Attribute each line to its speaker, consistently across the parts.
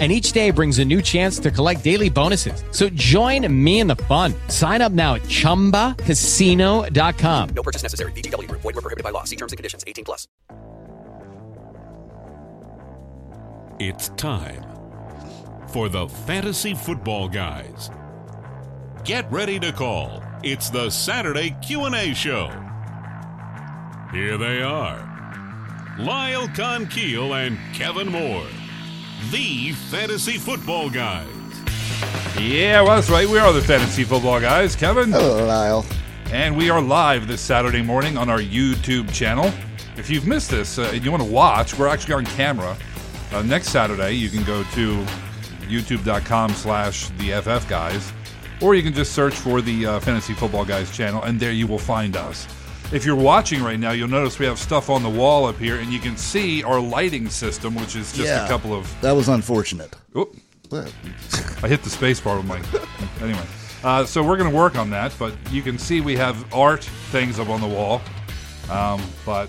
Speaker 1: and each day brings a new chance to collect daily bonuses. So join me in the fun. Sign up now at
Speaker 2: Um,
Speaker 1: ChumbaCasino.com.
Speaker 2: No purchase necessary. VGW Group. Void were prohibited by law. See terms and conditions. 18 plus.
Speaker 3: It's time for the Fantasy Football Guys. Get ready to call. It's the Saturday Q&A show. Here they are. Lyle Conkeel and Kevin Moore. The Fantasy Football Guys.
Speaker 4: Yeah, well, that's right. We are the Fantasy Football Guys, Kevin.
Speaker 5: Hello, Lyle.
Speaker 4: And we are live this Saturday morning on our YouTube channel. If you've missed this uh, and you want to watch, we're actually on camera. Uh, next Saturday, you can go to youtube.com slash the FF Guys, or you can just search for the uh, Fantasy Football Guys channel, and there you will find us. If you're watching right now, you'll notice we have stuff on the wall up here, and you can see our lighting system, which is just
Speaker 5: Yeah.
Speaker 4: a couple of...
Speaker 5: That was unfortunate.
Speaker 4: Oop.
Speaker 5: Well,
Speaker 4: I hit the space bar with my. anyway, uh, so we're going to work on that, but you can see we have art things up on the wall. Um, but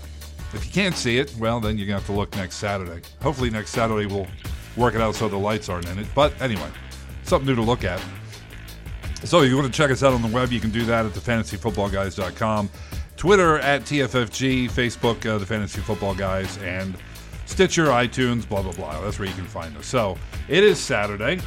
Speaker 4: if you can't see it, well, then you're going to have to look next Saturday. Hopefully, next Saturday we'll work it out so the lights aren't in it. But anyway, something new to look at. So if you want to check us out on the web, you can do that at thefantasyfootballguys.com, Twitter at TFFG, Facebook, uh, The Fantasy Football Guys, and Stitcher, iTunes, blah, blah, blah. That's where you can find us. So it is Saturday,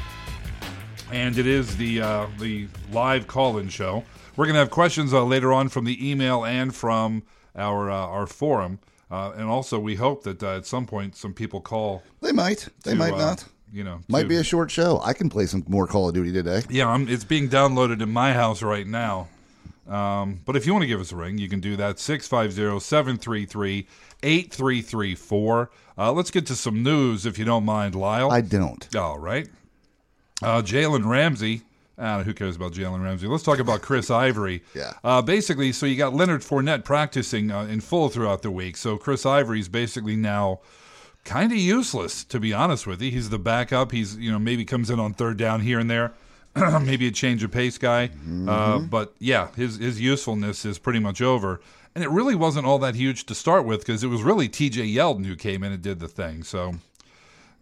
Speaker 4: and it is the, uh, the live call-in show. We're going to have questions uh, later on from the email and from our, uh, our forum. Uh, and also, we hope that uh, at some point some people call.
Speaker 5: they might. They
Speaker 4: to,
Speaker 5: might
Speaker 4: uh,
Speaker 5: not.
Speaker 4: You know,
Speaker 5: Might
Speaker 4: to-
Speaker 5: be a short show. I can play some more Call of Duty today.
Speaker 4: Yeah, I'm, it's being downloaded in my house right now. Um, but if you want to give us a ring, you can do that 650 733 8334. Uh, Let's get to some news, if you don't mind, Lyle.
Speaker 5: I don't.
Speaker 4: All right. Uh, Jalen Ramsey. Uh, who cares about Jalen Ramsey? Let's talk about Chris Ivory.
Speaker 5: Yeah.
Speaker 4: Uh, basically, so you got Leonard Fournette practicing uh, in full throughout the week. So Chris Ivory's basically now kind of useless, to be honest with you. He's the backup. He's you know maybe comes in on third down here and there, maybe a change of pace guy. Uh,
Speaker 5: Mm-hmm.
Speaker 4: but yeah, his his usefulness is pretty much over. And it really wasn't all that huge to start with because it was really T.J. Yeldon who came in and did the thing. So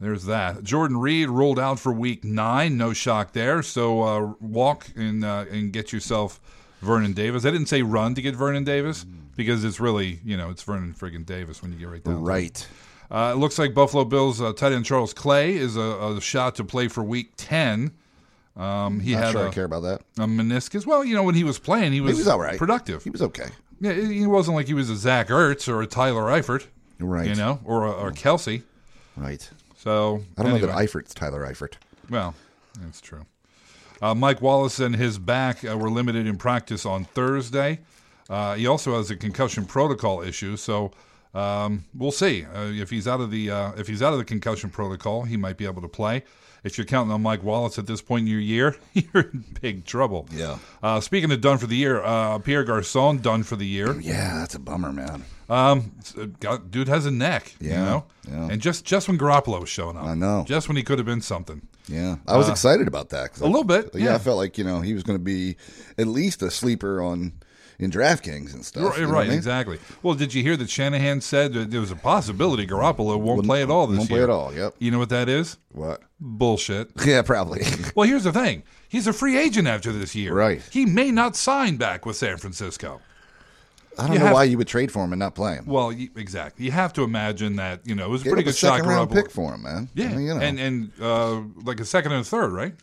Speaker 4: there's that. Jordan Reed ruled out for week nine. No shock there. So uh, walk and uh, and get yourself Vernon Davis. I didn't say run to get Vernon Davis because it's really you know it's Vernon friggin' Davis when you get right down. to it.
Speaker 5: Right.
Speaker 4: Uh, it looks like Buffalo Bills uh, tight end Charles Clay is a, a shot to play for week ten. Um, he
Speaker 5: Not
Speaker 4: had
Speaker 5: sure I
Speaker 4: a,
Speaker 5: care about that.
Speaker 4: a meniscus. Well, you know when he was playing, he was,
Speaker 5: He was all right.
Speaker 4: productive.
Speaker 5: He was okay.
Speaker 4: Yeah, it, it wasn't like he was a Zach Ertz or a Tyler Eifert,
Speaker 5: Right.
Speaker 4: You know, or a, or Kelsey.
Speaker 5: Right.
Speaker 4: So
Speaker 5: I don't know
Speaker 4: anyway.
Speaker 5: that Eifert's Tyler Eifert.
Speaker 4: Well, that's true. Uh, Mike Wallace and his back uh, were limited in practice on Thursday. Uh, he also has a concussion protocol issue, so um, we'll see uh, if he's out of the uh, if he's out of the concussion protocol, he might be able to play. If you're counting on Mike Wallace at this point in your year, you're in big trouble.
Speaker 5: Yeah.
Speaker 4: Uh, speaking of done for the year, uh, Pierre Garcon done for the year.
Speaker 5: Yeah, that's a bummer, man.
Speaker 4: Um, s- uh, God, dude has a neck, you
Speaker 5: Yeah,
Speaker 4: know.
Speaker 5: yeah.
Speaker 4: And just just when Garoppolo was showing up,
Speaker 5: I know.
Speaker 4: Just when he could have been something.
Speaker 5: Yeah. I was excited about that. 'cause
Speaker 4: Uh, A
Speaker 5: I-
Speaker 4: little bit,
Speaker 5: Yeah,
Speaker 4: yeah.
Speaker 5: I felt like, you know, he was going to be at least a sleeper on in DraftKings and stuff.
Speaker 4: Right,
Speaker 5: you know what
Speaker 4: right
Speaker 5: I mean?
Speaker 4: exactly. Well, did you hear that Shanahan said that there was a possibility Garoppolo won't play at all this
Speaker 5: Won't
Speaker 4: year?
Speaker 5: play at all. Yep.
Speaker 4: You know what that is?
Speaker 5: What?
Speaker 4: Bullshit.
Speaker 5: Yeah, probably.
Speaker 4: Well, here's the thing. He's a free agent after this year.
Speaker 5: Right.
Speaker 4: He may not sign back with San Francisco.
Speaker 5: I don't
Speaker 4: You
Speaker 5: know
Speaker 4: have-
Speaker 5: why you would trade for him and not play him.
Speaker 4: Well, you, exactly. You have to imagine that, you know, it was a
Speaker 5: Gave
Speaker 4: pretty
Speaker 5: up
Speaker 4: good
Speaker 5: a
Speaker 4: shot
Speaker 5: second round
Speaker 4: Garoppolo.
Speaker 5: pick for him, man. I
Speaker 4: yeah.
Speaker 5: mean, you know.
Speaker 4: And and uh, like a second and a third, right?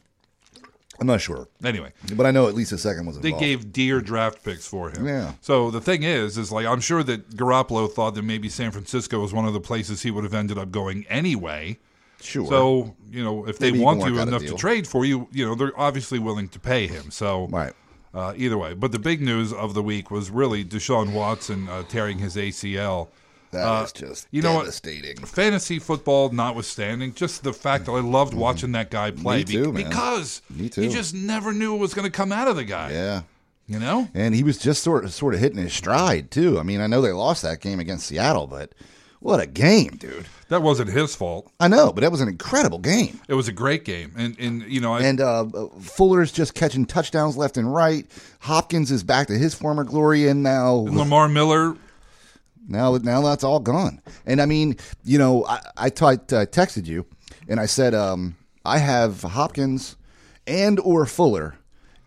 Speaker 5: I'm not sure.
Speaker 4: Anyway.
Speaker 5: But I know at least the second was
Speaker 4: They
Speaker 5: involved.
Speaker 4: gave dear draft picks for him.
Speaker 5: Yeah.
Speaker 4: So the thing is, is like I'm sure that Garoppolo thought that maybe San Francisco was one of the places he would have ended up going anyway.
Speaker 5: sure.
Speaker 4: So you know, if they
Speaker 5: Maybe you
Speaker 4: want
Speaker 5: can
Speaker 4: you
Speaker 5: work out a
Speaker 4: enough to
Speaker 5: deal.
Speaker 4: trade for you, you know, they're obviously willing to pay him. So
Speaker 5: Right.
Speaker 4: uh, either way. But the big news of the week was really Deshaun Watson uh, tearing his ACL.
Speaker 5: that
Speaker 4: uh,
Speaker 5: was just
Speaker 4: you know what?
Speaker 5: devastating.
Speaker 4: Fantasy football notwithstanding, just the fact that I loved watching that guy play
Speaker 5: Mm-hmm. Me too, man.
Speaker 4: because
Speaker 5: Me too.
Speaker 4: you just never knew what was going to come out of the guy.
Speaker 5: Yeah.
Speaker 4: You know?
Speaker 5: and he was just sort of sort of hitting his stride too. I mean, I know they lost that game against Seattle, but what a game, dude!
Speaker 4: That wasn't his fault.
Speaker 5: I know, but that was an incredible game.
Speaker 4: It was a great game. And, and you know, I,
Speaker 5: And uh, Fuller's just catching touchdowns left and right. Hopkins is back to his former glory, and now
Speaker 4: Lamar Miller,
Speaker 5: Now, now that's all gone. And I mean, you know, I, I t- I texted you, and I said, um, I have Hopkins and or Fuller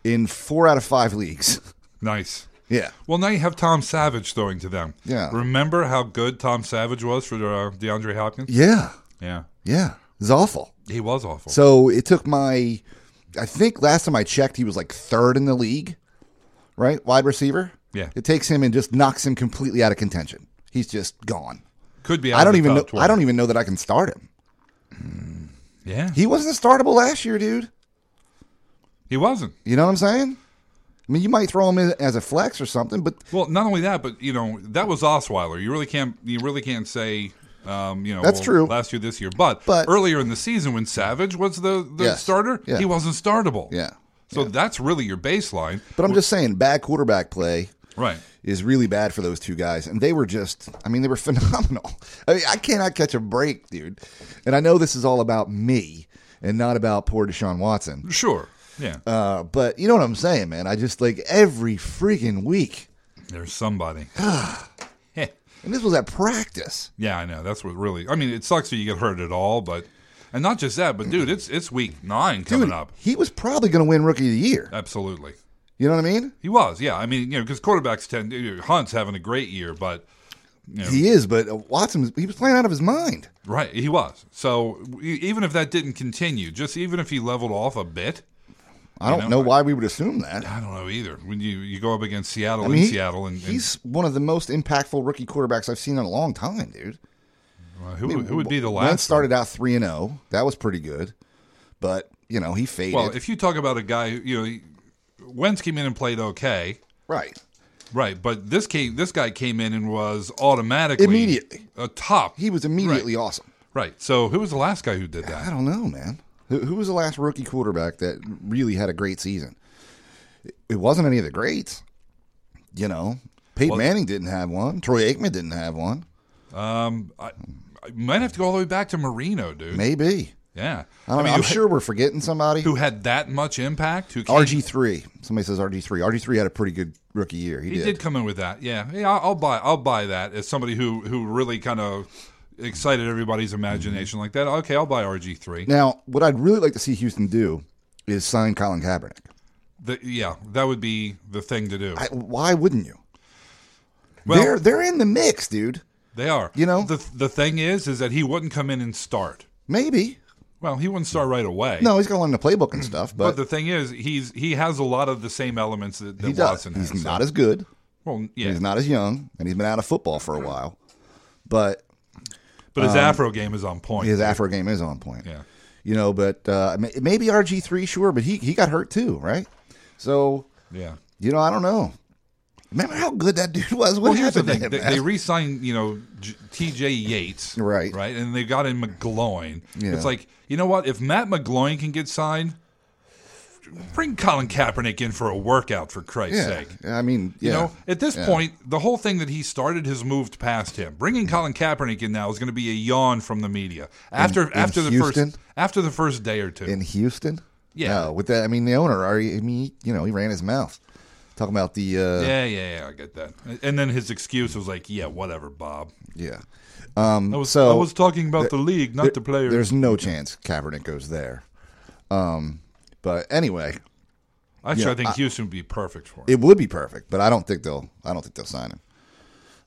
Speaker 5: in four out of five leagues.
Speaker 4: nice.
Speaker 5: yeah,
Speaker 4: Well, now you have Tom Savage throwing to them.
Speaker 5: Yeah.
Speaker 4: Remember how good Tom Savage was for uh, DeAndre Hopkins?
Speaker 5: yeah,
Speaker 4: Yeah.
Speaker 5: yeah. It's awful.
Speaker 4: He was awful.
Speaker 5: So it took my, I think last time I checked, he was like third in the league, right? Wide receiver.
Speaker 4: Yeah.
Speaker 5: It takes him and just knocks him completely out of contention. He's just gone.
Speaker 4: Could be. Out
Speaker 5: I don't
Speaker 4: of the
Speaker 5: even know.
Speaker 4: top
Speaker 5: I don't even know that I can start him.
Speaker 4: 20. Yeah. He,
Speaker 5: He wasn't startable last year, dude.
Speaker 4: wasn't.
Speaker 5: You know what I'm saying? I mean, you might throw him in as a flex or something, but
Speaker 4: Well, not only that, but you know that was Osweiler. You really can't. You really can't say. Um, you know
Speaker 5: That's
Speaker 4: well,
Speaker 5: true.
Speaker 4: Last year, this year, but,
Speaker 5: But-
Speaker 4: earlier in the season when Savage was the, the
Speaker 5: Yes.
Speaker 4: starter,
Speaker 5: Yeah.
Speaker 4: he wasn't startable.
Speaker 5: yeah.
Speaker 4: So that's really your baseline,
Speaker 5: But I'm just saying, bad quarterback play
Speaker 4: right?
Speaker 5: is really bad for those two guys, and they were just. I mean, they were phenomenal. I mean, I cannot catch a break, dude. And I know this is all about me and not about poor Deshaun Watson.
Speaker 4: Sure. Yeah.
Speaker 5: Uh, but you know what I'm saying, man. I just like every freaking week,
Speaker 4: There's somebody. Heh.
Speaker 5: and this was at practice.
Speaker 4: yeah, I know. That's what really. I mean, it sucks that you get hurt at all, but and not just that, but dude, it's it's week nine coming
Speaker 5: Dude,
Speaker 4: up.
Speaker 5: he was probably going to win Rookie of the Year.
Speaker 4: Absolutely.
Speaker 5: You know what I mean?
Speaker 4: He was, yeah. I mean, you know, because quarterbacks tend. Hunt's having a great year, but
Speaker 5: He is, but uh, Watson was- he was playing out of his mind.
Speaker 4: right, he was. So e- even if that didn't continue, just even if he leveled off a bit,
Speaker 5: I don't know why we would assume that.
Speaker 4: I don't know either. When you you go up against Seattle
Speaker 5: I mean,
Speaker 4: Oh, in
Speaker 5: he-
Speaker 4: Seattle, and, and
Speaker 5: he's one of the most impactful rookie quarterbacks I've seen in a long time, dude.
Speaker 4: uh, who, who would be the last?
Speaker 5: Wentz started out three and zero. That was pretty good, but you know he faded.
Speaker 4: Well, if you talk about a guy, who, you know, he- Wentz came in and played okay,
Speaker 5: right,
Speaker 4: right? But this came, this guy came in and was automatically
Speaker 5: Immediately.
Speaker 4: a top,
Speaker 5: he was immediately awesome.
Speaker 4: right? So who was the last guy who did
Speaker 5: I
Speaker 4: that?
Speaker 5: don't know, man. Who, who was the last rookie quarterback that really had a great season? It, it wasn't any of the greats. You know, Peyton Manning didn't have one. Troy Aikman didn't have one.
Speaker 4: Um, I might have to go all the way back to Marino, dude.
Speaker 5: Maybe.
Speaker 4: Yeah,
Speaker 5: I don't know.
Speaker 4: who,
Speaker 5: I'm sure we're forgetting somebody.
Speaker 4: who had that much impact. Who came,
Speaker 5: RG three. Somebody says RG three. RG three had a pretty good rookie year. He,
Speaker 4: He did come in with that. Yeah, yeah. I'll, I'll buy. I'll buy that as somebody who who really kind of excited everybody's imagination like that. Okay, I'll buy RG three.
Speaker 5: Now, what I'd really like to see Houston do is sign Colin Kaepernick.
Speaker 4: Yeah, that would be the thing to do.
Speaker 5: I, why wouldn't you?
Speaker 4: Well-
Speaker 5: they're they're in the mix, dude.
Speaker 4: they are.
Speaker 5: you know?
Speaker 4: the the thing is, is that he wouldn't come in and start.
Speaker 5: Maybe.
Speaker 4: Well, he wouldn't start right away.
Speaker 5: No, he's going to learn the playbook and stuff,
Speaker 4: But
Speaker 5: but,
Speaker 4: the thing is, he's he has a lot of the same elements that, that
Speaker 5: he does.
Speaker 4: Watson
Speaker 5: He's
Speaker 4: has.
Speaker 5: not as good.
Speaker 4: well, yeah,
Speaker 5: He's not as young, and he's been out of football for a while. But um,
Speaker 4: but his Afro game is on point.
Speaker 5: his Afro game is on point.
Speaker 4: Yeah.
Speaker 5: You know, but uh, may- maybe RG three, sure, but he he got hurt too, right? So
Speaker 4: yeah.
Speaker 5: you know, I don't know. Remember how good that dude was? What
Speaker 4: Well, here's the
Speaker 5: happened to
Speaker 4: thing:
Speaker 5: him,
Speaker 4: they,
Speaker 5: man?
Speaker 4: they re-signed, you know, J- T.J. Yates,
Speaker 5: Right.
Speaker 4: right, and they got in McGloin.
Speaker 5: Yeah.
Speaker 4: It's like, you know what? If Matt McGloin can get signed, bring Colin Kaepernick in for a workout for Christ's
Speaker 5: yeah.
Speaker 4: sake.
Speaker 5: I mean, yeah.
Speaker 4: You know, at this point, the whole thing that he started has moved past him. Bringing Colin Kaepernick in now is going to be a yawn from the media after
Speaker 5: Mm-hmm. in
Speaker 4: after the
Speaker 5: Houston?
Speaker 4: first after the first day or two.
Speaker 5: in Houston.
Speaker 4: Yeah.
Speaker 5: No, with that, I mean the owner. Already, I mean, he, you know, he ran his mouth talking about the. Uh, yeah.
Speaker 4: yeah, yeah, yeah, I get that. And then his excuse was like, "Yeah, whatever, Bob."
Speaker 5: Um.
Speaker 4: I was
Speaker 5: so
Speaker 4: I was talking about the league, not the players.
Speaker 5: there's no chance Kaepernick goes there. Um. But anyway,
Speaker 4: Actually, I think Houston would be perfect for him.
Speaker 5: it would be perfect. But I don't think they'll. I don't think they'll sign him.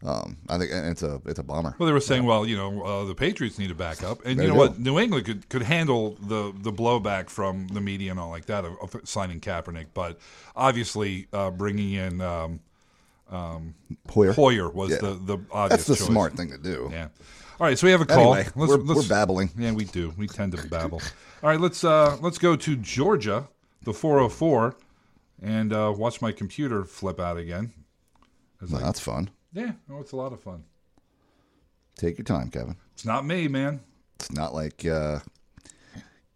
Speaker 5: Um. I think and it's a it's a bummer.
Speaker 4: well, they were saying, well, you know, uh, the Patriots need a backup, and
Speaker 5: They
Speaker 4: you know
Speaker 5: do.
Speaker 4: what? New England could, could handle the the blowback from the media and all like that of, of signing Kaepernick, but obviously uh, bringing in um,
Speaker 5: Hoyer.
Speaker 4: Hoyer was
Speaker 5: Yeah.
Speaker 4: the the
Speaker 5: That's
Speaker 4: obvious.
Speaker 5: the
Speaker 4: choice.
Speaker 5: smart thing to do.
Speaker 4: Yeah. All right, so we have a call.
Speaker 5: Anyway, we're- we're babbling.
Speaker 4: Yeah, we do. We tend to babble. All right, let's uh, let's go to Georgia, the 404, and uh, watch my computer flip out again.
Speaker 5: No, that's fun.
Speaker 4: Yeah, oh, it's a lot of fun.
Speaker 5: Take your time, Kevin.
Speaker 4: It's not me, man.
Speaker 5: It's not like uh,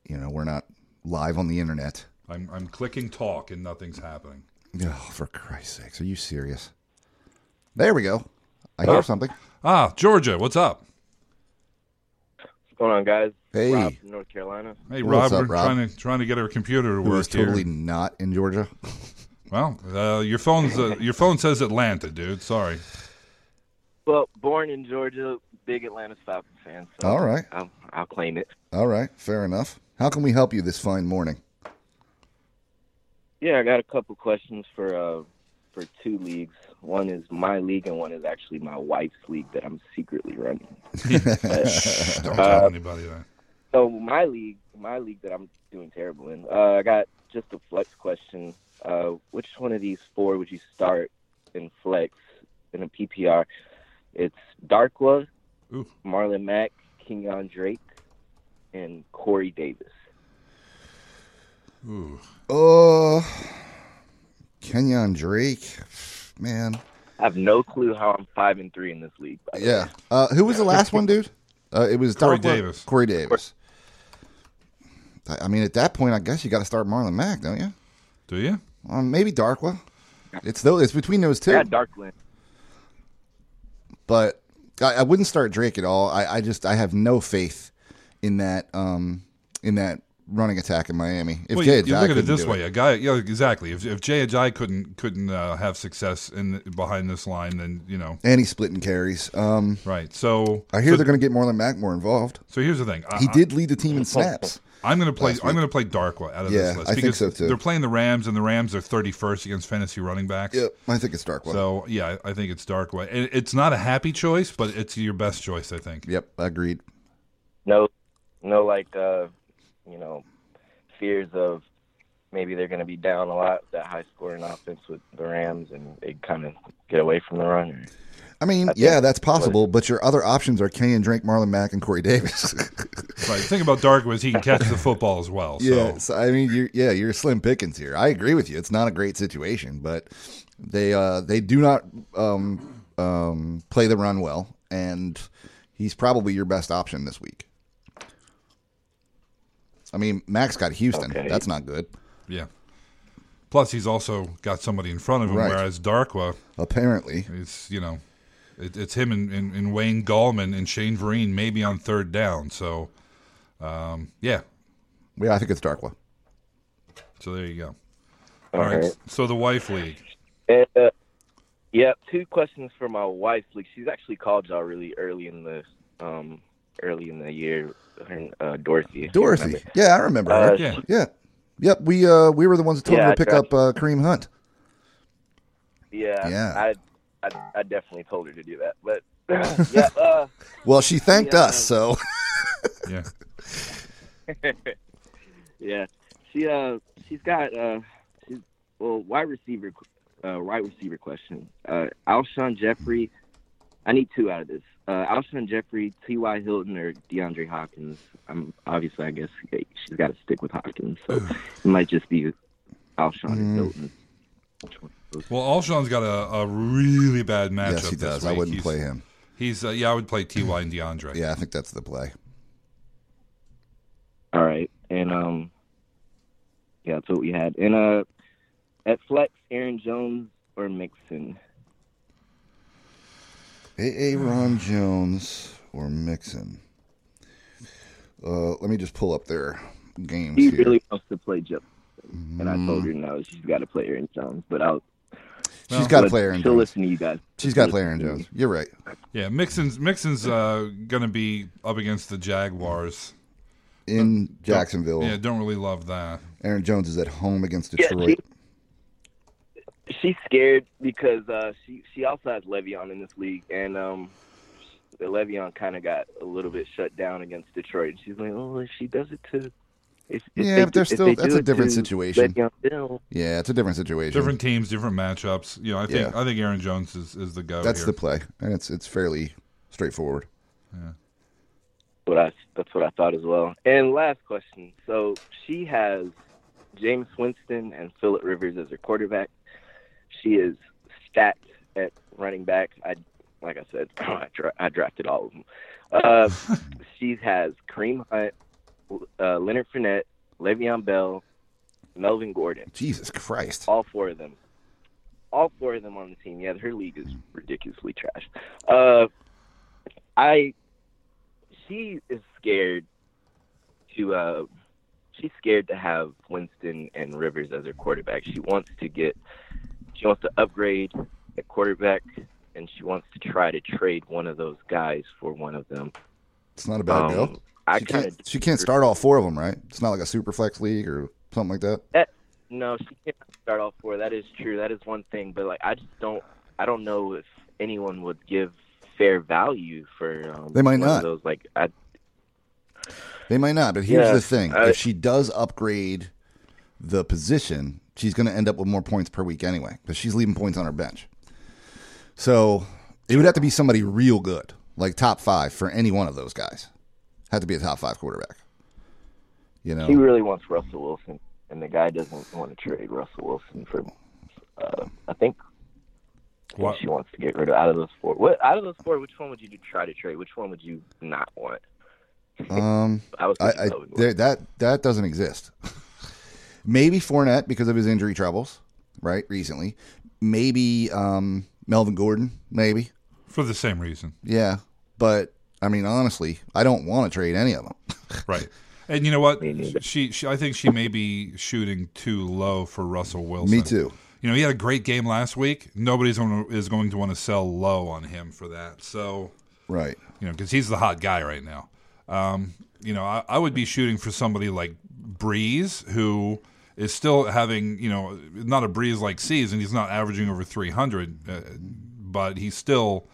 Speaker 5: you know, we're not live on the internet.
Speaker 4: I'm I'm clicking talk and nothing's happening.
Speaker 5: Oh, for Christ's sakes, are you serious? There we go. I hear something.
Speaker 4: Ah, Georgia, what's up?
Speaker 6: What's going on, guys?
Speaker 5: Hey.
Speaker 6: Rob from North Carolina.
Speaker 4: Hey,
Speaker 5: What's
Speaker 4: Rob,
Speaker 5: up,
Speaker 4: we're
Speaker 5: Rob?
Speaker 4: trying to trying to get our computer to
Speaker 5: Who is
Speaker 4: work here.
Speaker 5: totally not in Georgia?
Speaker 4: Well, uh, your phone's uh, your phone says Atlanta, dude. Sorry.
Speaker 6: Well, born in Georgia, big Atlanta Falcons fan. So
Speaker 5: All right.
Speaker 6: I'll, I'll claim it.
Speaker 5: All right, fair enough. How can we help you this fine morning?
Speaker 6: Yeah, I got a couple questions for uh, for two leagues. One is my league, and one is actually my wife's league that I'm secretly running.
Speaker 4: Don't tell anybody that.
Speaker 6: Uh, So my league, my league that I'm doing terrible in. Uh, I got just a flex question. Uh, which one of these four would you start in flex in a PPR? It's Darkwa,
Speaker 4: Ooh.
Speaker 6: Marlon Mack, Kenyon Drake, and Corey Davis.
Speaker 5: Uh, Kenyon Drake, man.
Speaker 6: I have no clue how I'm five and three in this league. by the way.
Speaker 5: Yeah. Uh, who was the last one, dude? Uh, it was
Speaker 4: Corey
Speaker 5: Darkwa-
Speaker 4: Davis.
Speaker 5: Corey Davis. I I mean, at that point, I guess you got to start Marlon Mack, don't you?
Speaker 4: Do you?
Speaker 5: Um, maybe Darkwa. It's though it's between those two,
Speaker 6: I got Darkland.
Speaker 5: but I, I wouldn't start Drake at all. I, I just I have no faith in that um in that running attack in Miami. If
Speaker 4: Well,
Speaker 5: Jay
Speaker 4: you, you
Speaker 5: Ajayi
Speaker 4: look at it
Speaker 5: couldn't
Speaker 4: this
Speaker 5: do
Speaker 4: way: a guy, yeah, exactly. If if Jay Ajayi couldn't couldn't uh, have success in behind this line, then you know,
Speaker 5: and he's splitting carries. Um,
Speaker 4: right. So
Speaker 5: I hear
Speaker 4: so,
Speaker 5: they're going to get Marlon Mack more involved.
Speaker 4: So here's the thing: I, Oh,
Speaker 5: He did lead the team in snaps.
Speaker 4: I'm going to play. I'm going to play Darkwa out of
Speaker 5: Yeah,
Speaker 4: this list
Speaker 5: I think
Speaker 4: because
Speaker 5: so, too.
Speaker 4: they're playing the Rams, and the Rams are 31st against fantasy running backs.
Speaker 5: Yep, I think it's Darkwa.
Speaker 4: So yeah, I I think it's Darkwa. It, it's not a happy choice, but it's your best choice, I think.
Speaker 5: Yep, agreed.
Speaker 6: No, no, like uh, you know, fears of maybe they're going to be down a lot. That high scoring offense with the Rams, and they kind of get away from the runner.
Speaker 5: I mean, yeah, that's possible, but your other options are Kenyon Drake, Marlon Mack, and Corey Davis.
Speaker 4: Right. The thing about Darkwa is he can catch the football as well. So.
Speaker 5: yeah, so, I mean, you're, yeah, you're slim pickings here. I agree with you. It's not a great situation, but they uh, they do not um, um, play the run well, and he's probably your best option this week. I mean, Max got Houston.
Speaker 6: Okay.
Speaker 5: That's not good.
Speaker 4: Yeah. Plus, he's also got somebody in front of him,
Speaker 5: Right.
Speaker 4: whereas Darkwa,
Speaker 5: Apparently,
Speaker 4: it's you know, it, it's him and, and, and Wayne Gallman and Shane Vereen maybe on third down. So, um, yeah.
Speaker 5: yeah, I think it's Darkwa.
Speaker 4: So there you go.
Speaker 6: All
Speaker 4: All right.
Speaker 6: right.
Speaker 4: So the wife league.
Speaker 6: And, uh, yeah, two questions for my wife. Like she's actually called y'all really early in the um, early in the year. Her, uh, Dorothy. if you
Speaker 5: Dorothy.
Speaker 6: remember.
Speaker 5: Yeah, I remember
Speaker 6: Uh,
Speaker 5: her.
Speaker 4: Yeah.
Speaker 5: Yeah. Yep, we uh we were the ones that told
Speaker 6: Yeah,
Speaker 5: her to pick
Speaker 6: I
Speaker 5: up uh, Kareem Hunt.
Speaker 6: Yeah.
Speaker 5: Yeah.
Speaker 6: I, I I definitely told her to do that, but yeah. Uh,
Speaker 5: Well, she thanked
Speaker 6: Yeah.
Speaker 5: us, so
Speaker 4: Yeah.
Speaker 6: Yeah, she uh she's got uh she's well wide receiver uh wide receiver question. Uh, Alshon Jeffrey, I need two out of this. Uh, Alshon Jeffrey, T. Y. Hilton, or DeAndre Hopkins. I'm obviously I guess yeah, she's got to stick with Hopkins, so it might just be Alshon
Speaker 5: Mm.
Speaker 6: and Hilton.
Speaker 4: Well, Alshon's got a, a really bad matchup.
Speaker 5: yes, he
Speaker 4: this
Speaker 5: does. I
Speaker 4: week.
Speaker 5: wouldn't
Speaker 4: He's-
Speaker 5: play him.
Speaker 4: He's uh, yeah, I would play Ty and DeAndre.
Speaker 5: Yeah, I think that's the play.
Speaker 6: All right, and um yeah, that's what we had. And uh at flex, Aaron Jones or Mixon.
Speaker 5: Aaron Jones or Mixon. Uh, let me just pull up their games
Speaker 6: She
Speaker 5: here.
Speaker 6: really wants to play Jeff. And
Speaker 5: Mm.
Speaker 6: I told her no, she's got to play Aaron Jones. But I'll
Speaker 5: She's got to
Speaker 6: let-
Speaker 5: play Aaron
Speaker 6: She'll
Speaker 5: Jones.
Speaker 6: listen to you guys.
Speaker 5: She's got to play Aaron Jones. You're right.
Speaker 4: Yeah, Mixon's Mixon's uh, gonna be up against the Jaguars.
Speaker 5: In Jacksonville,
Speaker 4: Yeah, don't really love that.
Speaker 5: Aaron Jones is at home against
Speaker 6: Yeah,
Speaker 5: Detroit.
Speaker 6: She's scared because uh, she she also has Le'Veon in this league, and um, the Le'Veon kind of got a little bit shut down against Detroit. And she's like, oh, if she does it to. If, if
Speaker 5: Yeah,
Speaker 6: they
Speaker 5: but they're
Speaker 6: do- if
Speaker 5: still-
Speaker 6: they
Speaker 5: that's
Speaker 6: do
Speaker 5: a
Speaker 6: it
Speaker 5: different
Speaker 6: to
Speaker 5: situation.
Speaker 6: Le'Veon Bell,
Speaker 5: yeah, it's a different situation.
Speaker 4: Different teams, different matchups. You know, I think
Speaker 5: Yeah.
Speaker 4: I think Aaron Jones is, is the go.
Speaker 5: that's
Speaker 4: here.
Speaker 5: the play, and it's it's fairly straightforward.
Speaker 6: what I that's what I thought as well. And last question. So she has James Winston and Phillip Rivers as her quarterback. She is stacked at running back. I like I said, I, dra- I drafted all of them. Uh, she has Kareem Hunt, uh, Leonard Fournette, Le'Veon Bell, Melvin Gordon.
Speaker 5: Jesus Christ!
Speaker 6: All four of them. all four of them on the team. Yeah, her league is ridiculously trash. Uh, I she is scared to uh, she's scared to have Winston and Rivers as her quarterback. She wants to get she wants to upgrade at quarterback, and she wants to try to trade one of those guys for one of them.
Speaker 5: It's not a bad
Speaker 6: Um,
Speaker 5: deal.
Speaker 6: I
Speaker 5: she
Speaker 6: kind of
Speaker 5: can't, she can't start all four of them, right? It's not like a super flex league or something like that.
Speaker 6: That no, she can't start off four. That is true. That is one thing. But like, I just don't. I don't know if anyone would give fair value for. Um,
Speaker 5: They might
Speaker 6: one of
Speaker 5: not.
Speaker 6: Those like, I,
Speaker 5: They might not, but here's
Speaker 6: Yeah,
Speaker 5: the thing:
Speaker 6: I-
Speaker 5: if she does upgrade the position, she's going to end up with more points per week anyway, because she's leaving points on her bench. So it would have to be somebody real good, like top five for any one of those guys. Had to be a top five quarterback. You know,
Speaker 6: she really wants Russell Wilson, and the guy doesn't want to trade Russell Wilson for. Uh, I think. I think
Speaker 4: What?
Speaker 6: She wants to get rid of out of those four. What out of those four? Which one would you try to trade? Which one would you not want?
Speaker 5: um,
Speaker 6: I was.
Speaker 5: I,
Speaker 6: thinking
Speaker 5: I
Speaker 6: Logan Wilson.
Speaker 5: there, that that doesn't exist. Maybe Fournette because of his injury troubles, right? Recently, maybe um, Melvin Gordon, maybe.
Speaker 4: for the same reason.
Speaker 5: Yeah, but I mean, honestly, I don't want to trade any of them.
Speaker 4: Right. And you know what?
Speaker 6: Me neither.
Speaker 4: She, she, I think she may be shooting too low for Russell Wilson.
Speaker 5: Me too.
Speaker 4: You know, he had a great game last week. Nobody's on, is going to want to sell low on him for that. So,
Speaker 5: Right.
Speaker 4: you know, because he's the hot guy right now. Um, you know, I, I would be shooting for somebody like Breeze, who is still having, you know, not a Breeze like season. He's not averaging over 300, uh, but he's still,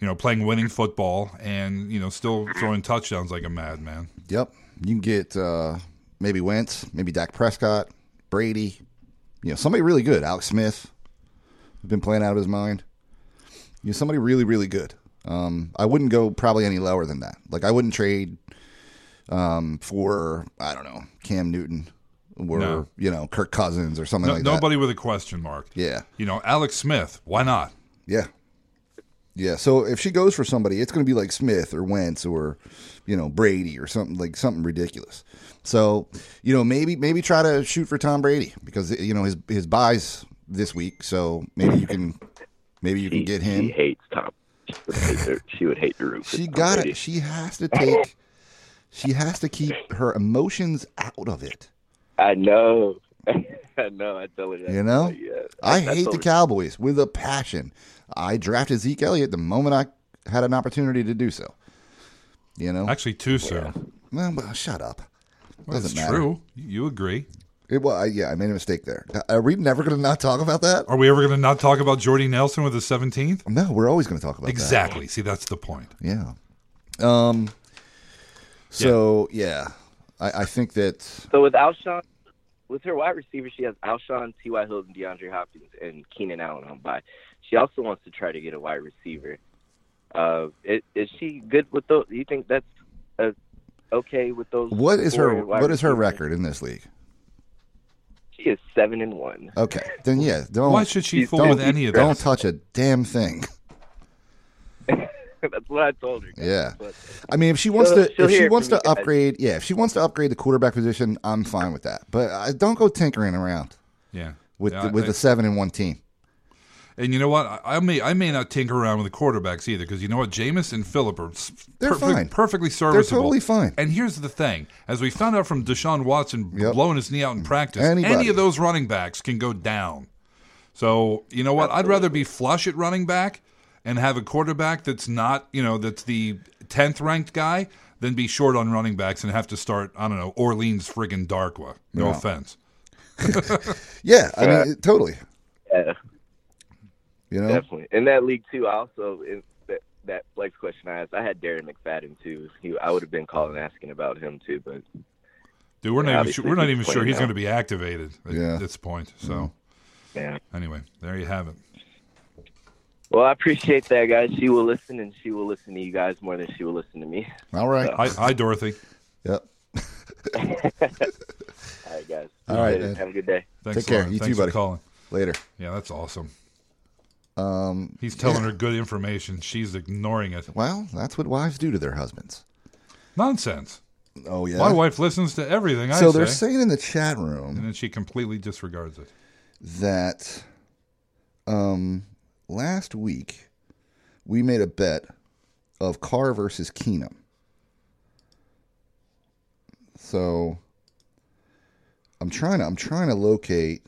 Speaker 4: you know, playing winning football and, you know, still throwing touchdowns like a madman.
Speaker 5: Yep. You can get uh, maybe Wentz, maybe Dak Prescott, Brady. You know, somebody really good. Alex Smith has been playing out of his mind. You know, somebody really, really good. Um, I wouldn't go probably any lower than that. Like I wouldn't trade um, for I don't know Cam Newton or
Speaker 4: No.
Speaker 5: you know Kirk Cousins or something
Speaker 4: No,
Speaker 5: like that.
Speaker 4: nobody with a question mark.
Speaker 5: Yeah.
Speaker 4: You know, Alex Smith, why not?
Speaker 5: Yeah. Yeah. So if she goes for somebody, it's going to be like Smith or Wentz or, you know, Brady or something like something ridiculous. So, you know, maybe maybe try to shoot for Tom Brady because you know his his buys this week. So maybe you can maybe you can
Speaker 6: She-
Speaker 5: get
Speaker 6: She
Speaker 5: him.
Speaker 6: hates Tom. She would hate the, she would hate the roof.
Speaker 5: She got it. She has to take. She has to keep her emotions out of it.
Speaker 6: I know. I know. I tell her that.
Speaker 5: You know?
Speaker 6: Like, yeah.
Speaker 5: I
Speaker 6: That's
Speaker 5: hate the
Speaker 6: what-
Speaker 5: Cowboys with a passion. I drafted Zeke Elliott the moment I had an opportunity to do so. You know,
Speaker 4: Actually, too soon.
Speaker 5: well, but shut up.
Speaker 4: Well,
Speaker 5: Doesn't
Speaker 4: it's
Speaker 5: matter.
Speaker 4: true. You agree.
Speaker 5: It well, I, yeah, I made a mistake there. Are we never going to not talk about that?
Speaker 4: Are we ever going to not talk about Jordy Nelson with the 17th?
Speaker 5: Uh, No, we're always going to talk about
Speaker 4: Exactly. See, that's the point.
Speaker 5: that. Yeah. Um. So yeah, I, I think that
Speaker 6: So with Alshon, with her wide receiver, she has Alshon, T.Y. Hilton, DeAndre Hopkins, and Keenan Allen on by. She also wants to try to get a wide receiver. Uh, is, is she good with those? Do you think that's uh, okay with those?
Speaker 5: what is her
Speaker 6: four wide
Speaker 5: what is her
Speaker 6: receivers?
Speaker 5: record in this league?
Speaker 6: She is seven and one.
Speaker 5: Okay, then yeah, don't
Speaker 4: Why should she
Speaker 6: She's-
Speaker 4: fool
Speaker 5: don't
Speaker 4: with any of
Speaker 5: don't
Speaker 4: that?
Speaker 5: touch a damn thing.
Speaker 6: that's what I told her.
Speaker 5: Yeah.
Speaker 6: But
Speaker 5: I mean, if she wants
Speaker 6: She'll-
Speaker 5: to
Speaker 6: she'll
Speaker 5: if she
Speaker 6: hear it
Speaker 5: wants
Speaker 6: from
Speaker 5: to
Speaker 6: you guys.
Speaker 5: upgrade, yeah, if she wants to upgrade the quarterback position, I'm fine with that. But I, don't go tinkering around
Speaker 4: Yeah.
Speaker 5: with
Speaker 4: Yeah,
Speaker 5: the, with
Speaker 4: I-
Speaker 5: a seven and one team.
Speaker 4: And you know what? I, I may I may not tinker around with the quarterbacks either because you know what? Jameis and Phillip are s-
Speaker 5: They're fine.
Speaker 4: perfectly serviceable.
Speaker 5: totally fine.
Speaker 4: And here's the thing: as we found out from Deshaun Watson
Speaker 5: Yep.
Speaker 4: blowing his knee out in practice,
Speaker 5: Anybody.
Speaker 4: any of those running backs can go down. So you know what? I'd rather be flush at running back and have a quarterback that's not you know that's the tenth ranked guy than be short on running backs and have to start I don't know Orleans friggin' Darkwa. No offense.
Speaker 5: Yeah, I mean, it- totally.
Speaker 6: yeah.
Speaker 5: You know,
Speaker 6: Definitely. In that league too, I also in that that flex question I asked, I had Darren McFadden too. He, I would have been calling asking about him too, but
Speaker 4: Dude, we're
Speaker 6: Yeah,
Speaker 4: not even
Speaker 6: obviously
Speaker 4: sure, we're not
Speaker 6: he's
Speaker 4: even sure
Speaker 6: playing
Speaker 4: he's
Speaker 6: now.
Speaker 4: going to be activated at
Speaker 5: Yeah. Mm-hmm.
Speaker 4: this point. So.
Speaker 6: yeah.
Speaker 4: Anyway, there you have it.
Speaker 6: Well, I appreciate that guys. She will listen and she will listen to you guys more than she will listen to me.
Speaker 5: all right.
Speaker 4: Hi, hi Dorothy.
Speaker 5: Yep.
Speaker 6: All right guys.
Speaker 5: All right,
Speaker 6: Later.
Speaker 5: man.
Speaker 6: Have a good day.
Speaker 4: Thanks
Speaker 5: Take care.
Speaker 4: a lot.
Speaker 5: You
Speaker 4: Thanks
Speaker 5: too,
Speaker 4: for
Speaker 5: buddy.
Speaker 4: calling.
Speaker 5: Later.
Speaker 4: Yeah, that's awesome.
Speaker 5: Um.
Speaker 4: He's telling her good information. She's ignoring it.
Speaker 5: Well, that's what wives do to their husbands.
Speaker 4: Nonsense.
Speaker 5: Oh yeah.
Speaker 4: My wife listens to everything I
Speaker 5: so
Speaker 4: say,
Speaker 5: they're saying in the chat
Speaker 4: and
Speaker 5: room
Speaker 4: then she completely disregards it.
Speaker 5: that um, last week we made a bet of Carr versus Keenum. So I'm trying to I'm trying to locate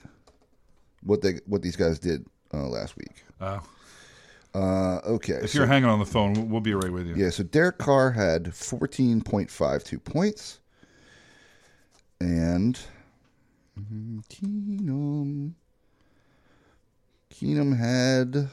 Speaker 5: what they what these guys did uh, last week.
Speaker 4: Uh,
Speaker 5: Uh, okay,
Speaker 4: if
Speaker 5: so-
Speaker 4: you're hanging on the phone, we'll, we'll be right with you.
Speaker 5: yeah, so Derek Carr had 14.52 points. And mm, Keenum. Keenum had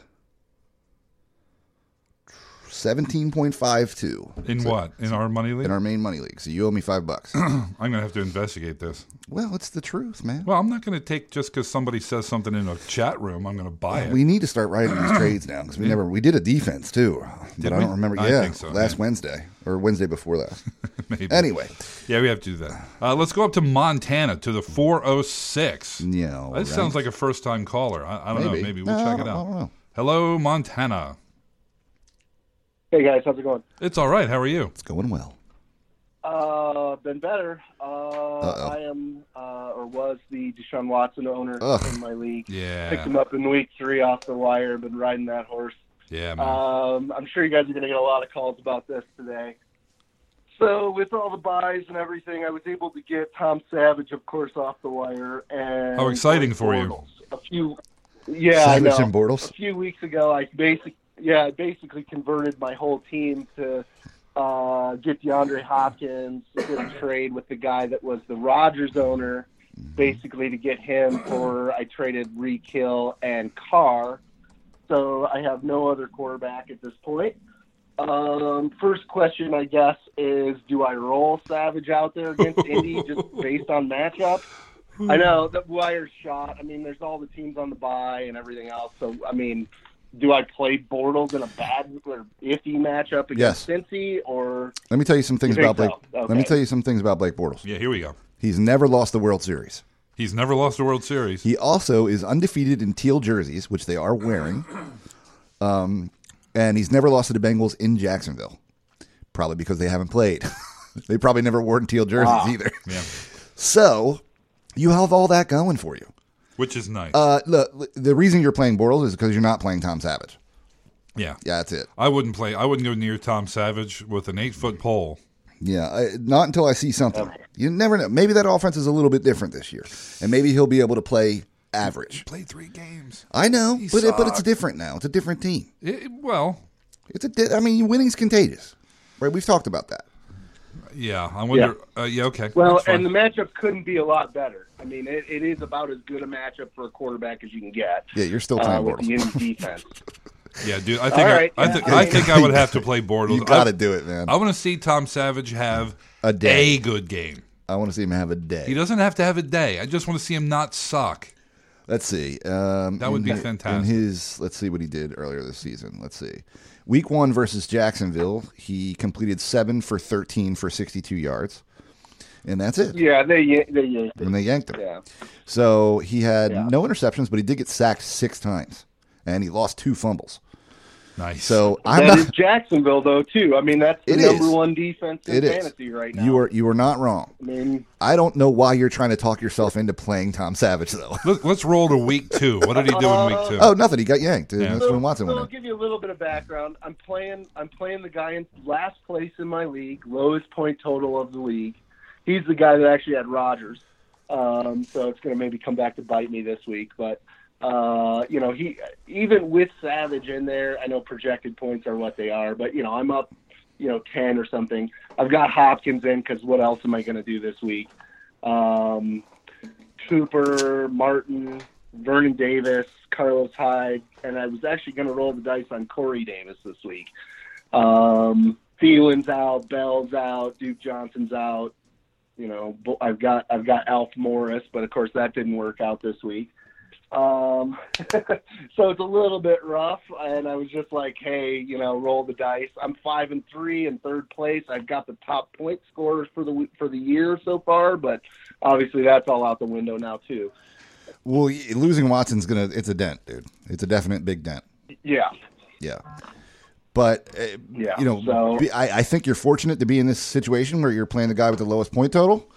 Speaker 5: 17.52
Speaker 4: In what? In our money league?
Speaker 5: in our main money league. So you owe me five bucks.
Speaker 4: I'm gonna have to investigate this.
Speaker 5: well, it's the truth, man.
Speaker 4: Well, I'm not gonna take just because somebody says something in a chat room. I'm gonna buy it.
Speaker 5: We need to start writing these trades now because we never we did a defense too, but I
Speaker 4: we?
Speaker 5: don't remember.
Speaker 4: I
Speaker 5: yeah,
Speaker 4: think so,
Speaker 5: last
Speaker 4: yeah.
Speaker 5: Wednesday or Wednesday before last.
Speaker 4: Maybe.
Speaker 5: anyway,
Speaker 4: Yeah, we have to do that. Uh, let's go up to Montana to the 406.
Speaker 5: you
Speaker 4: That sounds like a first time caller. I, I don't
Speaker 5: Maybe.
Speaker 4: know. Maybe we'll
Speaker 5: No, I
Speaker 4: check it
Speaker 5: don't-
Speaker 4: out.
Speaker 5: I don't know.
Speaker 4: Hello, Montana.
Speaker 7: Hey guys, how's it going?
Speaker 4: It's all right. How are you?
Speaker 5: it's going well.
Speaker 7: Uh, been better. Uh,
Speaker 5: Uh-oh.
Speaker 7: I am uh, or was the Deshaun Watson owner
Speaker 5: Ugh.
Speaker 7: in my league. Picked
Speaker 4: Yeah.
Speaker 7: him up in week three off the wire. Been riding that horse.
Speaker 4: Yeah, man.
Speaker 7: Um, I'm sure you guys are going to get a lot of calls about this today. So with all the buys and everything, I was able to get Tom Savage, of course, off the wire. And
Speaker 4: How exciting for you.
Speaker 7: Bortles. A few, yeah, I
Speaker 5: Savage
Speaker 7: know.
Speaker 5: and Bortles.
Speaker 7: a few weeks ago, I basic yeah, I basically converted my whole team to uh, get DeAndre Hopkins, did a trade with the guy that was the Rogers owner,
Speaker 5: Mm-hmm.
Speaker 7: basically to get him for I traded Reed Hill and Carr. So I have no other quarterback at this point. Um, first question, I guess, is do I roll Savage out there against Indy just based on matchup? I
Speaker 5: Hmm.
Speaker 7: know the wire shot. I mean, there's all the teams on the bye and everything else. So, I mean, do I play Bortles in a bad or iffy matchup against
Speaker 5: Yes.
Speaker 7: Cincy, or
Speaker 5: Let me tell you some things
Speaker 7: You
Speaker 5: about
Speaker 7: think
Speaker 5: Blake.
Speaker 7: so?
Speaker 5: Let me
Speaker 7: Okay.
Speaker 5: tell you some things about Blake Bortles.
Speaker 4: yeah, here we go.
Speaker 5: He's never lost the World Series.
Speaker 4: He's never lost a World Series.
Speaker 5: He also is undefeated in teal jerseys, which they are wearing. Um, and he's never lost to the Bengals in Jacksonville, probably because they haven't played. they probably never wore teal jerseys either.
Speaker 4: Yeah.
Speaker 5: So you have all that going for you.
Speaker 4: Which is nice.
Speaker 5: Uh, look, the reason you're playing Bortles is because you're not playing Tom Savage.
Speaker 4: yeah.
Speaker 5: Yeah, that's it.
Speaker 4: I wouldn't play. I wouldn't go near Tom Savage with an eight foot pole.
Speaker 5: Yeah, I, not until I see something. You never know. Maybe that offense is a little bit different this year, and maybe he'll be able to play average.
Speaker 4: Played three games.
Speaker 5: I know,
Speaker 4: He
Speaker 5: but it, but it's
Speaker 4: sucked.
Speaker 5: different now. It's a different team.
Speaker 4: It, it- well,
Speaker 5: It's a di- I mean, winning's contagious, right? We've talked about that.
Speaker 4: yeah. I wonder. Yeah. Uh, yeah okay.
Speaker 7: well,
Speaker 4: That's fine.
Speaker 7: and the matchup couldn't be a lot better. I mean, it, it is about as good a matchup for a quarterback as you can get.
Speaker 5: Yeah, you're still
Speaker 7: uh,
Speaker 5: playing
Speaker 7: with
Speaker 5: Bortles.
Speaker 7: the Indy defense.
Speaker 4: yeah, dude. I think.
Speaker 7: All right,
Speaker 4: I, I,
Speaker 7: yeah,
Speaker 4: think
Speaker 7: I
Speaker 4: I
Speaker 7: mean-
Speaker 4: think I would have to play Bortles.
Speaker 5: You got
Speaker 4: I-
Speaker 5: to do it, man.
Speaker 4: I want to see Tom Savage have
Speaker 5: A day.
Speaker 4: a good game.
Speaker 5: I want to see him have a
Speaker 4: He
Speaker 5: day.
Speaker 4: doesn't have to have a day. I just want to see him not suck.
Speaker 5: Let's see. Um,
Speaker 4: That would
Speaker 5: in
Speaker 4: be
Speaker 5: hi-
Speaker 4: fantastic.
Speaker 5: In his, let's see what he did earlier this season. Let's see. Week one versus Jacksonville, he completed seven for thirteen for sixty-two yards, and that's it.
Speaker 7: Yeah, they y- they yanked it.
Speaker 5: And they yanked him.
Speaker 7: Yeah.
Speaker 5: So he had
Speaker 7: Yeah.
Speaker 5: no interceptions, but he did get sacked six times, and he lost two fumbles.
Speaker 4: Nice.
Speaker 5: So I'm
Speaker 7: That is
Speaker 5: not.
Speaker 7: Jacksonville, though, too. I mean, that's the
Speaker 5: It
Speaker 7: number
Speaker 5: is.
Speaker 7: one defense in
Speaker 5: It is.
Speaker 7: fantasy right now.
Speaker 5: You are you are not wrong.
Speaker 7: I mean,
Speaker 5: I don't know why you're trying to talk yourself into playing Tom Savage though.
Speaker 4: Let, let's roll to week two. What did he do in week two?
Speaker 5: oh, nothing. He got yanked. and
Speaker 4: Yeah.
Speaker 5: That's when Watson
Speaker 7: so I'll
Speaker 5: went in.
Speaker 7: give you a little bit of background. I'm playing. I'm playing the guy in last place in my league, lowest point total of the league. He's the guy that actually had Rodgers. Um, so it's going to maybe come back to bite me this week. But uh, you know, he even with Savage in there, I know projected points are what they are. But you know, I'm up, you know, ten or something. I've got Hopkins in because what else am I going to do this week? Um, Cooper, Martin, Vernon Davis, Carlos Hyde, and I was actually going to roll the dice on Corey Davis this week. Um, Thielen's out, Bell's out, Duke Johnson's out. You know, Bo- I've got I've got Alf Morris, but of course that didn't work out this week. Um, so it's a little bit rough, and I was just like, hey, you know, roll the dice. I'm five and three in third place. I've got the top point scorers for the w- for the year so far, but obviously that's all out the window now too.
Speaker 5: Well, y- losing Watson's gonna. It's a dent, dude. It's a definite big dent.
Speaker 7: Yeah,
Speaker 5: Yeah. But uh,
Speaker 7: Yeah,
Speaker 5: you know,
Speaker 7: so-
Speaker 5: be- I, I think you're fortunate to be in this situation where you're playing the guy with the lowest point total,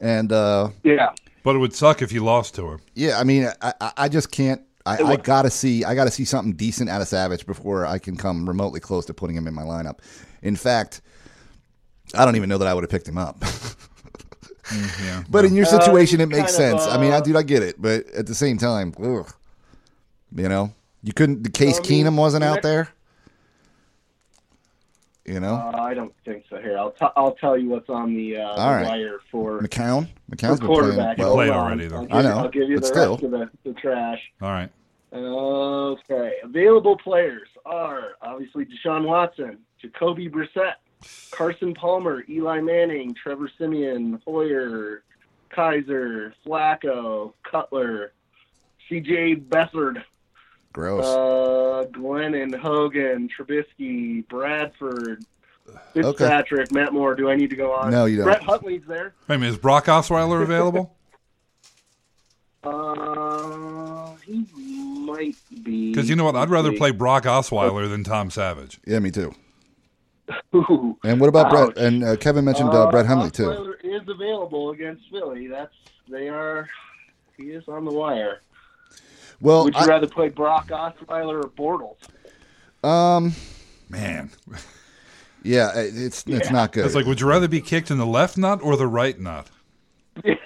Speaker 5: and uh,
Speaker 7: yeah.
Speaker 4: But it would suck if he lost to him.
Speaker 5: Yeah, I mean, I, I- I just can't. I, I gotta see I gotta see something decent out of Savage before I can come remotely close to putting him in my lineup. In fact, I don't even know that I would have picked him up.
Speaker 4: Mm, yeah.
Speaker 5: but in your
Speaker 7: Uh,
Speaker 5: situation, it
Speaker 7: he's
Speaker 5: makes
Speaker 7: kind of,
Speaker 5: sense. I mean, I,
Speaker 7: uh,
Speaker 5: dude, I get it, but at the same time, ugh, you know, you couldn't. The Case
Speaker 7: I mean,
Speaker 5: Keenum wasn't
Speaker 7: the
Speaker 5: out
Speaker 7: next-
Speaker 5: there. You know,
Speaker 7: Uh, I don't think so. Here, I'll t- I'll tell you what's on the, uh,
Speaker 5: All
Speaker 7: the
Speaker 5: right.
Speaker 7: wire for,
Speaker 5: McCown.
Speaker 7: for
Speaker 5: McCown's been playing
Speaker 7: quarterback.
Speaker 5: well.
Speaker 4: Played
Speaker 7: Hold on.
Speaker 4: already, though.
Speaker 7: I'll give
Speaker 5: I
Speaker 7: you-
Speaker 5: know,
Speaker 7: I'll give you
Speaker 5: but
Speaker 7: the
Speaker 5: still.
Speaker 7: rest of the, the trash.
Speaker 4: All right.
Speaker 7: Okay. Available players are obviously Deshaun Watson, Jacoby Brissett, Carson Palmer, Eli Manning, Trevor Simeon, Hoyer, Kaiser, Flacco, Cutler, CJ Bessard,
Speaker 5: Gross.
Speaker 7: uh, Glennon, Hogan, Trubisky, Bradford, Fitzpatrick, Matt Moore. Do I need to go on?
Speaker 5: No, you don't.
Speaker 7: Brett Huntley's there.
Speaker 4: Wait a minute, is Brock Osweiler available?
Speaker 7: Uh, he might be.
Speaker 4: Because you know what? I'd rather
Speaker 7: Let's
Speaker 4: play Brock Osweiler than Tom Savage.
Speaker 5: yeah, me too.
Speaker 7: see. Ooh.
Speaker 5: And what about
Speaker 7: Um, Ouch.
Speaker 5: Brett? And uh, Kevin mentioned uh, Brett Hundley too.
Speaker 7: Osweiler is available against Philly. That's they are. He is on the wire.
Speaker 5: Well,
Speaker 7: Would you
Speaker 5: I,
Speaker 7: rather play Brock Osweiler or Bortles?
Speaker 5: Um,
Speaker 4: Man,
Speaker 5: yeah, it- it's it's not good.
Speaker 4: it's like, would you rather be kicked in the left nut or the right nut?
Speaker 5: I,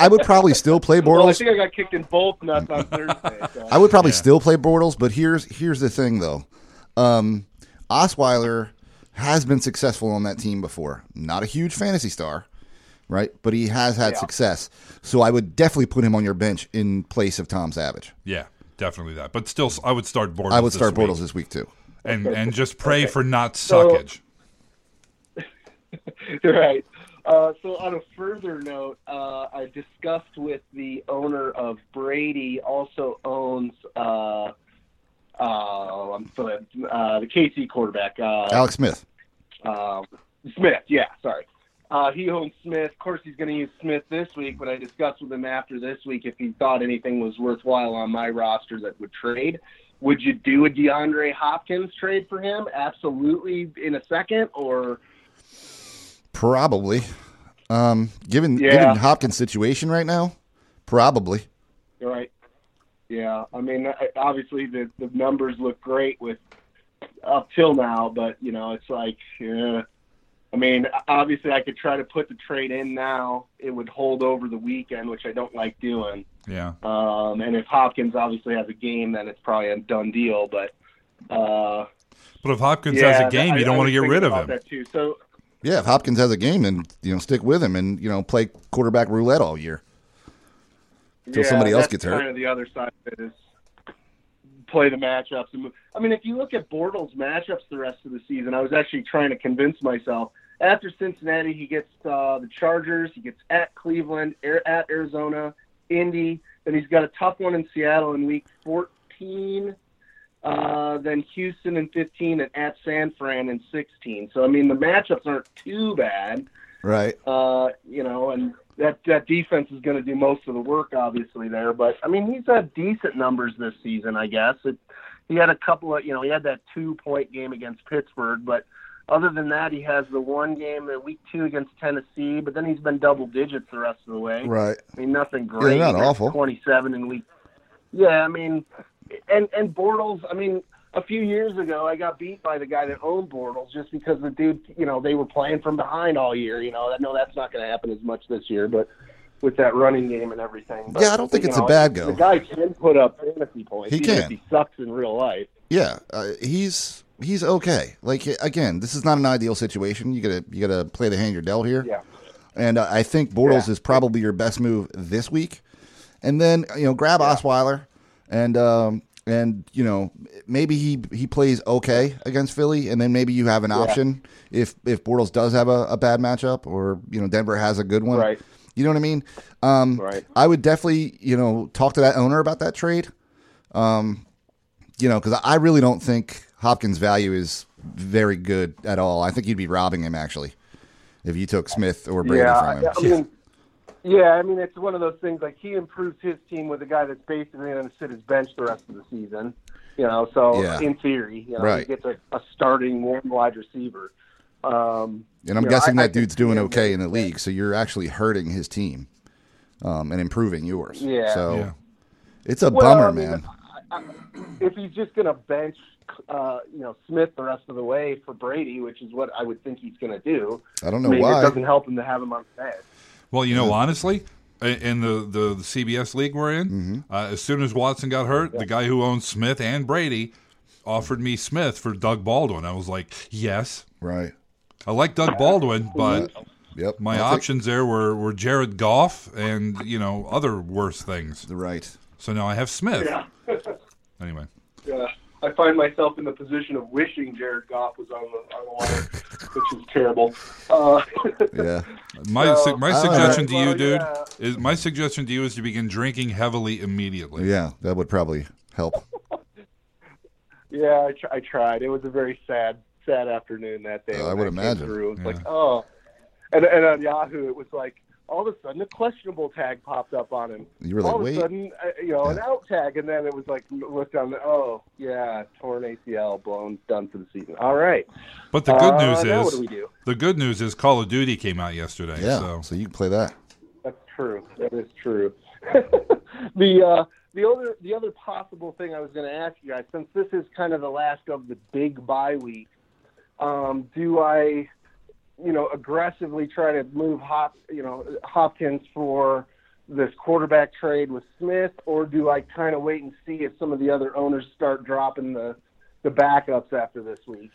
Speaker 5: I would probably still play
Speaker 7: Well, I
Speaker 5: Bortles.
Speaker 7: think I got kicked in both nuts on Thursday. So.
Speaker 5: I would probably still play Bortles, but here's here's the thing though. Um, Osweiler has been successful on that team before. Not a huge fantasy star, right? But he has had success. So I would definitely put him on your bench in place of Tom Savage.
Speaker 4: Yeah, definitely that. But still, I would start Bortles.
Speaker 5: I would
Speaker 4: this
Speaker 5: start
Speaker 4: week.
Speaker 5: Bortles this week too.
Speaker 4: and and just pray for not suckage.
Speaker 7: right. Uh, so, on a further note, uh, I discussed with the owner of Brady, also owns uh, uh, I'm sorry, uh, the KC quarterback, uh,
Speaker 5: Alex Smith.
Speaker 7: um, Smith. Yeah, sorry. Uh, he owns Smith. Of course, he's going to use Smith this week, but I discussed with him after this week if he thought anything was worthwhile on my roster that would trade. Would you do a DeAndre Hopkins trade for him? Absolutely in a second, or
Speaker 5: Probably. Um, given
Speaker 7: Yeah.
Speaker 5: given Hopkins' situation right now, probably.
Speaker 7: Right. Yeah. I mean, I- obviously the the numbers look great with up till now, but you know, it's like, yeah. I mean, obviously I could try to put the trade in now. It would hold over the weekend, which I don't like doing.
Speaker 4: Yeah.
Speaker 7: Um, and if Hopkins obviously has a game, then it's probably a done deal. But uh,
Speaker 4: But if Hopkins
Speaker 7: yeah,
Speaker 4: has a game,
Speaker 7: I-
Speaker 4: you don't
Speaker 7: I
Speaker 4: want to
Speaker 7: was
Speaker 4: get
Speaker 7: thinking
Speaker 4: rid of
Speaker 7: about
Speaker 4: him.
Speaker 7: That too. So
Speaker 5: Yeah, if Hopkins has a game, then you know stick with him and you know play quarterback roulette all year. Till somebody else
Speaker 7: that's
Speaker 5: gets hurt.
Speaker 7: Kind of the other side of it is play the matchups. And move. I mean, if you look at Bortles' matchups the rest of the season, I was actually trying to convince myself. After Cincinnati, he gets uh, the Chargers, he gets at Cleveland, Air, at Arizona, Indy, then he's got a tough one in Seattle in Week 14. Uh, then Houston in 15 and at San Fran in 16. So I mean the matchups aren't too bad
Speaker 5: Right.
Speaker 7: uh, you know, and that that defense is going to do most of the work, obviously there. But I mean, he's had decent numbers this season, I guess. It, he had a couple of, you know, he had that two point game against Pittsburgh, but other than that, he has the one game, the week two against Tennessee. But then he's been double digits the rest of the way.
Speaker 5: Right.
Speaker 7: I mean, nothing
Speaker 5: they're
Speaker 7: great.
Speaker 5: not
Speaker 7: That's
Speaker 5: awful.
Speaker 7: Twenty-seven in week. Yeah, I mean, and and Bortles. I mean, a few years ago, I got beat by the guy that owned Bortles just because the dude, you know, they were playing from behind all year. You know, I know that's not going to happen as much this year, but with that running game and everything. But,
Speaker 5: Yeah, I don't think
Speaker 7: you
Speaker 5: it's a
Speaker 7: know,
Speaker 5: bad go.
Speaker 7: The guy can put up fantasy points.
Speaker 5: He
Speaker 7: even
Speaker 5: can.
Speaker 7: If he sucks in real life.
Speaker 5: Yeah, uh, he's he's okay. Like again, this is not an ideal situation. You gotta you gotta play the hand you're dealt here.
Speaker 7: Yeah.
Speaker 5: And uh, I think Bortles
Speaker 7: Yeah.
Speaker 5: is probably your best move this week. And then you know grab Osweiler, and um and you know maybe he he plays okay against Philly, and then maybe you have an option if if Bortles does have a, a bad matchup, or you know Denver has a good one.
Speaker 7: Right.
Speaker 5: You know what I mean? Um,
Speaker 7: Right.
Speaker 5: I would definitely you know talk to that owner about that trade Um, you know, because I really don't think Hopkins' value is very good at all. I think you'd be robbing him actually if you took Smith or Brady
Speaker 7: yeah,
Speaker 5: from him.
Speaker 7: I mean, yeah, I mean, it's one of those things. Like he improves his team with a guy that's basically going to sit his bench the rest of the season. You know, so
Speaker 5: Yeah.
Speaker 7: in theory, you know,
Speaker 5: Right.
Speaker 7: he gets a, a starting one wide receiver. Um,
Speaker 5: and I'm
Speaker 7: you know,
Speaker 5: guessing
Speaker 7: I- I
Speaker 5: that dude's
Speaker 7: could
Speaker 5: doing
Speaker 7: see him
Speaker 5: okay
Speaker 7: making
Speaker 5: in the league, so you're actually hurting his team um, and improving yours.
Speaker 7: Yeah.
Speaker 5: So
Speaker 4: Yeah.
Speaker 5: it's a
Speaker 7: Well,
Speaker 5: bummer,
Speaker 7: I mean,
Speaker 5: man.
Speaker 7: I, if he's just going to bench, uh, you know, Smith the rest of the way for Brady, which is what I would think he's going to do.
Speaker 5: I don't know
Speaker 7: I mean,
Speaker 5: why.
Speaker 7: It doesn't help him to have him on the bench.
Speaker 4: Well,
Speaker 5: Mm-hmm.
Speaker 4: you know, honestly, i- in the, the, the CBS league we're in,
Speaker 5: Mm-hmm.
Speaker 4: uh, as soon as Watson got hurt, the guy who owns Smith and Brady offered me Smith for Doug Baldwin. I was like, yes.
Speaker 5: Right.
Speaker 4: I like Doug Baldwin, but
Speaker 5: Yep.
Speaker 4: my
Speaker 5: I'll take-
Speaker 4: options there were, were Jared Goff and, you know, other worse things.
Speaker 5: Right.
Speaker 4: So now I have Smith. Anyway.
Speaker 7: Uh, I find myself in the position of wishing Jared Goff was on the, on the wire, which is terrible. Uh,
Speaker 5: Yeah.
Speaker 4: My su- my
Speaker 5: all
Speaker 4: suggestion
Speaker 7: right.
Speaker 4: to you,
Speaker 7: Well,
Speaker 4: dude,
Speaker 7: yeah.
Speaker 4: is my suggestion to you is to begin drinking heavily immediately.
Speaker 5: Yeah. That would probably help.
Speaker 7: yeah, I, tr- I tried. It was a very sad, sad afternoon that day.
Speaker 5: Uh, I
Speaker 7: when
Speaker 5: would
Speaker 7: that came
Speaker 5: imagine.
Speaker 7: Through. It was
Speaker 4: Yeah.
Speaker 7: like, oh, and and on Yahoo, it was like all of a sudden a questionable tag popped up on him.
Speaker 5: You were like,
Speaker 7: all of
Speaker 5: wait.
Speaker 7: a sudden, uh, you know, an out tag, and then it was like looked down. The, oh, yeah, torn ACL, blown, done for the season. All right.
Speaker 4: But the good
Speaker 7: Uh,
Speaker 4: news
Speaker 7: now what
Speaker 4: is
Speaker 7: do we do?
Speaker 4: the good news is Call of Duty came out yesterday.
Speaker 5: Yeah.
Speaker 4: So,
Speaker 5: So you can play that.
Speaker 7: That's true. That is true. the uh, the other the other possible thing I was going to ask you guys, since this is kind of the last of the big bye week, um, do I, you know, aggressively try to move Hop, you know, Hopkins for this quarterback trade with Smith, or do I kind of wait and see if some of the other owners start dropping the the backups after this week?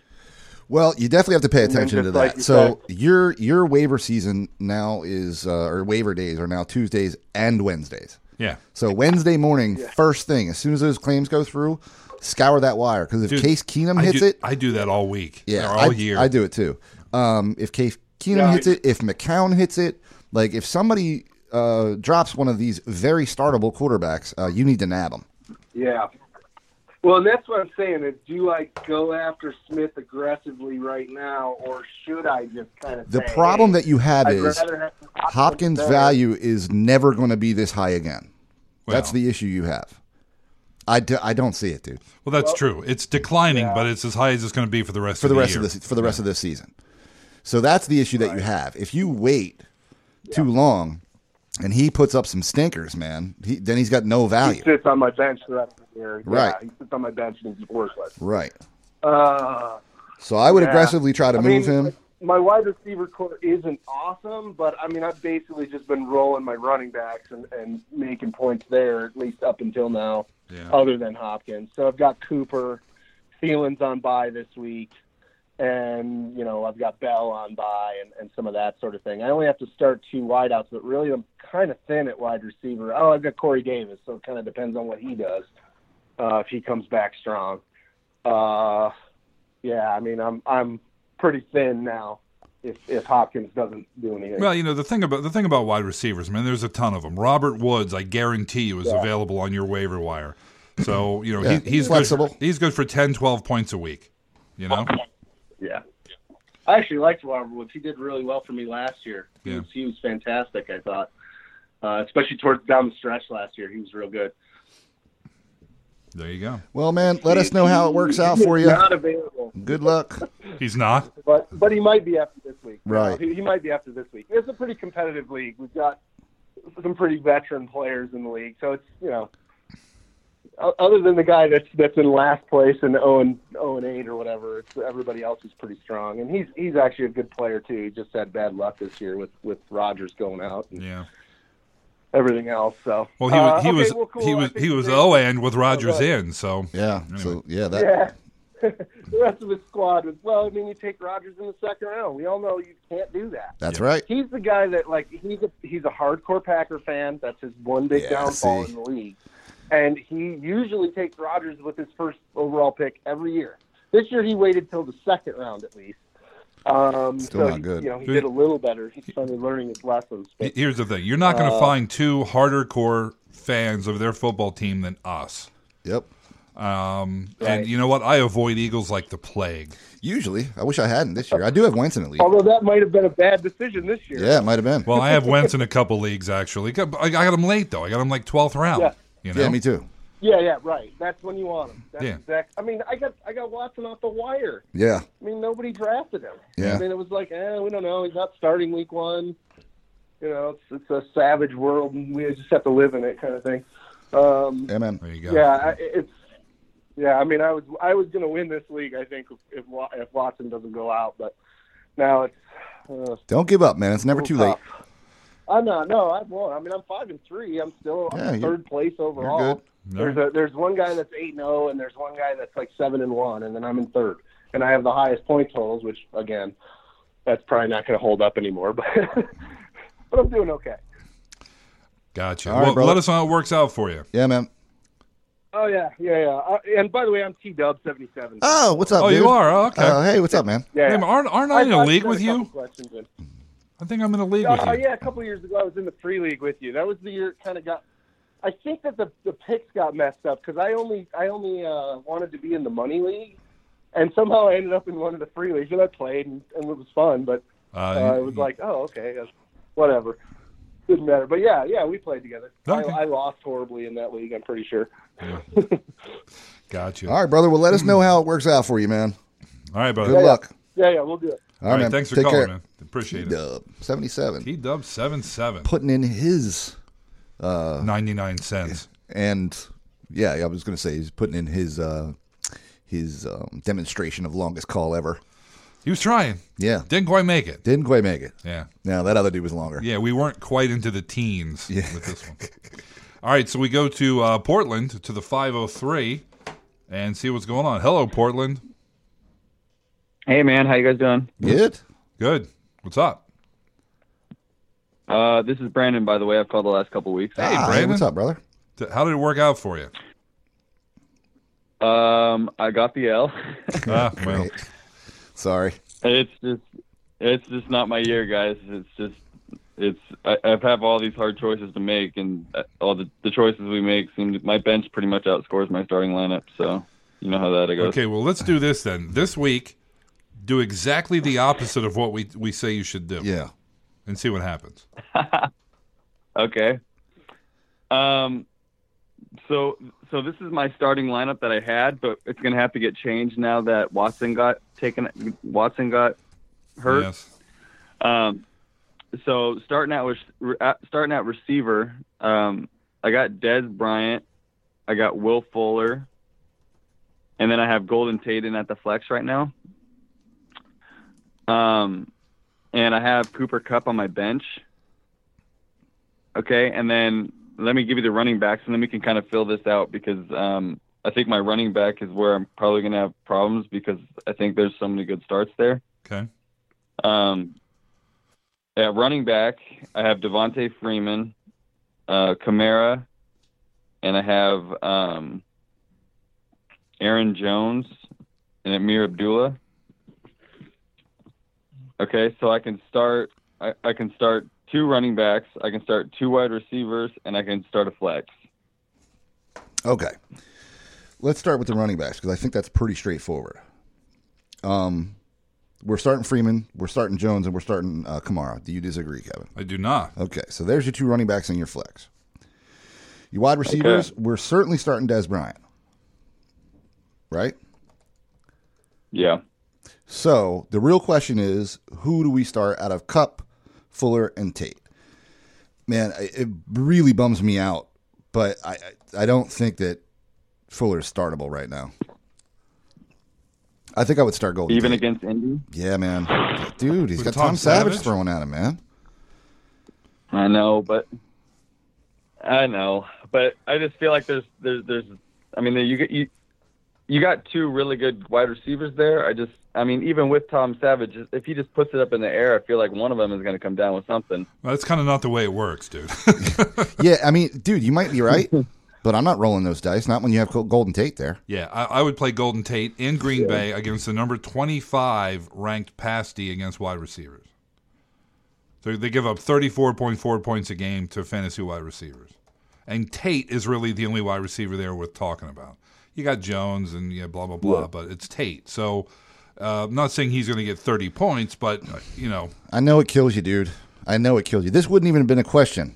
Speaker 5: Well, you definitely have to pay
Speaker 7: then
Speaker 5: attention to
Speaker 7: just like
Speaker 5: that.
Speaker 7: you
Speaker 5: so your your waiver season now is uh, or waiver days are now Tuesdays and Wednesdays.
Speaker 4: yeah.
Speaker 5: So Wednesday morning, first thing, as soon as those claims go through, scour that wire because if
Speaker 4: Dude,
Speaker 5: Case Keenum
Speaker 4: I
Speaker 5: hits
Speaker 4: do,
Speaker 5: it,
Speaker 4: I do that all week.
Speaker 5: yeah,
Speaker 4: or all
Speaker 5: I,
Speaker 4: year.
Speaker 5: I do it too. Um, if Case Keenum
Speaker 7: Yeah, I-
Speaker 5: hits it, if McCown hits it, like if somebody uh, drops one of these very startable quarterbacks, uh, you need to nab them.
Speaker 7: Yeah. Well, and that's what I'm saying. Is do I go after Smith aggressively right now, or should I just kind of?
Speaker 5: The problem that you have
Speaker 7: I'd
Speaker 5: is
Speaker 7: rather have Hopkins
Speaker 5: Hopkins'
Speaker 7: there.
Speaker 5: value is never going to be this high again.
Speaker 4: Well,
Speaker 5: That's the issue you have. I, do, I don't see it, dude.
Speaker 4: well, that's true. It's declining, but it's as high as it's going to be for the rest
Speaker 5: For
Speaker 4: of
Speaker 5: the
Speaker 4: the
Speaker 5: rest
Speaker 4: year.
Speaker 5: of this for the rest of this season. So that's the issue that you have. If you wait too long, and he puts up some stinkers, man, he, then he's got no
Speaker 7: He
Speaker 5: value.
Speaker 7: sits on my bench the rest of the year. Yeah,
Speaker 5: Right.
Speaker 7: he sits on my bench and he's worthless.
Speaker 5: Right.
Speaker 7: Uh,
Speaker 5: So I would
Speaker 7: yeah.
Speaker 5: aggressively try to
Speaker 7: I
Speaker 5: move
Speaker 7: mean,
Speaker 5: him.
Speaker 7: My wide receiver core isn't awesome, but I mean, I've basically just been rolling my running backs and, and making points there, at least up until now,
Speaker 4: Yeah.
Speaker 7: other than Hopkins. So I've got Cooper, Thielen's on by this week, and, you know, I've got Bell on by and, and some of that sort of thing. I only have to start two wideouts, but really I'm kind of thin at wide receiver. Oh, I've got Corey Davis, so it kind of depends on what he does uh, if he comes back strong. Uh, yeah, I mean, I'm I'm pretty thin now. If if Hopkins doesn't do anything,
Speaker 4: Well, you know the thing about the thing about wide receivers, man. There's a ton of them. Robert Woods, I guarantee you, is available on your waiver wire. So you know
Speaker 5: Yeah,
Speaker 4: he, he's
Speaker 5: flexible.
Speaker 4: Good, he's good for 10, 12 points a week. You know,
Speaker 7: yeah. I actually liked Robert Woods. He did really well for me last year. He,
Speaker 4: Yeah.
Speaker 7: was, he was fantastic. I thought, uh, especially towards down the stretch last year, he was real good.
Speaker 4: there you go.
Speaker 5: Well, man, let us know how it works out for you.
Speaker 7: Not available,
Speaker 5: Good luck.
Speaker 4: He's not.
Speaker 7: but but he might be after this week.
Speaker 5: Right.
Speaker 7: He, he might be after this week. It's a pretty competitive league. We've got some pretty veteran players in the league, so it's you know. o- Other than the guy that's that's in last place and 0 and 0 and 8 or whatever, it's, everybody else is pretty strong, and he's he's actually a good player too. He just had bad luck this year with with Rogers going out and
Speaker 4: Yeah.
Speaker 7: everything else. So
Speaker 4: Well, he,
Speaker 7: Uh,
Speaker 4: was he
Speaker 7: okay,
Speaker 4: was
Speaker 7: well, cool.
Speaker 4: he
Speaker 7: I
Speaker 4: was
Speaker 7: think
Speaker 4: he was
Speaker 7: they-
Speaker 4: oh and with Rogers
Speaker 7: right.
Speaker 4: in, so
Speaker 5: Yeah. So yeah, that
Speaker 7: Yeah. the rest of his squad was well. I mean, you take Rogers in the second round. We all know you can't do that.
Speaker 5: that's right.
Speaker 7: he's the guy that like he's a he's a hardcore Packer fan. That's his one big
Speaker 5: Yeah,
Speaker 7: downfall
Speaker 5: see.
Speaker 7: in the league. And he usually takes Rodgers with his first overall pick every year. This year he waited till the second round at least. Um,
Speaker 5: Still
Speaker 7: so
Speaker 5: not
Speaker 7: he-
Speaker 5: good.
Speaker 7: You know, he did a little better. He's finally learning his lessons. Uh, But,
Speaker 4: here's the thing: you're not going to find two harder core fans of their football team than us.
Speaker 5: Yep.
Speaker 4: Um,
Speaker 7: Right.
Speaker 4: And you know what? I avoid Eagles like the plague.
Speaker 5: Usually, I wish I hadn't this year. I do have Wentz in the league.
Speaker 7: although that might have been a bad decision this year.
Speaker 5: Yeah, it might have been.
Speaker 4: Well, I have Wentz in a couple leagues actually. Got- I I got him late though. I got him like twelfth round.
Speaker 7: Yeah.
Speaker 4: You know?
Speaker 5: yeah, me too.
Speaker 7: yeah, yeah, right. That's when you want him. That's
Speaker 4: Yeah.
Speaker 7: exact. I mean, I got I got Watson off the wire.
Speaker 5: Yeah.
Speaker 7: I mean, nobody drafted him.
Speaker 5: Yeah.
Speaker 7: I mean, it was like, eh, we don't know. He's not starting week one. You know, it's, it's a savage world, and we just have to live in it, kind of thing. Um,
Speaker 5: Amen.
Speaker 4: There you go.
Speaker 7: yeah, I it's Yeah, I mean, I was I was going to win this league. I think if Wa- if Watson doesn't go out, but now it's uh,
Speaker 5: Don't give up, man. It's never too late.
Speaker 7: I'm not. No, I won't. I mean, I'm five and three. I'm still I'm
Speaker 5: Yeah, you're-
Speaker 7: third place overall.
Speaker 5: good.
Speaker 7: There's a, there's one guy that's eight and zero, and there's one guy that's like seven and one, and then I'm in third, and I have the highest point totals, which again, that's probably not going to hold up anymore, but but I'm doing okay.
Speaker 4: Gotcha.
Speaker 5: All right,
Speaker 4: well,
Speaker 5: brother.
Speaker 4: let us know how it works out for you.
Speaker 5: Yeah, man.
Speaker 7: Oh yeah, yeah, yeah. Uh, and by the way, I'm T Dub seventy seven.
Speaker 5: Oh, what's up?
Speaker 4: Oh, you
Speaker 5: dude?
Speaker 4: are? Oh, okay.
Speaker 5: Uh, hey, what's up, man?
Speaker 7: yeah.
Speaker 4: Hey, aren't aren't I in a league with you? I think I'm in a league with
Speaker 7: Oh
Speaker 4: you.
Speaker 7: yeah, a couple years ago I was in the free league with you. That was the year it kind of got. I think that the the picks got messed up because I only I only uh, wanted to be in the money league, and somehow I ended up in one of the free leagues and I played and, and it was fun. But
Speaker 4: Uh,
Speaker 7: uh, it was like, oh okay, that's- whatever, didn't matter. But yeah, yeah, we played together.
Speaker 4: Okay.
Speaker 7: I, I lost horribly in that league. I'm pretty sure.
Speaker 4: gotcha.
Speaker 5: All right, brother. Well, let us know how it works out for you, man.
Speaker 4: All right, brother.
Speaker 5: Good luck.
Speaker 7: Yeah, yeah, we'll do it.
Speaker 5: All
Speaker 4: All
Speaker 5: right,
Speaker 4: right,
Speaker 5: man.
Speaker 4: thanks for
Speaker 5: Take
Speaker 4: calling,
Speaker 5: care.
Speaker 4: man. Appreciate it.
Speaker 5: Dub seventy-seven,
Speaker 4: T Dub seven seven.
Speaker 5: putting in his uh,
Speaker 4: Ninety nine cents.
Speaker 5: and yeah, I was gonna say he's putting in his uh his um, demonstration of longest call ever.
Speaker 4: He was trying.
Speaker 5: Yeah,
Speaker 4: Didn't quite make it.
Speaker 5: didn't quite make it.
Speaker 4: Yeah.
Speaker 5: No, that other dude was longer.
Speaker 4: Yeah, we weren't quite into the teens with this one. All right, so we go to uh, Portland to the 503 and see what's going on. Hello, Portland.
Speaker 8: Hey man, how you guys doing?
Speaker 5: Good.
Speaker 4: Good. What's up?
Speaker 8: Uh, this is Brandon, by the way. I've called the last couple weeks.
Speaker 4: Hey,
Speaker 5: Ah,
Speaker 4: Brandon.
Speaker 5: what's up, brother?
Speaker 4: T- How did it work out for you?
Speaker 8: Um, I got the L.
Speaker 4: Ah, well,
Speaker 5: Sorry.
Speaker 8: it's just, it's just not my year, guys. It's just, it's. I, I have all these hard choices to make, and uh, all the, the choices we make seem to, my bench pretty much outscores my starting lineup. So you know how that goes.
Speaker 4: okay, well, let's do this then. This week, do exactly the opposite of what we, we say you should do
Speaker 5: Yeah.
Speaker 4: and see what happens.
Speaker 8: Okay. Um, so so this is my starting lineup that I had, but it's gonna have to get changed now that Watson got taken. Watson got hurt.
Speaker 4: Yes.
Speaker 8: Um, so starting out with re- uh, starting out receiver, um, I got Dez Bryant, I got Will Fuller, and then I have Golden Tate in at the flex right now. Um, and I have Cooper Cup on my bench. Okay, and then let me give you the running backs, and then we can kind of fill this out because um, I think my running back is where I'm probably going to have problems because I think there's so many good starts there.
Speaker 4: Okay.
Speaker 8: Um, at running back, I have Devonte Freeman, uh, Kamara, and I have um, Aaron Jones and Amir Abdullah. Okay, so I can start. I, I can start two running backs. I can start two wide receivers, and I can start a flex.
Speaker 5: Okay. Let's start with the running backs because I think that's pretty straightforward. Um, we're starting Freeman, we're starting Jones, and we're starting uh, Kamara. Do you disagree, Kevin?
Speaker 4: I do not.
Speaker 5: Okay, so there's your two running backs and your flex. Your wide receivers, we're certainly starting Des Bryant, right?
Speaker 8: Yeah.
Speaker 5: So the real question is, who do we start out of Cup, Fuller, and Tate? Man, I- it really bums me out, but I I I don't think that Fuller's startable right now. I think I would start Golden.
Speaker 8: Even
Speaker 5: Tate.
Speaker 8: against Indy,
Speaker 5: yeah, man, dude, he's got
Speaker 4: With Tom
Speaker 5: Tom, Savage,
Speaker 4: Savage?
Speaker 5: throwing at him, man.
Speaker 8: I know, but I know, but I just feel like there's there's there's I mean you get you you got two really good wide receivers there. I just I mean even with Tom Savage, if he just puts it up in the air, I feel like one of them is going to come down with something.
Speaker 4: Well, that's kind of not the way it works, dude.
Speaker 5: Yeah, I mean, dude, you might be right, but I'm not rolling those dice. Not when you have Col- Golden Tate there.
Speaker 4: Yeah, I, I would play Golden Tate in Green Bay against the number 25 ranked pasty against wide receivers. So they give up 34.4 points a game to fantasy wide receivers. And Tate is really the only wide receiver there worth talking about. You got Jones and yeah, blah, blah, blah, but it's Tate. So uh, I'm not saying he's going to get 30 points, but, uh, you know,
Speaker 5: I know it kills you, dude. I know it kills you. This wouldn't even have been a question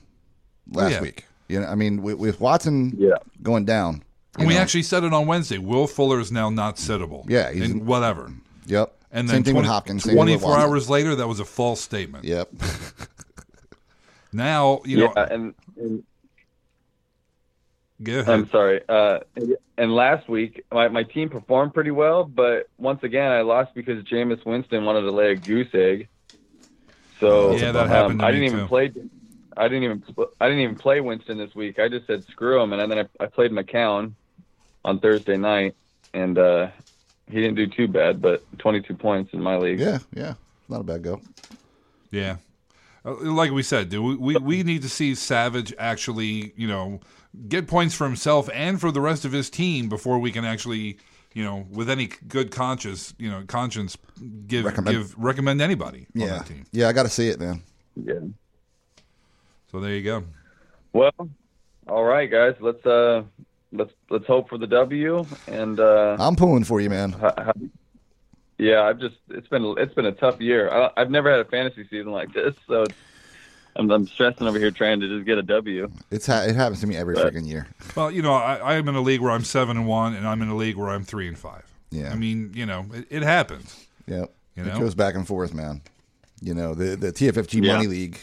Speaker 5: last
Speaker 4: Yeah.
Speaker 5: week. You know, I mean, with, with Watson
Speaker 8: Yeah.
Speaker 5: going down.
Speaker 4: and we actually said it on Wednesday. Will Fuller is now not sittable.
Speaker 5: Yeah, he's-
Speaker 4: and whatever.
Speaker 5: Yep.
Speaker 4: And
Speaker 5: same
Speaker 4: then
Speaker 5: thing
Speaker 4: 20
Speaker 5: with Hopkins. same thing with
Speaker 4: 24
Speaker 5: Watson.
Speaker 4: hours later, that was a false statement.
Speaker 5: Yep.
Speaker 4: Now, you know,
Speaker 8: uh, yeah, and, and
Speaker 4: Go ahead.
Speaker 8: I'm sorry. Uh, and last week, my, my team performed pretty well, but once again, I lost because Jameis Winston wanted to lay a goose egg. So
Speaker 4: Yeah, that
Speaker 8: um,
Speaker 4: happened to
Speaker 8: I
Speaker 4: me,
Speaker 8: didn't
Speaker 4: too.
Speaker 8: even play. I didn't even pl- I didn't even play Winston this week. I just said screw him, and then I, I played McCown on Thursday night, and uh, he didn't do too bad, but 22 points in my league.
Speaker 5: Yeah, yeah. Not a bad go.
Speaker 4: Yeah. Uh, Like we said, dude, we, we, we need to see Savage actually, you know, get points for himself and for the rest of his team before we can actually, you know, with any good conscience, you know, conscience, give
Speaker 5: Recommend.
Speaker 4: give recommend anybody on
Speaker 5: Yeah.
Speaker 4: that team.
Speaker 5: Yeah, I got to see it, man.
Speaker 8: yeah.
Speaker 4: So there you go.
Speaker 8: Well, all right, guys. Let's uh, let's let's hope for the W, and uh,
Speaker 5: I'm pulling for you, man.
Speaker 8: How- how- Yeah, I've just it's been it's been a tough year. I, I've never had a fantasy season like this, so I'm, I'm stressing over here trying to just get a W.
Speaker 5: It's ha- it happens to me every freaking year.
Speaker 4: Well, you know, I, I am in a league where I'm seven and one, and I'm in a league where I'm three and five.
Speaker 5: Yeah.
Speaker 4: I mean, you know, it, it happens.
Speaker 5: Yep.
Speaker 4: You
Speaker 5: It
Speaker 4: know?
Speaker 5: goes back and forth, man. You know, the the TFFG
Speaker 8: Yeah.
Speaker 5: Money League,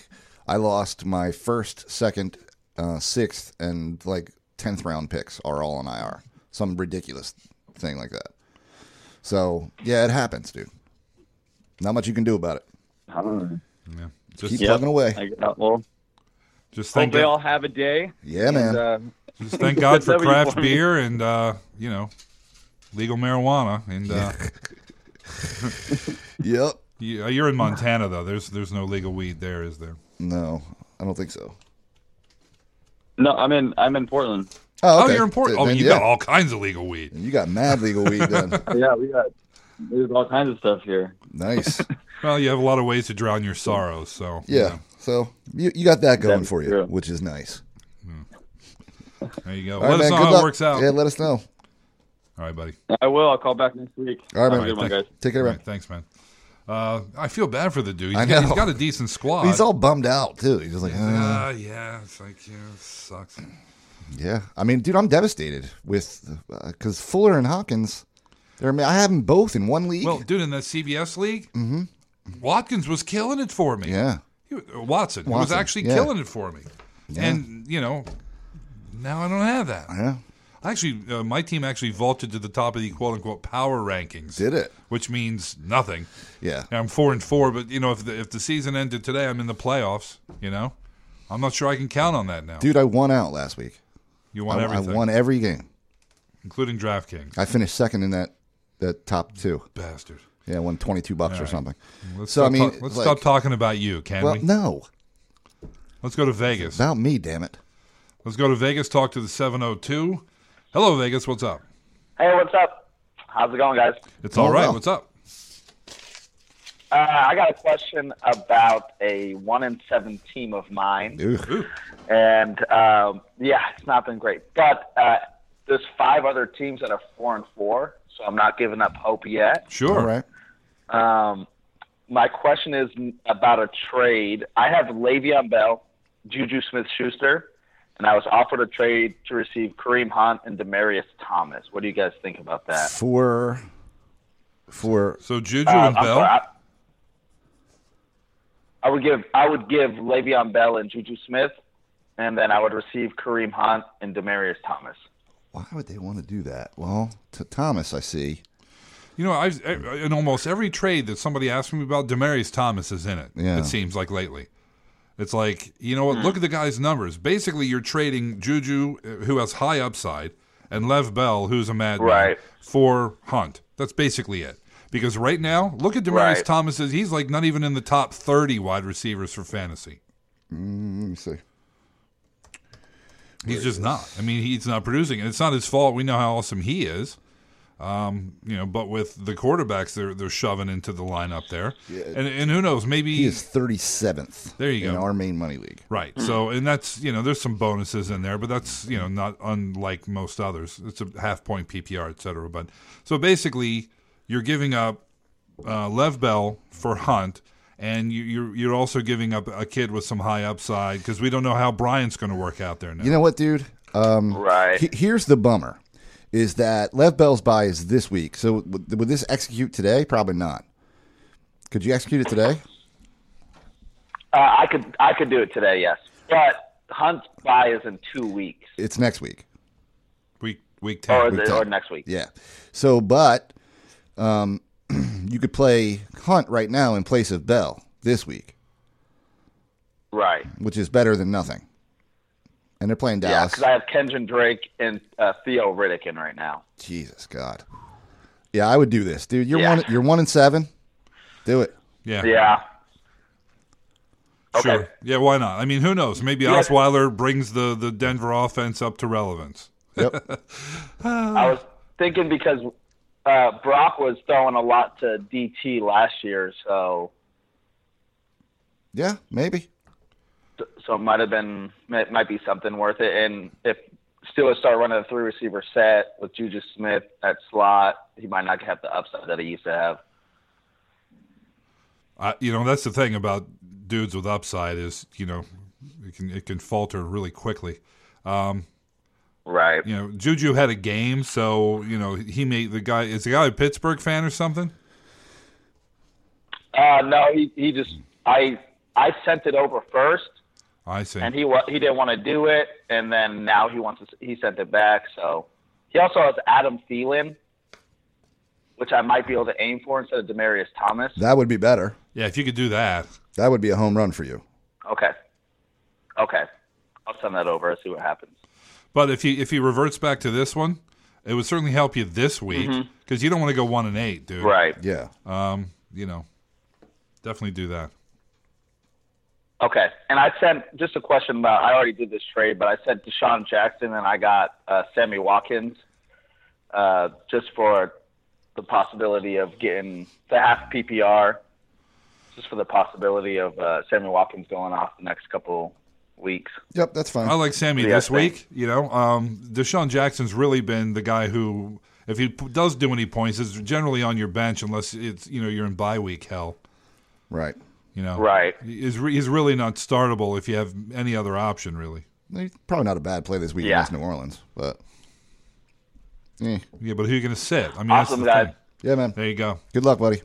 Speaker 5: I lost my first, second, uh, sixth, and like 10th round picks are all on IR. Some ridiculous thing like that. So, yeah, it happens, dude. Not much you can do about it.
Speaker 4: Yeah.
Speaker 5: Keep
Speaker 4: Just
Speaker 8: Yep.
Speaker 5: plugging away.
Speaker 8: I, uh, well,
Speaker 4: just
Speaker 8: hope
Speaker 4: thank
Speaker 8: they all
Speaker 4: God,
Speaker 8: have a day.
Speaker 5: yeah, man.
Speaker 8: And, uh,
Speaker 4: just thank God for
Speaker 8: W
Speaker 4: craft
Speaker 8: for me.
Speaker 4: beer and uh, you know, legal marijuana and. Uh,
Speaker 5: yep.
Speaker 4: Yeah, you're in Montana though. There's there's no legal weed there, is there?
Speaker 5: No, I don't think so.
Speaker 8: no, I'm in I'm in Portland.
Speaker 5: Oh,
Speaker 4: Oh,
Speaker 5: okay.
Speaker 4: you're in Portland. Oh,
Speaker 5: Then,
Speaker 4: you
Speaker 5: yeah.
Speaker 4: got all kinds of legal weed.
Speaker 5: You got mad legal weed done.
Speaker 8: Yeah, we got there's all kinds of stuff here.
Speaker 5: nice.
Speaker 4: Well, you have a lot of ways to drown your sorrows. So you
Speaker 5: Yeah.
Speaker 4: know,
Speaker 5: So you, you got that going for you,
Speaker 8: true.
Speaker 5: which is nice.
Speaker 4: Hmm. there you go.
Speaker 5: All right,
Speaker 4: Let
Speaker 5: man.
Speaker 4: us know
Speaker 5: good
Speaker 4: how
Speaker 5: luck.
Speaker 4: it works out.
Speaker 5: Yeah, let us know.
Speaker 4: All right, buddy.
Speaker 8: I will. I'll call back next week.
Speaker 5: All
Speaker 8: Have
Speaker 5: right,
Speaker 8: a
Speaker 5: man.
Speaker 8: good one, guys.
Speaker 5: Take it
Speaker 4: All
Speaker 5: around.
Speaker 4: right, thanks, man. Uh, I feel bad for the dude. He's
Speaker 5: I
Speaker 4: got,
Speaker 5: know.
Speaker 4: he's got a decent squad.
Speaker 5: He's all bummed out too. He's just like, "Uh,
Speaker 4: Uh, yeah, it's like yeah, it sucks.
Speaker 5: yeah. I mean, dude, I'm devastated with because Fuller and Hopkins. They're, ama- I have them both in one league. Mm-hmm.
Speaker 4: Well, dude, in that CBS league, Watkins was killing it for me.
Speaker 5: yeah,
Speaker 4: He- uh, Watson, he was
Speaker 5: Watson,
Speaker 4: actually
Speaker 5: yeah.
Speaker 4: killing it for me, and you know, now I don't have that.
Speaker 5: yeah,
Speaker 4: Actually, uh, my team actually vaulted to the top of the quote unquote power rankings.
Speaker 5: did it.
Speaker 4: Which means nothing.
Speaker 5: Yeah,
Speaker 4: I'm four and four, but you know, if the if the season ended today, I'm in the playoffs. You know, I'm not sure I can count on that now.
Speaker 5: dude, I won out last week.
Speaker 4: you
Speaker 5: I,
Speaker 4: won
Speaker 5: I
Speaker 4: everything,
Speaker 5: won every game.
Speaker 4: including DraftKings.
Speaker 5: I finished second in that that top two.
Speaker 4: Bastard.
Speaker 5: Yeah, I won twenty two bucks or something.
Speaker 4: Let's
Speaker 5: So,
Speaker 4: stop
Speaker 5: I mean,
Speaker 4: ta- let's
Speaker 5: like-
Speaker 4: stop talking about you, can
Speaker 5: well,
Speaker 4: we?
Speaker 5: no,
Speaker 4: Let's go to Vegas.
Speaker 5: about me, damn it.
Speaker 4: Let's go to Vegas. Talk to the 702. Hello, Vegas. What's up?
Speaker 9: Hey, what's up? How's it going, guys?
Speaker 4: It's all
Speaker 5: Oh,
Speaker 4: right.
Speaker 5: well.
Speaker 4: What's up?
Speaker 9: Uh, I got a question about a one in seven team of mine,
Speaker 5: Ugh.
Speaker 4: Ooh.
Speaker 9: and um, yeah, it's not been great. But uh, there's five other teams that are four and four, so I'm not giving up hope yet.
Speaker 4: Sure.
Speaker 5: All right.
Speaker 9: Um, my question is n- about a trade. I have Le'Veon Bell, Juju Smith-Schuster, and I was offered a trade to receive Kareem Hunt and Demarius Thomas. What do you guys think about that?
Speaker 5: For for
Speaker 4: So Juju
Speaker 9: Uh,
Speaker 4: and
Speaker 9: I'm
Speaker 4: Bell.
Speaker 9: sorry, I, I would give I would give Le'Veon Bell and Juju Smith, and then I would receive Kareem Hunt and Demarius Thomas.
Speaker 5: why would they want to do that? Well, to Thomas, I see.
Speaker 4: You know, I've, in almost every trade that somebody asks me about, Demarius Thomas is in it.
Speaker 5: Yeah.
Speaker 4: It seems like lately. It's like, you know
Speaker 9: Hmm.
Speaker 4: what? Look at the guy's numbers. Basically, you're trading Juju, uh, who has high upside, and Lev Bell, who's a madman,
Speaker 9: Right.
Speaker 4: for Hunt. That's basically it. Because right now, look at Demarius
Speaker 9: Right.
Speaker 4: Thomas. He's like not even in the top 30 wide receivers for fantasy.
Speaker 5: Mm, Let me see.
Speaker 4: He's just not. I mean, he's not producing, and it's not his fault. We know how awesome he is. Um, you know, but with the quarterbacks, they're they're shoving into the lineup there, and and who knows, maybe
Speaker 5: He is thirty seventh.
Speaker 4: There you
Speaker 5: in
Speaker 4: go.
Speaker 5: our main money league.
Speaker 4: right. So, and that's you know, there's some bonuses in there, but that's you know not unlike most others. It's a half point PPR, et cetera. But so basically, you're giving up uh, Lev Bell for Hunt, and you, you're you're also giving up a kid with some high upside because we don't know how Brian's going to work out there now.
Speaker 5: You know what, dude? Um,
Speaker 9: Right.
Speaker 5: he- here's the bummer: is that Lev Bell's buy is this week. So would, would this execute today? Probably not. Could you execute it today?
Speaker 9: Uh, I could I could do it today, yes, but Hunt's buy is in two weeks.
Speaker 5: It's next week.
Speaker 4: Week ten.
Speaker 9: or,
Speaker 5: Week
Speaker 9: the,
Speaker 5: 10.
Speaker 9: or next week.
Speaker 5: Yeah. So, but um, you could play Hunt right now in place of Bell this week,
Speaker 9: Right.
Speaker 5: which is better than nothing. And they're playing
Speaker 9: Yeah,
Speaker 5: Dallas.
Speaker 9: because I have Kendrick Drake and uh, Theo Riddick in right now.
Speaker 5: Jesus God. Yeah, I would do this, dude. You're
Speaker 9: Yeah.
Speaker 5: one. You're one and seven. Do it.
Speaker 4: Yeah.
Speaker 9: Yeah.
Speaker 4: Sure.
Speaker 9: Okay.
Speaker 4: Yeah, why not? I mean, who knows? Maybe Osweiler brings the, the Denver offense up to relevance.
Speaker 5: Yep.
Speaker 9: I was thinking because uh, Brock was throwing a lot to DT last year, so
Speaker 5: yeah, maybe.
Speaker 9: so it might have been it might be something worth it. And if Steelers start running a three receiver set with Juju Smith at slot, he might not have the upside that he used to have.
Speaker 4: I, you know, that's the thing about dudes with upside is, you know, it can it can falter really quickly. Um,
Speaker 9: Right.
Speaker 4: You know, Juju had a game, so you know he made the guy. Is the guy a Pittsburgh fan or something?
Speaker 9: Uh, no, he he just I I sent it over first,
Speaker 4: I see.
Speaker 9: and he wa- he didn't want to do it, and then now he wants to, s- he sent it back. So he also has Adam Thielen, which I might be able to aim for instead of Demarius Thomas.
Speaker 5: That would be better.
Speaker 4: yeah, if you could do that.
Speaker 5: That would be a home run for you.
Speaker 9: Okay, okay, I'll send that over and see what happens.
Speaker 4: But if he if he reverts back to this one, it would certainly help you this week because you don't want to go one and eight, dude.
Speaker 9: Mm-hmm. Right.
Speaker 5: Yeah.
Speaker 4: Um. You know, definitely do that.
Speaker 9: Okay. And I sent just a question about I already did this trade, but I sent Deshaun Jackson and I got uh, Sammy Watkins uh, just for the possibility of getting the half PPR, just for the possibility of uh, Sammy Watkins going off the next couple weeks.
Speaker 5: Yep. That's fine.
Speaker 4: I like Sammy
Speaker 9: Yeah,
Speaker 4: this
Speaker 9: thanks.
Speaker 4: week. You know, um, Deshaun Jackson's really been the guy who, if he p- does do any points, is generally on your bench unless it's you know you're in bye week hell.
Speaker 5: right.
Speaker 4: You know,
Speaker 9: Right.
Speaker 4: Is re- he's really not startable if you have any other option really.
Speaker 5: He's Probably not a bad play this week
Speaker 9: Yeah.
Speaker 5: against New Orleans, but Eh.
Speaker 4: Yeah, but who you gonna sit? I mean,
Speaker 9: Awesome,
Speaker 4: that's the
Speaker 9: guys.
Speaker 4: thing.
Speaker 5: yeah, man.
Speaker 4: There you go.
Speaker 5: Good luck, buddy.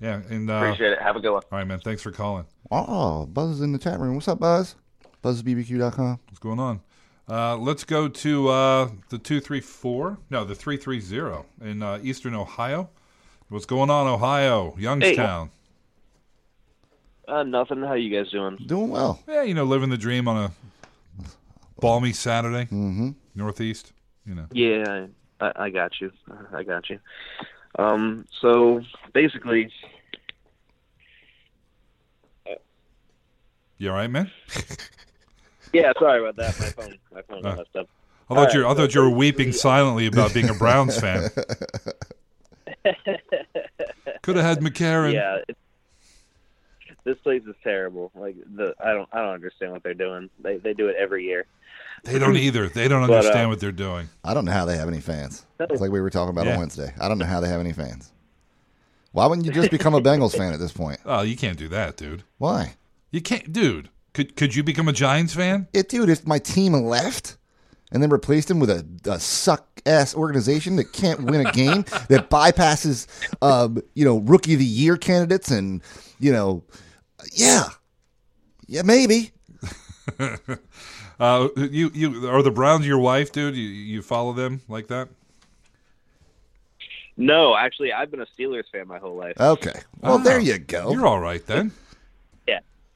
Speaker 4: Yeah, and uh,
Speaker 9: Appreciate it. Have a good one.
Speaker 4: all right, man. Thanks for calling.
Speaker 5: Oh, Buzz is in the chat room. What's up, Buzz? BuzzBBQ.com.
Speaker 4: What's going on? Uh, let's go to uh, the two three four. No, the three three zero in uh, Eastern Ohio. What's going on, Ohio, Youngstown?
Speaker 10: Uh, nothing. How you guys doing?
Speaker 5: Doing well.
Speaker 4: Yeah, you know, living the dream on a balmy Saturday, mm-hmm. northeast. You know,
Speaker 10: Yeah, I, I got you. I got you. Um, so basically,
Speaker 4: you all right, man?
Speaker 10: yeah. Sorry about that. My phone, my phone got messed up.
Speaker 4: I thought you, I thought you were weeping silently about being a Browns fan. Could have had McCarron.
Speaker 10: Yeah. It, this place is terrible. Like the, I don't, I don't understand what they're doing. They, they do it every year.
Speaker 4: They don't either. They don't
Speaker 10: uh,
Speaker 4: understand what they're doing.
Speaker 5: I don't know how they have any fans. It's like we were talking about
Speaker 4: Yeah.
Speaker 5: on Wednesday. I don't know how they have any fans. Why wouldn't you just become a Bengals fan at this point?
Speaker 4: Oh, you can't do that, dude.
Speaker 5: Why?
Speaker 4: You can't, dude. Could could you become a Giants fan?
Speaker 5: It, dude, if my team left and then replaced him with a, a suck ass organization that can't win a game, that bypasses, um, you know, rookie of the year candidates and, you know, yeah. Yeah, maybe.
Speaker 4: Uh, you you are the Browns your wife, dude. You you follow them like that?
Speaker 10: No, actually, I've been a Steelers fan my whole life.
Speaker 5: Okay. Well,
Speaker 4: Oh.
Speaker 5: there you go.
Speaker 4: You're all right then.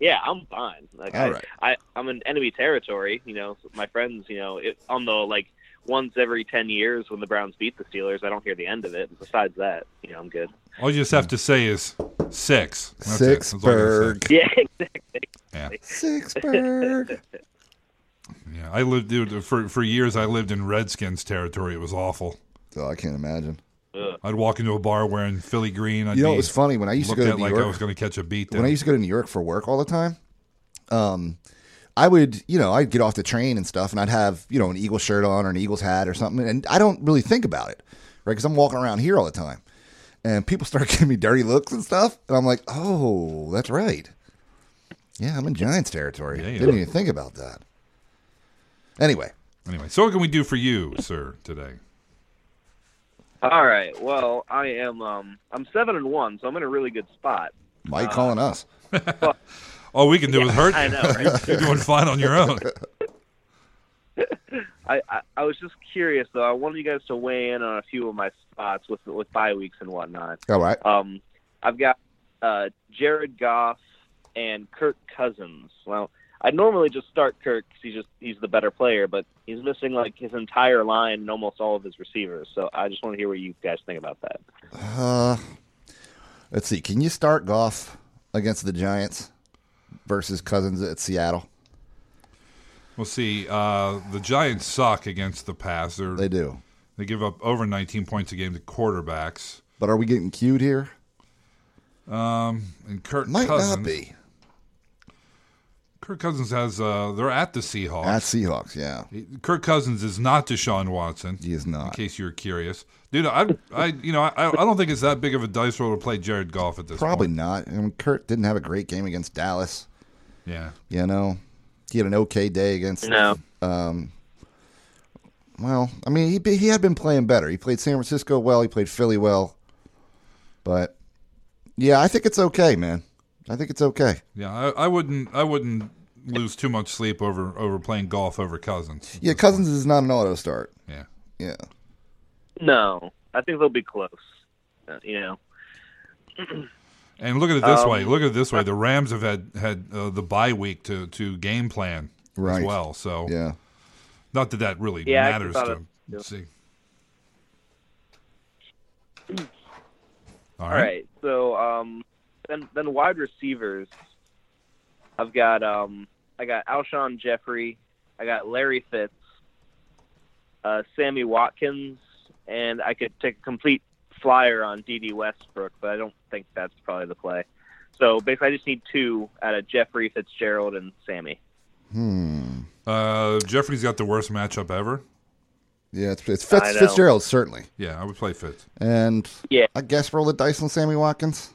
Speaker 10: Yeah, I'm fine. Like
Speaker 5: All
Speaker 10: I,
Speaker 5: right.
Speaker 10: I, I'm in enemy territory. You know, my friends. You know, it, on the like once every ten years when the Browns beat the Steelers, I don't hear the end of it. Besides that, you know, I'm good.
Speaker 4: All you just have to say is six. That's it. That's all you gotta say.
Speaker 5: Sixburg.
Speaker 10: Yeah,
Speaker 5: Sixburg.
Speaker 4: Yeah, I lived dude, for for years. I lived in Redskins territory. It was awful.
Speaker 5: Oh, I can't imagine.
Speaker 4: I'd walk into a bar wearing Philly green. I'd
Speaker 5: You know,
Speaker 4: be
Speaker 5: it was funny when I used to
Speaker 4: looked
Speaker 5: go to
Speaker 4: at
Speaker 5: New
Speaker 4: like I
Speaker 5: York.
Speaker 4: was going to catch a beat.
Speaker 5: when I used to go to New York for work all the time, um, I would, you know, I'd get off the train and stuff, and I'd have, you know, an Eagles shirt on or an Eagles hat or something, and I don't really think about it, right? Because I'm walking around here all the time, and people start giving me dirty looks and stuff, and I'm like, oh, that's right, yeah, I'm in Giants territory.
Speaker 4: Yeah, you
Speaker 5: Didn't
Speaker 4: are.
Speaker 5: even think about that. Anyway,
Speaker 4: anyway, so what can we do for you, sir, today?
Speaker 10: All right. Well, I am. Um, I'm seven and one, so I'm in a really good spot.
Speaker 5: why you calling us?
Speaker 4: All we can do is hurt.
Speaker 10: I
Speaker 4: you.
Speaker 10: know. Right?
Speaker 4: You're doing fine on your own.
Speaker 10: I, I, I was just curious though. I wanted you guys to weigh in on a few of my spots with with bye weeks and whatnot.
Speaker 5: All right.
Speaker 10: Um, I've got uh, Jared Goff and Kirk Cousins. Well, I normally just start Kirk 'cause he's just he's the better player, but he's missing like his entire line and almost all of his receivers. So I just want to hear what you guys think about that.
Speaker 5: Uh, let's see. Can you start Goff against the Giants versus Cousins at Seattle?
Speaker 4: We'll see. Uh, the Giants suck against the pass. They're,
Speaker 5: They do.
Speaker 4: They give up over 19 points a game to quarterbacks.
Speaker 5: But are we getting cued here?
Speaker 4: Um, and Kirk
Speaker 5: Might
Speaker 4: Cousins.
Speaker 5: not be.
Speaker 4: Kirk Cousins has. Uh, they're at the Seahawks.
Speaker 5: At Seahawks, yeah.
Speaker 4: Kirk Cousins is not Deshaun Watson.
Speaker 5: He is
Speaker 4: In
Speaker 5: not.
Speaker 4: case you're curious, dude, I, I, you know, I, I don't think it's that big of a dice roll to play Jared Goff at this.
Speaker 5: Probably
Speaker 4: point.
Speaker 5: not. I mean, Kurt didn't have a great game against Dallas.
Speaker 4: Yeah.
Speaker 5: You know, he had an okay day against.
Speaker 10: No.
Speaker 5: Um, well, I mean, he be- he had been playing better. He played San Francisco well. He played Philly well. But yeah, I think it's okay, man. I think it's okay.
Speaker 4: Yeah, I, I wouldn't. I wouldn't lose too much sleep over over playing golf over Cousins.
Speaker 5: Yeah, Cousins is not an auto start.
Speaker 4: Yeah.
Speaker 5: Yeah.
Speaker 10: No, I think they'll be close. Uh, you know,
Speaker 4: And look at it this
Speaker 10: Um,
Speaker 4: way. Look at it this way. The Rams have had had uh, the bye week to to game plan
Speaker 5: Right.
Speaker 4: as well. So
Speaker 5: Yeah.
Speaker 4: not that that really
Speaker 10: Yeah, I
Speaker 4: matters
Speaker 10: thought
Speaker 4: to
Speaker 10: it- yeah.
Speaker 4: see. All
Speaker 10: All right. So um, then then wide receivers. I've got um, I got Alshon Jeffrey, I got Larry Fitz, uh, Sammy Watkins, and I could take a complete flyer on D.D. Westbrook, but I don't think that's probably the play. So basically, I just need two out of Jeffrey, Fitzgerald, and Sammy.
Speaker 5: Hmm.
Speaker 4: Uh, Jeffrey's got the worst matchup ever.
Speaker 5: Yeah, it's, it's
Speaker 10: I
Speaker 5: Fitz,
Speaker 10: know.
Speaker 5: Fitzgerald certainly,
Speaker 4: Yeah, I would play Fitz.
Speaker 5: and
Speaker 10: Yeah.
Speaker 5: I guess roll the dice on Sammy Watkins.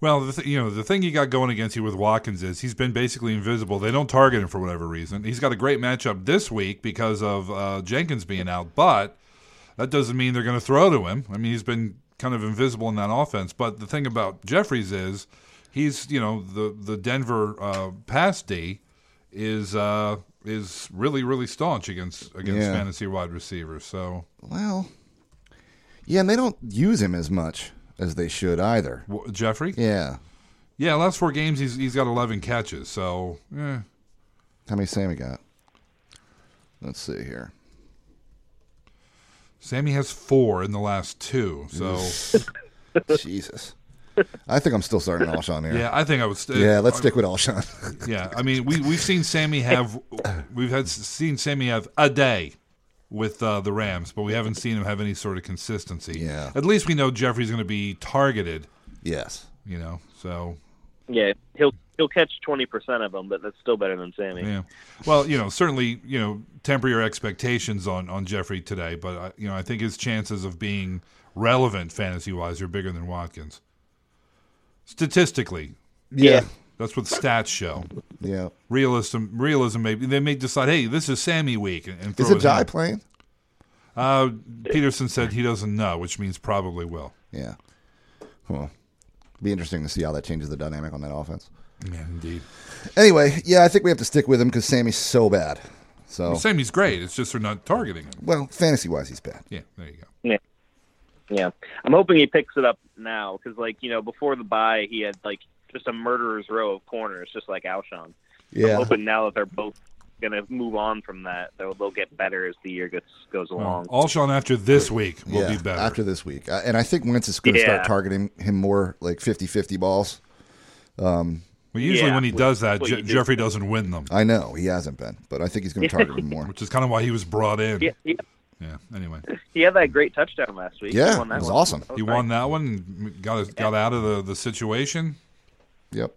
Speaker 4: Well, the th- you know the thing you got going against you with Watkins is he's been basically invisible. They don't target him for whatever reason. He's got a great matchup this week because of uh, Jenkins being out, but that doesn't mean they're going to throw to him. I mean, he's been kind of invisible in that offense. But the thing about Jeffries is he's you know the the Denver uh, pass D is uh, is really really staunch against against
Speaker 5: Yeah.
Speaker 4: fantasy wide receivers. So
Speaker 5: Well, yeah, and they don't use him as much as they should either.
Speaker 4: w- Jeffrey, yeah.
Speaker 5: Yeah.
Speaker 4: last four games he's he's got eleven catches. So eh.
Speaker 5: How many Sammy got? Let's see here.
Speaker 4: Sammy has four in the last two. So
Speaker 5: Jesus. I think I'm still starting Alshon here.
Speaker 4: yeah, I think I would. St-
Speaker 5: Yeah, let's stick with Alshon.
Speaker 4: Yeah, I mean we we've seen Sammy have we've had seen Sammy have a day with uh, the Rams, but we haven't seen him have any sort of consistency.
Speaker 5: Yeah.
Speaker 4: at least we know Jeffrey's going to be targeted.
Speaker 5: yes.
Speaker 4: You know, so
Speaker 10: Yeah, he'll he'll catch twenty percent of them, but that's still better than Sammy.
Speaker 4: yeah. Well, you know, certainly you know temper your expectations on on Jeffrey today, but I, you know I think his chances of being relevant fantasy wise are bigger than Watkins. Statistically,
Speaker 5: Yeah.
Speaker 4: that's what stats show.
Speaker 5: Yeah.
Speaker 4: realism realism maybe they may decide hey this is sammy week and, and
Speaker 5: Is
Speaker 4: throw
Speaker 5: it
Speaker 4: his
Speaker 5: Jai
Speaker 4: hand.
Speaker 5: playing?
Speaker 4: uh peterson said he doesn't know which means probably will
Speaker 5: Yeah. Well, be interesting to see how that changes the dynamic on that offense.
Speaker 4: yeah indeed
Speaker 5: Anyway, yeah, I think we have to stick with him because Sammy's so bad. So,
Speaker 4: sammy's great it's just they're not targeting him
Speaker 5: well, fantasy wise, he's bad.
Speaker 4: yeah there you go
Speaker 10: Yeah, I'm hoping he picks it up now because, like, you know, before the bye, he had like just a murderer's row of corners, just like Alshon.
Speaker 5: Yeah.
Speaker 10: I'm hoping now that they're both gonna move on from that, they'll, they'll get better as the year gets goes
Speaker 4: Hmm.
Speaker 10: along.
Speaker 4: all sean after this week will
Speaker 5: yeah,
Speaker 4: be better
Speaker 5: after this week. Uh, and I think Wentz is going to
Speaker 10: Yeah.
Speaker 5: start targeting him more like 50 50 balls. Um,
Speaker 4: well usually
Speaker 10: Yeah.
Speaker 4: when he does that
Speaker 10: Well,
Speaker 4: Je-
Speaker 10: you do.
Speaker 4: jeffrey doesn't win them
Speaker 5: I know he hasn't been, but I think he's going to target him more.
Speaker 4: which is kind of why he was brought in
Speaker 10: Yeah,
Speaker 4: yeah,
Speaker 10: he,
Speaker 4: anyway
Speaker 10: he had that great touchdown last week.
Speaker 5: Yeah,
Speaker 10: he won that
Speaker 5: it was
Speaker 10: one.
Speaker 5: awesome.
Speaker 10: That was
Speaker 4: he
Speaker 10: nice.
Speaker 4: won that one and got got out of the, the situation
Speaker 5: Yep.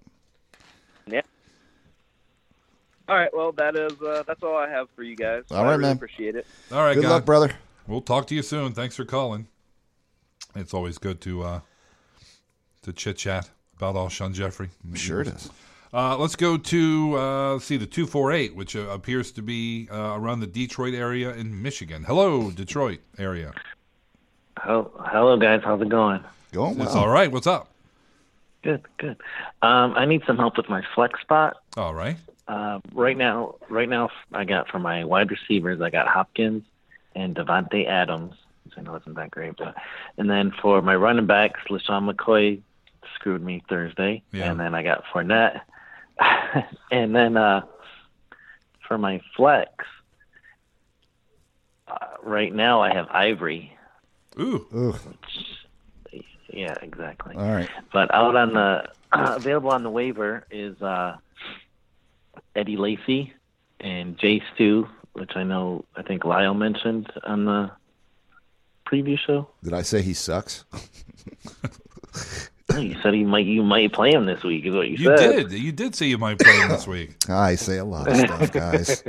Speaker 10: All right, well, that is uh, that's all I have for you guys.
Speaker 5: All
Speaker 10: I
Speaker 5: right,
Speaker 10: really
Speaker 5: man.
Speaker 10: Appreciate it.
Speaker 4: all right
Speaker 5: Good
Speaker 4: guys.
Speaker 5: luck, brother.
Speaker 4: We'll talk to you soon. Thanks for calling. It's always good to uh, to chit chat about Alshon Jeffrey.
Speaker 5: Sure it is.
Speaker 4: Uh, let's go to uh, let's see the two four eight, which uh, appears to be uh, around the Detroit area in Michigan. Hello, Detroit area.
Speaker 9: Oh, hello guys, how's it going?
Speaker 5: Going
Speaker 4: It's
Speaker 5: well.
Speaker 4: all right. What's up?
Speaker 11: Good, good. Um, I need some help with my flex spot.
Speaker 4: All right.
Speaker 11: Uh, right now, right now, I got for my wide receivers, I got Hopkins and Devontae Adams. which I know isn't that great, but and then for my running backs, LaShawn McCoy screwed me Thursday,
Speaker 4: Yeah.
Speaker 11: and then I got Fournette, and then uh, for my flex, uh, right now I have Ivory.
Speaker 4: Ooh.
Speaker 5: Ooh.
Speaker 11: Yeah, exactly.
Speaker 5: All right.
Speaker 11: But out on the available on the waiver is uh, Eddie Lacy and Jay Stu, which I know I think Lyle mentioned on the preview show.
Speaker 5: Did I say he sucks?
Speaker 11: Oh, You said he might you might play him this week. Is what you,
Speaker 4: You
Speaker 11: said.
Speaker 4: did. You did say you might play him this week.
Speaker 5: Ah, I say a lot of stuff, guys.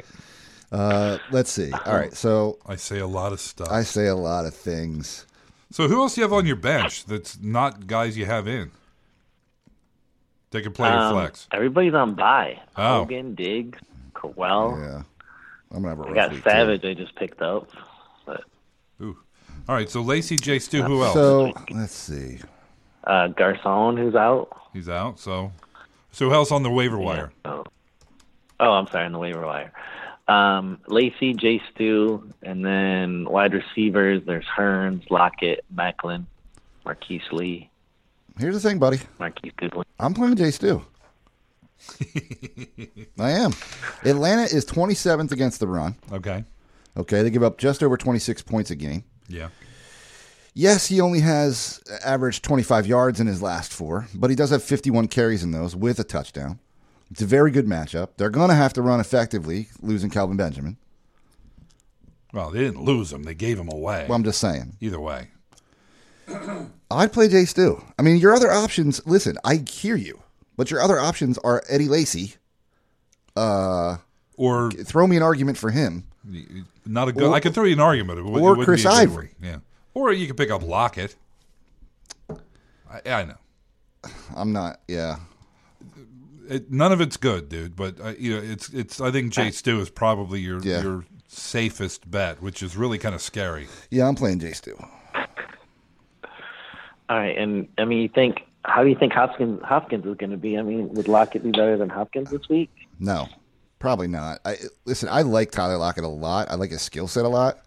Speaker 5: Uh, let's see. All right, so
Speaker 4: I say a lot of stuff.
Speaker 5: I say a lot of things.
Speaker 4: So who else do you have on your bench that's not guys you have in? They can play your
Speaker 11: Um,
Speaker 4: flex.
Speaker 11: Everybody's on bye.
Speaker 4: Oh.
Speaker 11: Hogan, Diggs, Crowell.
Speaker 5: Yeah, I'm gonna have a rough
Speaker 11: I got
Speaker 5: week, too.
Speaker 11: Savage. I just picked up. But
Speaker 4: Ooh. All right. So Lacey, J. Stu, who else?
Speaker 5: So let's see.
Speaker 11: uh, Garcon, who's out.
Speaker 4: He's out. So, so who else on the waiver wire?
Speaker 11: Oh, oh I'm sorry, on the waiver wire. Um, Lacey, Jay Stu, and then wide receivers, there's Hearns, Lockett, Macklin, Marquise Lee,
Speaker 5: Here's the thing, buddy.
Speaker 11: Marquise Goodwin.
Speaker 5: I'm playing Jay Stu. I am. Atlanta is 27th against the run.
Speaker 4: Okay.
Speaker 5: Okay, they give up just over 26 points a game.
Speaker 4: Yeah.
Speaker 5: Yes, he only has averaged 25 yards in his last four, but he does have 51 carries in those with a touchdown. It's a very good matchup. They're going to have to run effectively, losing Calvin Benjamin.
Speaker 4: Well, they didn't lose him. They gave him away.
Speaker 5: Well, I'm just saying.
Speaker 4: Either way.
Speaker 5: I'd play Jay Stu. I mean, your other options, listen, I hear you, but your other options are Eddie Lacy. Uh,
Speaker 4: Or
Speaker 5: throw me an argument for him.
Speaker 4: not a good.
Speaker 5: Or-
Speaker 4: I could throw you an argument. It would- it
Speaker 5: or
Speaker 4: wouldn't
Speaker 5: Chris
Speaker 4: be a good
Speaker 5: Ivory.
Speaker 4: one. Yeah. Or you could pick up Lockett. I, I know.
Speaker 5: I'm not, yeah.
Speaker 4: It, none of it's good, dude. But uh, you know, it's it's. I think Jay Stu is probably your
Speaker 5: Yeah.
Speaker 4: your safest bet, which is really kind of scary.
Speaker 5: Yeah, I'm playing Jay Stu.
Speaker 11: All right, and I mean, you think how do you think Hopkins Hopkins is going to be? I mean, would Lockett be better than Hopkins this week?
Speaker 5: No, probably not. I listen. I like Tyler Lockett a lot. I like his skill set a lot,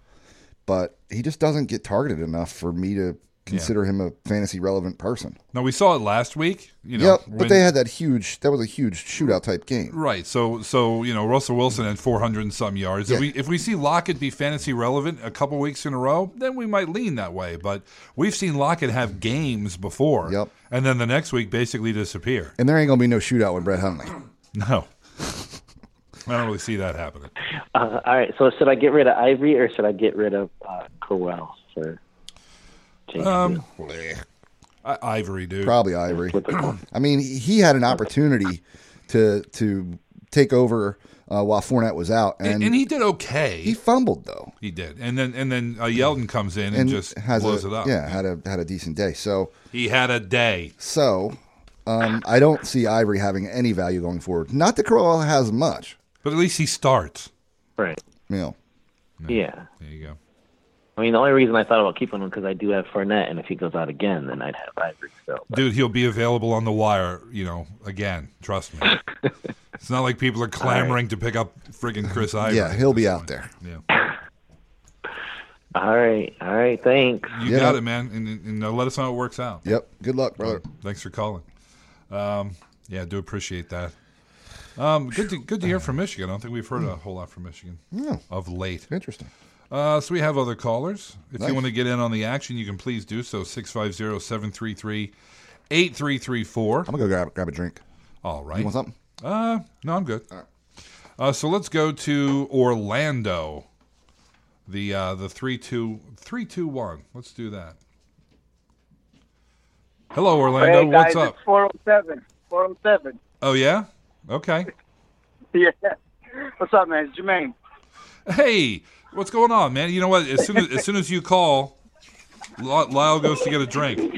Speaker 5: but he just doesn't get targeted enough for me to consider him a fantasy relevant person.
Speaker 4: Now we saw it last week. You know,
Speaker 5: yep, but
Speaker 4: when-
Speaker 5: they had that huge. That was a huge shootout type game.
Speaker 4: Right. So so you know Russell Wilson had 400 and some yards. If
Speaker 5: Yeah.
Speaker 4: we if we see Lockett be fantasy relevant a couple weeks in a row, then we might lean that way. But we've seen Lockett have games before.
Speaker 5: Yep.
Speaker 4: And then the next week basically disappear.
Speaker 5: And there ain't gonna be no shootout with Brett Hundley.
Speaker 4: No. I don't really see that happening.
Speaker 11: Uh, all right, so should I get rid of Ivory or should I get rid of uh, Crowell for Jay
Speaker 4: Um, I- Ivory, dude.
Speaker 5: Probably Ivory.
Speaker 11: Stu?
Speaker 5: I mean, he- he had an opportunity to to take over uh, while Fournette was out, and,
Speaker 4: and, and he did okay.
Speaker 5: he
Speaker 4: He,
Speaker 5: fumbled though.
Speaker 4: did. And then and then uh, Yeldon comes in and, just
Speaker 5: has
Speaker 4: blows
Speaker 5: a,
Speaker 4: it up.
Speaker 5: Yeah, had a had a decent day. So
Speaker 4: He had a day.
Speaker 5: So um, I don't see Ivory having any value going forward. Not that Crowell has much.
Speaker 4: But at least he starts.
Speaker 11: right.
Speaker 5: You know,
Speaker 11: Yeah.
Speaker 4: There you go.
Speaker 11: I mean, the only reason I thought about keeping him because I do have Fournette, and if he goes out again, then I'd have Ivory still. But
Speaker 4: Dude, he'll be available on the wire, you know, again. Trust me. it's not like people are clamoring to pick up friggin' Chris Ivory.
Speaker 5: yeah, he'll be out there.
Speaker 4: Yeah.
Speaker 11: all right, all right, thanks.
Speaker 4: You
Speaker 5: Yeah.
Speaker 4: got it, man. And, and uh, let us know how it works out.
Speaker 5: Yep. Good luck, brother.
Speaker 4: Thanks for calling. Um, yeah, I do appreciate that. Um, good to good to
Speaker 5: Uh,
Speaker 4: hear from Michigan. I don't think we've heard a whole lot from Michigan of late.
Speaker 5: Interesting.
Speaker 4: Uh, so we have other callers. If
Speaker 5: Nice.
Speaker 4: you want to get in on the action, you can please do so. 650 733 8334.
Speaker 5: I'm gonna go grab grab a drink.
Speaker 4: All right.
Speaker 5: You want something?
Speaker 4: Uh, no, I'm good. Uh, so let's go to Orlando. The uh, the three two three two one. Let's do that. Hello, Orlando.
Speaker 7: hey,
Speaker 4: What's
Speaker 7: guys,
Speaker 4: up?
Speaker 7: It's 407. 407.
Speaker 4: Oh yeah. Okay.
Speaker 7: Yeah. What's up, man? It's Jermaine.
Speaker 4: Hey, what's going on, man? You know what? As soon as as soon as you call, L- Lyle goes to get a drink.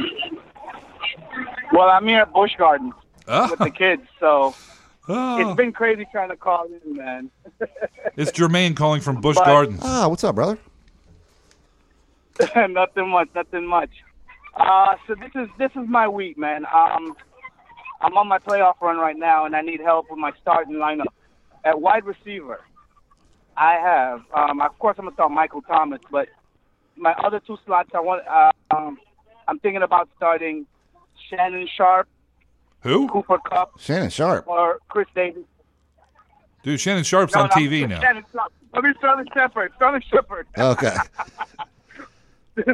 Speaker 7: Well, I'm here at Bush Gardens
Speaker 4: Ah,
Speaker 7: with the kids, so
Speaker 4: ah.
Speaker 7: it's been crazy trying to call in, man.
Speaker 4: it's Jermaine calling from Bush
Speaker 7: But-
Speaker 4: Gardens.
Speaker 5: Ah, what's up, brother?
Speaker 7: nothing much, nothing much. Uh, so this is this is my week, man. Um,
Speaker 12: I'm on my playoff run right now, and I need help with my starting lineup. At wide receiver, I have, um, of course, I'm gonna start Michael Thomas, but my other two slots, I want, uh, um, I'm thinking about starting Shannon Sharp,
Speaker 4: Who?
Speaker 12: Cooper Cup,
Speaker 5: Shannon Sharp.
Speaker 12: or Chris Davis.
Speaker 4: Dude, Shannon Sharp's
Speaker 12: No,
Speaker 4: on
Speaker 12: no,
Speaker 4: TV now.
Speaker 12: Shannon Sharp. I mean, Sterling Shepard. Sterling Shepard.
Speaker 5: Okay.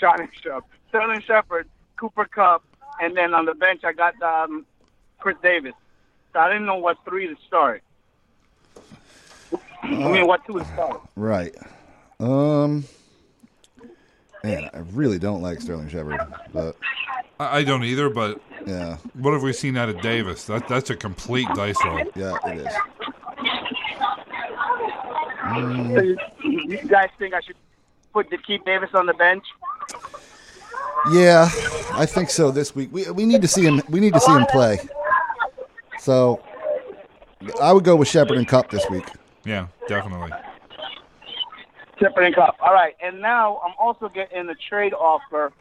Speaker 12: Shannon Sharp. Sterling Shepard, Cooper Cup, and then on the bench I got um, Chris Davis. So I didn't know what three to start. I mean, what two to start?
Speaker 5: Right. Um. Man, I really don't like Sterling Shepard, but
Speaker 4: I I don't either, but
Speaker 5: yeah,
Speaker 4: what have we seen out of Davis? That that's a complete dice roll.
Speaker 5: Yeah, it is.
Speaker 12: So you, you guys think I should put the keep Davis on the bench?
Speaker 5: yeah, I think so. This week we we need to see him. We need to see him play. So, I would go with Shepard and Cup this week.
Speaker 4: Yeah, definitely.
Speaker 12: Shepard and Cup. All right, and now I'm also getting a trade offer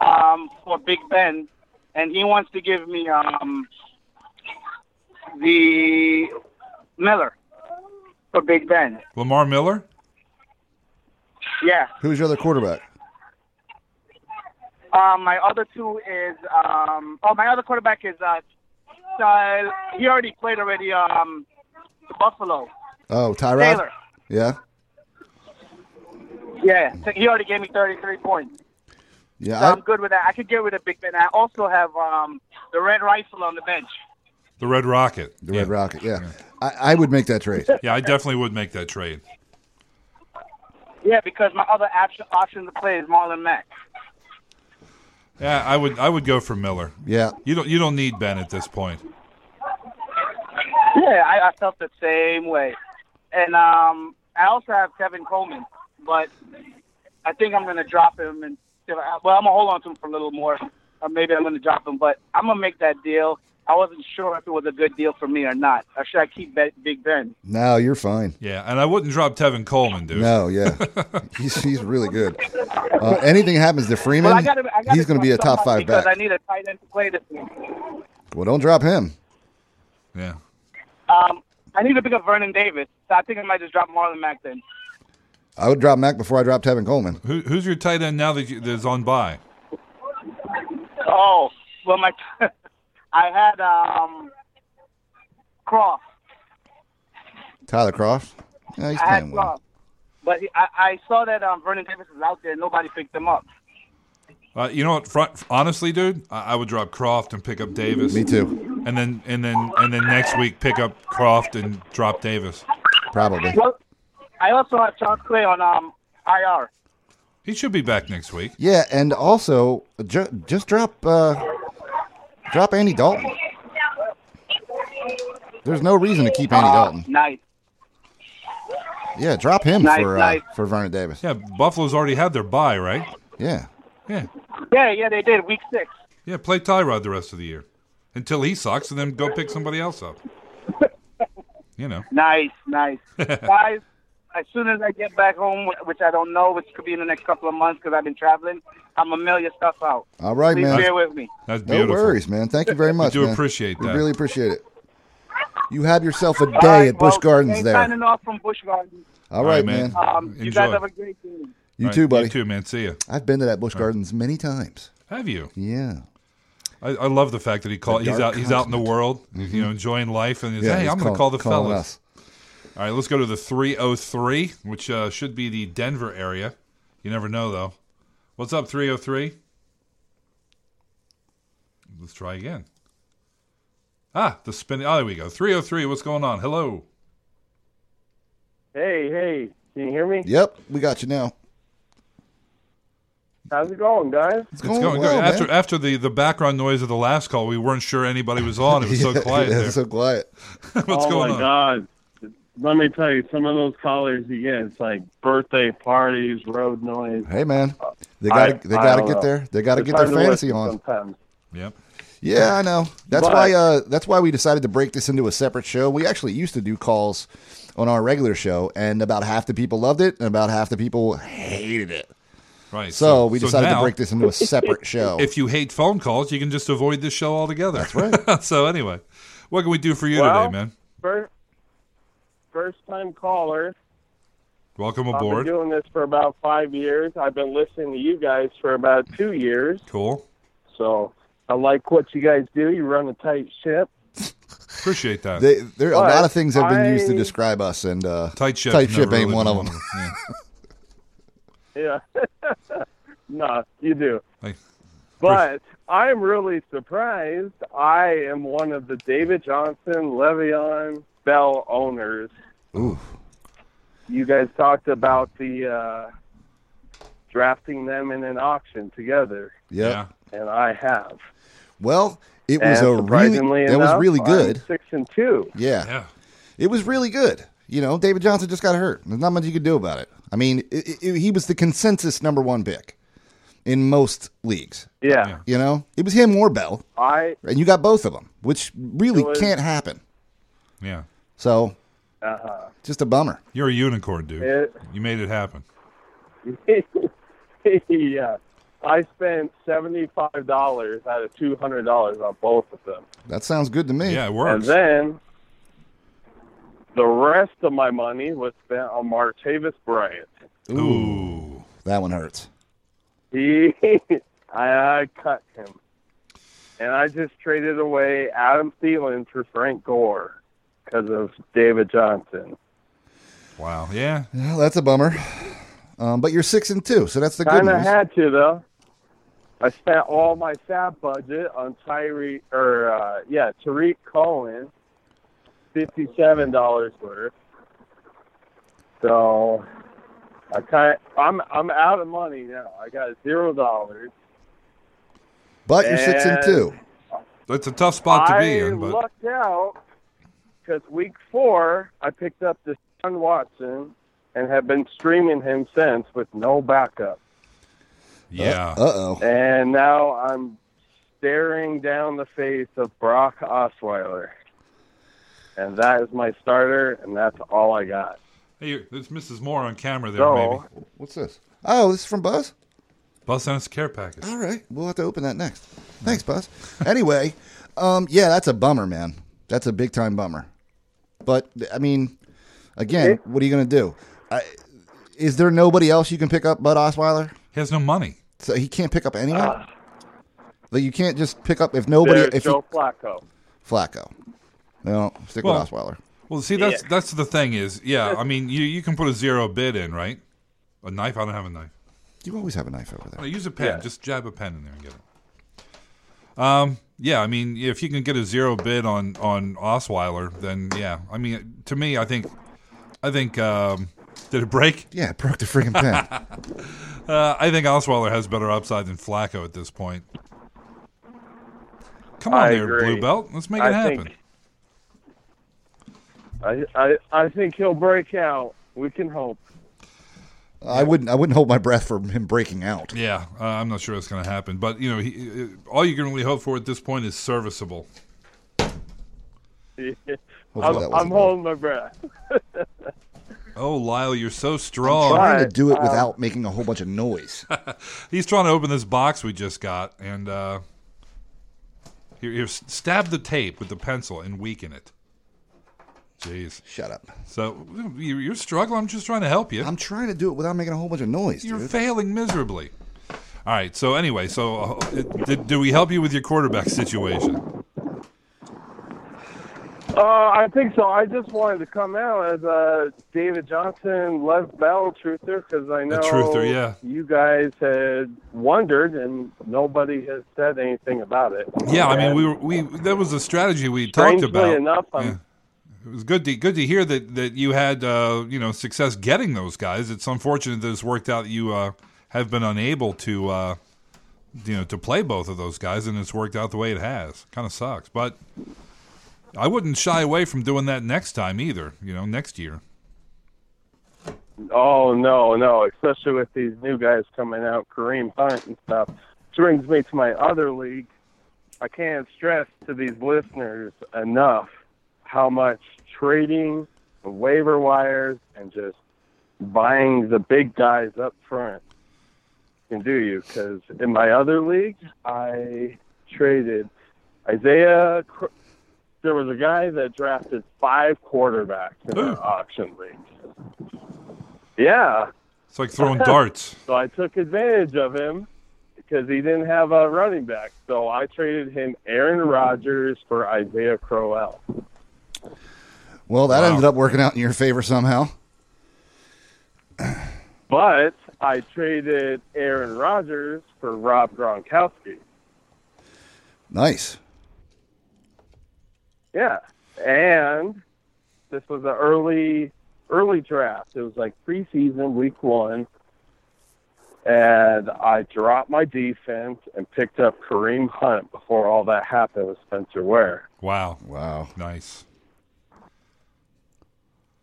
Speaker 12: um, for Big Ben, and he wants to give me um, the Miller for Big Ben.
Speaker 4: Lamar Miller?
Speaker 12: Yeah.
Speaker 5: Who's your other quarterback?
Speaker 12: Um, my other two is um, oh, my other quarterback is uh, uh, he already played already um, the Buffalo.
Speaker 5: Oh, Tyrod.
Speaker 12: Taylor.
Speaker 5: Yeah,
Speaker 12: Yeah, so he already gave me 33 points.
Speaker 5: yeah.
Speaker 12: So
Speaker 5: I-
Speaker 12: I'm good with that. I could get rid of Big Ben. I also have um, the Red Rifle on the bench.
Speaker 4: The Red Rocket.
Speaker 5: The Red Rocket. Yeah, I, I would make that trade.
Speaker 4: Yeah, I definitely would make that trade.
Speaker 12: Yeah, because my other option option to play is Marlon Mack.
Speaker 4: Yeah, I would I would go for Miller.
Speaker 5: Yeah.
Speaker 4: You don't you don't need Ben at this point.
Speaker 12: Yeah, I, I felt the same way. And um, I also have Kevin Coleman, but I think I'm going to drop him. And well, I'm gonna hold on to him for a little more, or maybe I'm going to drop him. But I'm gonna make that deal. I wasn't sure if it was a good deal for me or not. Or should I keep Be- Big Ben?
Speaker 5: No, you're fine.
Speaker 4: Yeah, and I wouldn't drop Tevin Coleman, dude.
Speaker 5: No, yeah, he's he's really good. Uh, anything happens to Freeman,
Speaker 12: Well, I gotta- I gotta
Speaker 5: he's going to be a top
Speaker 12: drop somebody
Speaker 5: five back.
Speaker 12: because I need a tight end to play this week.
Speaker 5: Well, don't drop him.
Speaker 4: Yeah.
Speaker 12: Um, I need to pick up Vernon Davis, so I think I might just drop Marlon Mack then.
Speaker 5: I would drop Mac before I dropped Tevin Coleman.
Speaker 4: Who, who's your tight end now that you, that's on by?
Speaker 12: Oh, well, my I had um, Cross.
Speaker 5: Tyler Croft. Yeah, he's
Speaker 12: I had
Speaker 5: playing well.
Speaker 12: Cross. But he, I, I saw that um, Vernon Davis was out there. and Nobody picked him up.
Speaker 4: Uh, you know what? Front, honestly, dude, I, I would drop Croft and pick up Davis.
Speaker 5: Me too.
Speaker 4: And then and then and then next week pick up Croft and drop Davis.
Speaker 5: Probably.
Speaker 12: Well, I also have Charles Clay on um, IR.
Speaker 4: He should be back next week.
Speaker 5: Yeah, and also ju- just drop uh, drop Andy Dalton. There's no reason to keep Andy
Speaker 12: Uh,
Speaker 5: Dalton.
Speaker 12: Nice.
Speaker 5: Yeah, drop him
Speaker 12: nice,
Speaker 5: for
Speaker 12: nice.
Speaker 5: Uh, for Vernon Davis.
Speaker 4: Yeah, Buffalo's already had their bye, right?
Speaker 5: Yeah,
Speaker 4: Yeah.
Speaker 12: Yeah, yeah, they did week six.
Speaker 4: Yeah, play Tyrod the rest of the year until he sucks, and then go pick somebody else up. You know.
Speaker 12: Nice, nice. Guys, as soon as I get back home, wh- which I don't know, which could be in the next couple of months because I've been traveling, I'm going to mail your stuff out.
Speaker 5: All right,
Speaker 12: Please
Speaker 5: man.
Speaker 12: bear with me.
Speaker 4: That's
Speaker 5: no
Speaker 4: beautiful.
Speaker 5: worries, man. Thank you very much.
Speaker 4: do
Speaker 5: man.
Speaker 4: appreciate
Speaker 5: We
Speaker 4: that.
Speaker 5: really appreciate it. You have yourself a day
Speaker 12: All right,
Speaker 5: at Bush
Speaker 12: well,
Speaker 5: Gardens
Speaker 12: okay,
Speaker 5: there.
Speaker 12: Signing off from Bush Gardens.
Speaker 5: All right, man.
Speaker 12: Um, you guys
Speaker 4: Enjoy.
Speaker 12: have a great day.
Speaker 5: You
Speaker 4: All right,
Speaker 5: too, buddy.
Speaker 4: You too, man. See ya.
Speaker 5: I've been to that Bush Gardens many times.
Speaker 4: Have you?
Speaker 5: Yeah.
Speaker 4: I, I love the fact that he called.
Speaker 5: The
Speaker 4: He's out.
Speaker 5: dark Mm-hmm.
Speaker 4: He's out in the world, you know, enjoying life, and he's,
Speaker 5: Yeah,
Speaker 4: hey,
Speaker 5: he's
Speaker 4: I'm going to
Speaker 5: call-
Speaker 4: call the
Speaker 5: calling
Speaker 4: fellas.
Speaker 5: us.
Speaker 4: All right, let's go to the 303, which uh, should be the Denver area. You never know though. What's up, 303? Let's try again. Ah, the spin. Oh, there we go. 303. What's going on? Hello.
Speaker 13: Hey, hey, can you hear me?
Speaker 5: Yep, we got you now.
Speaker 13: How's it going, guys?
Speaker 5: It's
Speaker 4: It's going good. After after the, the background noise of the last call, we weren't sure anybody was on. It was so
Speaker 5: Yeah,
Speaker 4: quiet
Speaker 5: yeah,
Speaker 4: there.
Speaker 5: so quiet.
Speaker 4: What's
Speaker 13: oh
Speaker 4: going
Speaker 13: my
Speaker 4: on?
Speaker 13: God. Let me tell you, some of those callers you get, it's like birthday parties, road noise.
Speaker 5: Hey, man. They
Speaker 13: I-
Speaker 5: got to they
Speaker 13: I
Speaker 5: got to
Speaker 13: don't
Speaker 5: get
Speaker 13: know.
Speaker 5: their they got to
Speaker 13: It's
Speaker 5: get their
Speaker 13: hard to
Speaker 5: fantasy
Speaker 13: listen
Speaker 5: on.
Speaker 13: Sometimes.
Speaker 4: Yep.
Speaker 5: Yeah, I know. That's
Speaker 13: But-
Speaker 5: why uh that's why we decided to break this into a separate show. We actually used to do calls on our regular show and about half the people loved it and about half the people hated it.
Speaker 4: Right.
Speaker 5: So, we decided
Speaker 4: now-
Speaker 5: to break this into a separate show.
Speaker 4: If you hate phone calls, you can just avoid this show altogether. That's right. so anyway, what can we do for you
Speaker 13: Well-
Speaker 4: today, man?
Speaker 13: First, first time caller.
Speaker 4: Welcome
Speaker 13: I've been
Speaker 4: aboard.
Speaker 13: doing this for about five years. I've been listening to you guys for about two years.
Speaker 4: Cool.
Speaker 13: So I like what you guys do. You run a tight ship.
Speaker 4: Appreciate that.
Speaker 5: They, there a lot of things have been used to
Speaker 13: I-
Speaker 5: describe us, and uh,
Speaker 4: tight ship,
Speaker 5: tight
Speaker 4: no,
Speaker 5: ship ain't
Speaker 4: really
Speaker 5: one of
Speaker 4: don't.
Speaker 5: them.
Speaker 13: Yeah. no, you do.
Speaker 4: Hey.
Speaker 13: But I'm really surprised. I am one of the David Johnson, Le'Veon Bell owners.
Speaker 5: Ooh.
Speaker 13: You guys talked about the uh, drafting them in an auction together,
Speaker 5: Yeah.
Speaker 13: and I have.
Speaker 5: Well, it was
Speaker 13: And
Speaker 5: a
Speaker 13: surprisingly
Speaker 5: really that was
Speaker 13: enough,
Speaker 5: really
Speaker 13: I'm
Speaker 5: good.
Speaker 13: six and two.
Speaker 5: Yeah. It was really good. You know, David Johnson just got hurt. There's not much you could do about it. I mean, i i he was the consensus number one pick in most leagues.
Speaker 13: Yeah.
Speaker 5: You know, it was him or Bell,
Speaker 13: I
Speaker 5: and you got both of them, which really
Speaker 13: It was-
Speaker 5: can't happen.
Speaker 4: Yeah.
Speaker 5: So,
Speaker 13: uh,
Speaker 5: just a bummer.
Speaker 4: You're a unicorn, dude.
Speaker 13: it,
Speaker 4: You made it happen.
Speaker 13: yeah, I spent seventy five dollars out of two hundred dollars on both of them.
Speaker 5: That sounds good to me.
Speaker 4: Yeah, it
Speaker 13: And then the rest of my money was spent on Martavis Bryant.
Speaker 4: Ooh.
Speaker 5: That one hurts.
Speaker 13: He, I, I cut him, and I just traded away Adam Thielen for Frank Gore because of David Johnson.
Speaker 4: Wow. Oh, Yeah.
Speaker 5: Well, that's a bummer. Um, but you're six and two, so that's the good
Speaker 13: Kind of
Speaker 5: news.
Speaker 13: had to though. I spent all my fab budget on Tyree or uh, yeah Tariq Cohen, fifty seven dollars worth. So I kind I'm I'm out of money now. I got zero dollars.
Speaker 5: But you're six and
Speaker 13: And
Speaker 5: two.
Speaker 4: That's a tough spot to be
Speaker 13: I
Speaker 4: in, but
Speaker 13: lucked out because week four I picked up this Sean Watson and have been streaming him since with no backup.
Speaker 4: yeah.
Speaker 5: Uh oh.
Speaker 13: And now I'm staring down the face of Brock Osweiler. And that is my starter, and that's all I got.
Speaker 4: Hey, there's Mrs. Moore on camera there,
Speaker 13: So,
Speaker 4: maybe.
Speaker 5: What's this? Oh, this is from Buzz.
Speaker 4: Buzz sent us a care package.
Speaker 5: All right, we'll have to open that next. Thanks, Buzz. Anyway, um, yeah, that's a bummer, man. That's a big time bummer. But I mean, again, what are you going to do? I, is there nobody else you can pick up but Osweiler?
Speaker 4: He has no money,
Speaker 5: so he can't pick up anyone. like you can't just pick up if nobody.
Speaker 13: There's
Speaker 5: If
Speaker 13: Joe
Speaker 5: you,
Speaker 13: Flacco.
Speaker 5: Flacco, no, stick
Speaker 4: Well,
Speaker 5: with Osweiler.
Speaker 4: Well, see, that's that's the thing is, yeah. I mean, you you can put a zero bid in, right? A knife? I don't have a knife.
Speaker 5: You always have a knife over
Speaker 4: Oh,
Speaker 5: there.
Speaker 4: use a pen.
Speaker 5: Yeah.
Speaker 4: Just jab a pen in there and get it. Um, yeah, I mean, if you can get a zero bid on on Osweiler, then yeah. I mean, to me, I think, I think, um, did it break?
Speaker 5: Yeah, it broke the freaking pen.
Speaker 4: uh, I think Osweiler has better upside than Flacco at this point. Come on
Speaker 13: I
Speaker 4: there,
Speaker 13: agree.
Speaker 4: blue belt. Let's make it
Speaker 13: I
Speaker 4: happen.
Speaker 13: think- I, I, I think he'll break out. We can hope.
Speaker 5: I wouldn't. I wouldn't hold my breath for him breaking out.
Speaker 4: Yeah, uh, I'm not sure that's going to happen, but you know, he, uh, all you can really hope for at this point is serviceable.
Speaker 13: I'm,
Speaker 4: that wasn't
Speaker 13: I'm
Speaker 4: bad.
Speaker 13: holding my breath.
Speaker 4: Oh, Lyle, you're so
Speaker 5: I'm
Speaker 4: strong.
Speaker 5: trying to do it without making a whole bunch of noise.
Speaker 4: He's trying to open this box we just got, and uh, here, here, s- stab the tape with the pencil and weaken it. Jeez,
Speaker 5: shut up.
Speaker 4: So you- you're struggling. I'm just trying to help you.
Speaker 5: I'm trying to do it without making a whole bunch of noise.
Speaker 4: You're
Speaker 5: dude.
Speaker 4: failing miserably. All right. So anyway, so uh, it- did, did we help you with your quarterback situation?
Speaker 13: Uh, I think so. I just wanted to come out as a David Johnson Lev Bell truther because I know
Speaker 4: truther, yeah.
Speaker 13: you guys had wondered and nobody has said anything about it.
Speaker 4: Yeah, I mean,
Speaker 13: And
Speaker 4: we were we that was a strategy we talked
Speaker 13: strangely
Speaker 4: about.
Speaker 13: enough, I'm
Speaker 4: Yeah. It was good to good to hear that that you had uh, you know success getting those guys. It's unfortunate that it's worked out. that You uh, have been unable to uh, you know to play both of those guys, and it's worked out the way it has. Kind of sucks, but I wouldn't shy away from doing that next time either. You know, next year.
Speaker 13: Oh no, no! Especially with these new guys coming out, Kareem Hunt and stuff. Which brings me to my other league. I can't stress to these listeners enough how much trading the waiver wires and just buying the big guys up front can do you because in my other league, I traded Isaiah. Cro- There was a guy that drafted five quarterbacks in an auction league. Yeah.
Speaker 4: It's like throwing darts.
Speaker 13: So I took advantage of him because he didn't have a running back. So I traded him Aaron Rodgers for Isaiah Crowell.
Speaker 5: Well, that ended up working out in your favor somehow.
Speaker 13: But I traded Aaron Rodgers for Rob Gronkowski.
Speaker 5: Nice.
Speaker 13: Yeah, and this was an early early draft. It was like preseason, week one, and I dropped my defense and picked up Kareem Hunt before all that happened with Spencer Ware.
Speaker 4: Wow.
Speaker 5: Wow.
Speaker 4: Nice.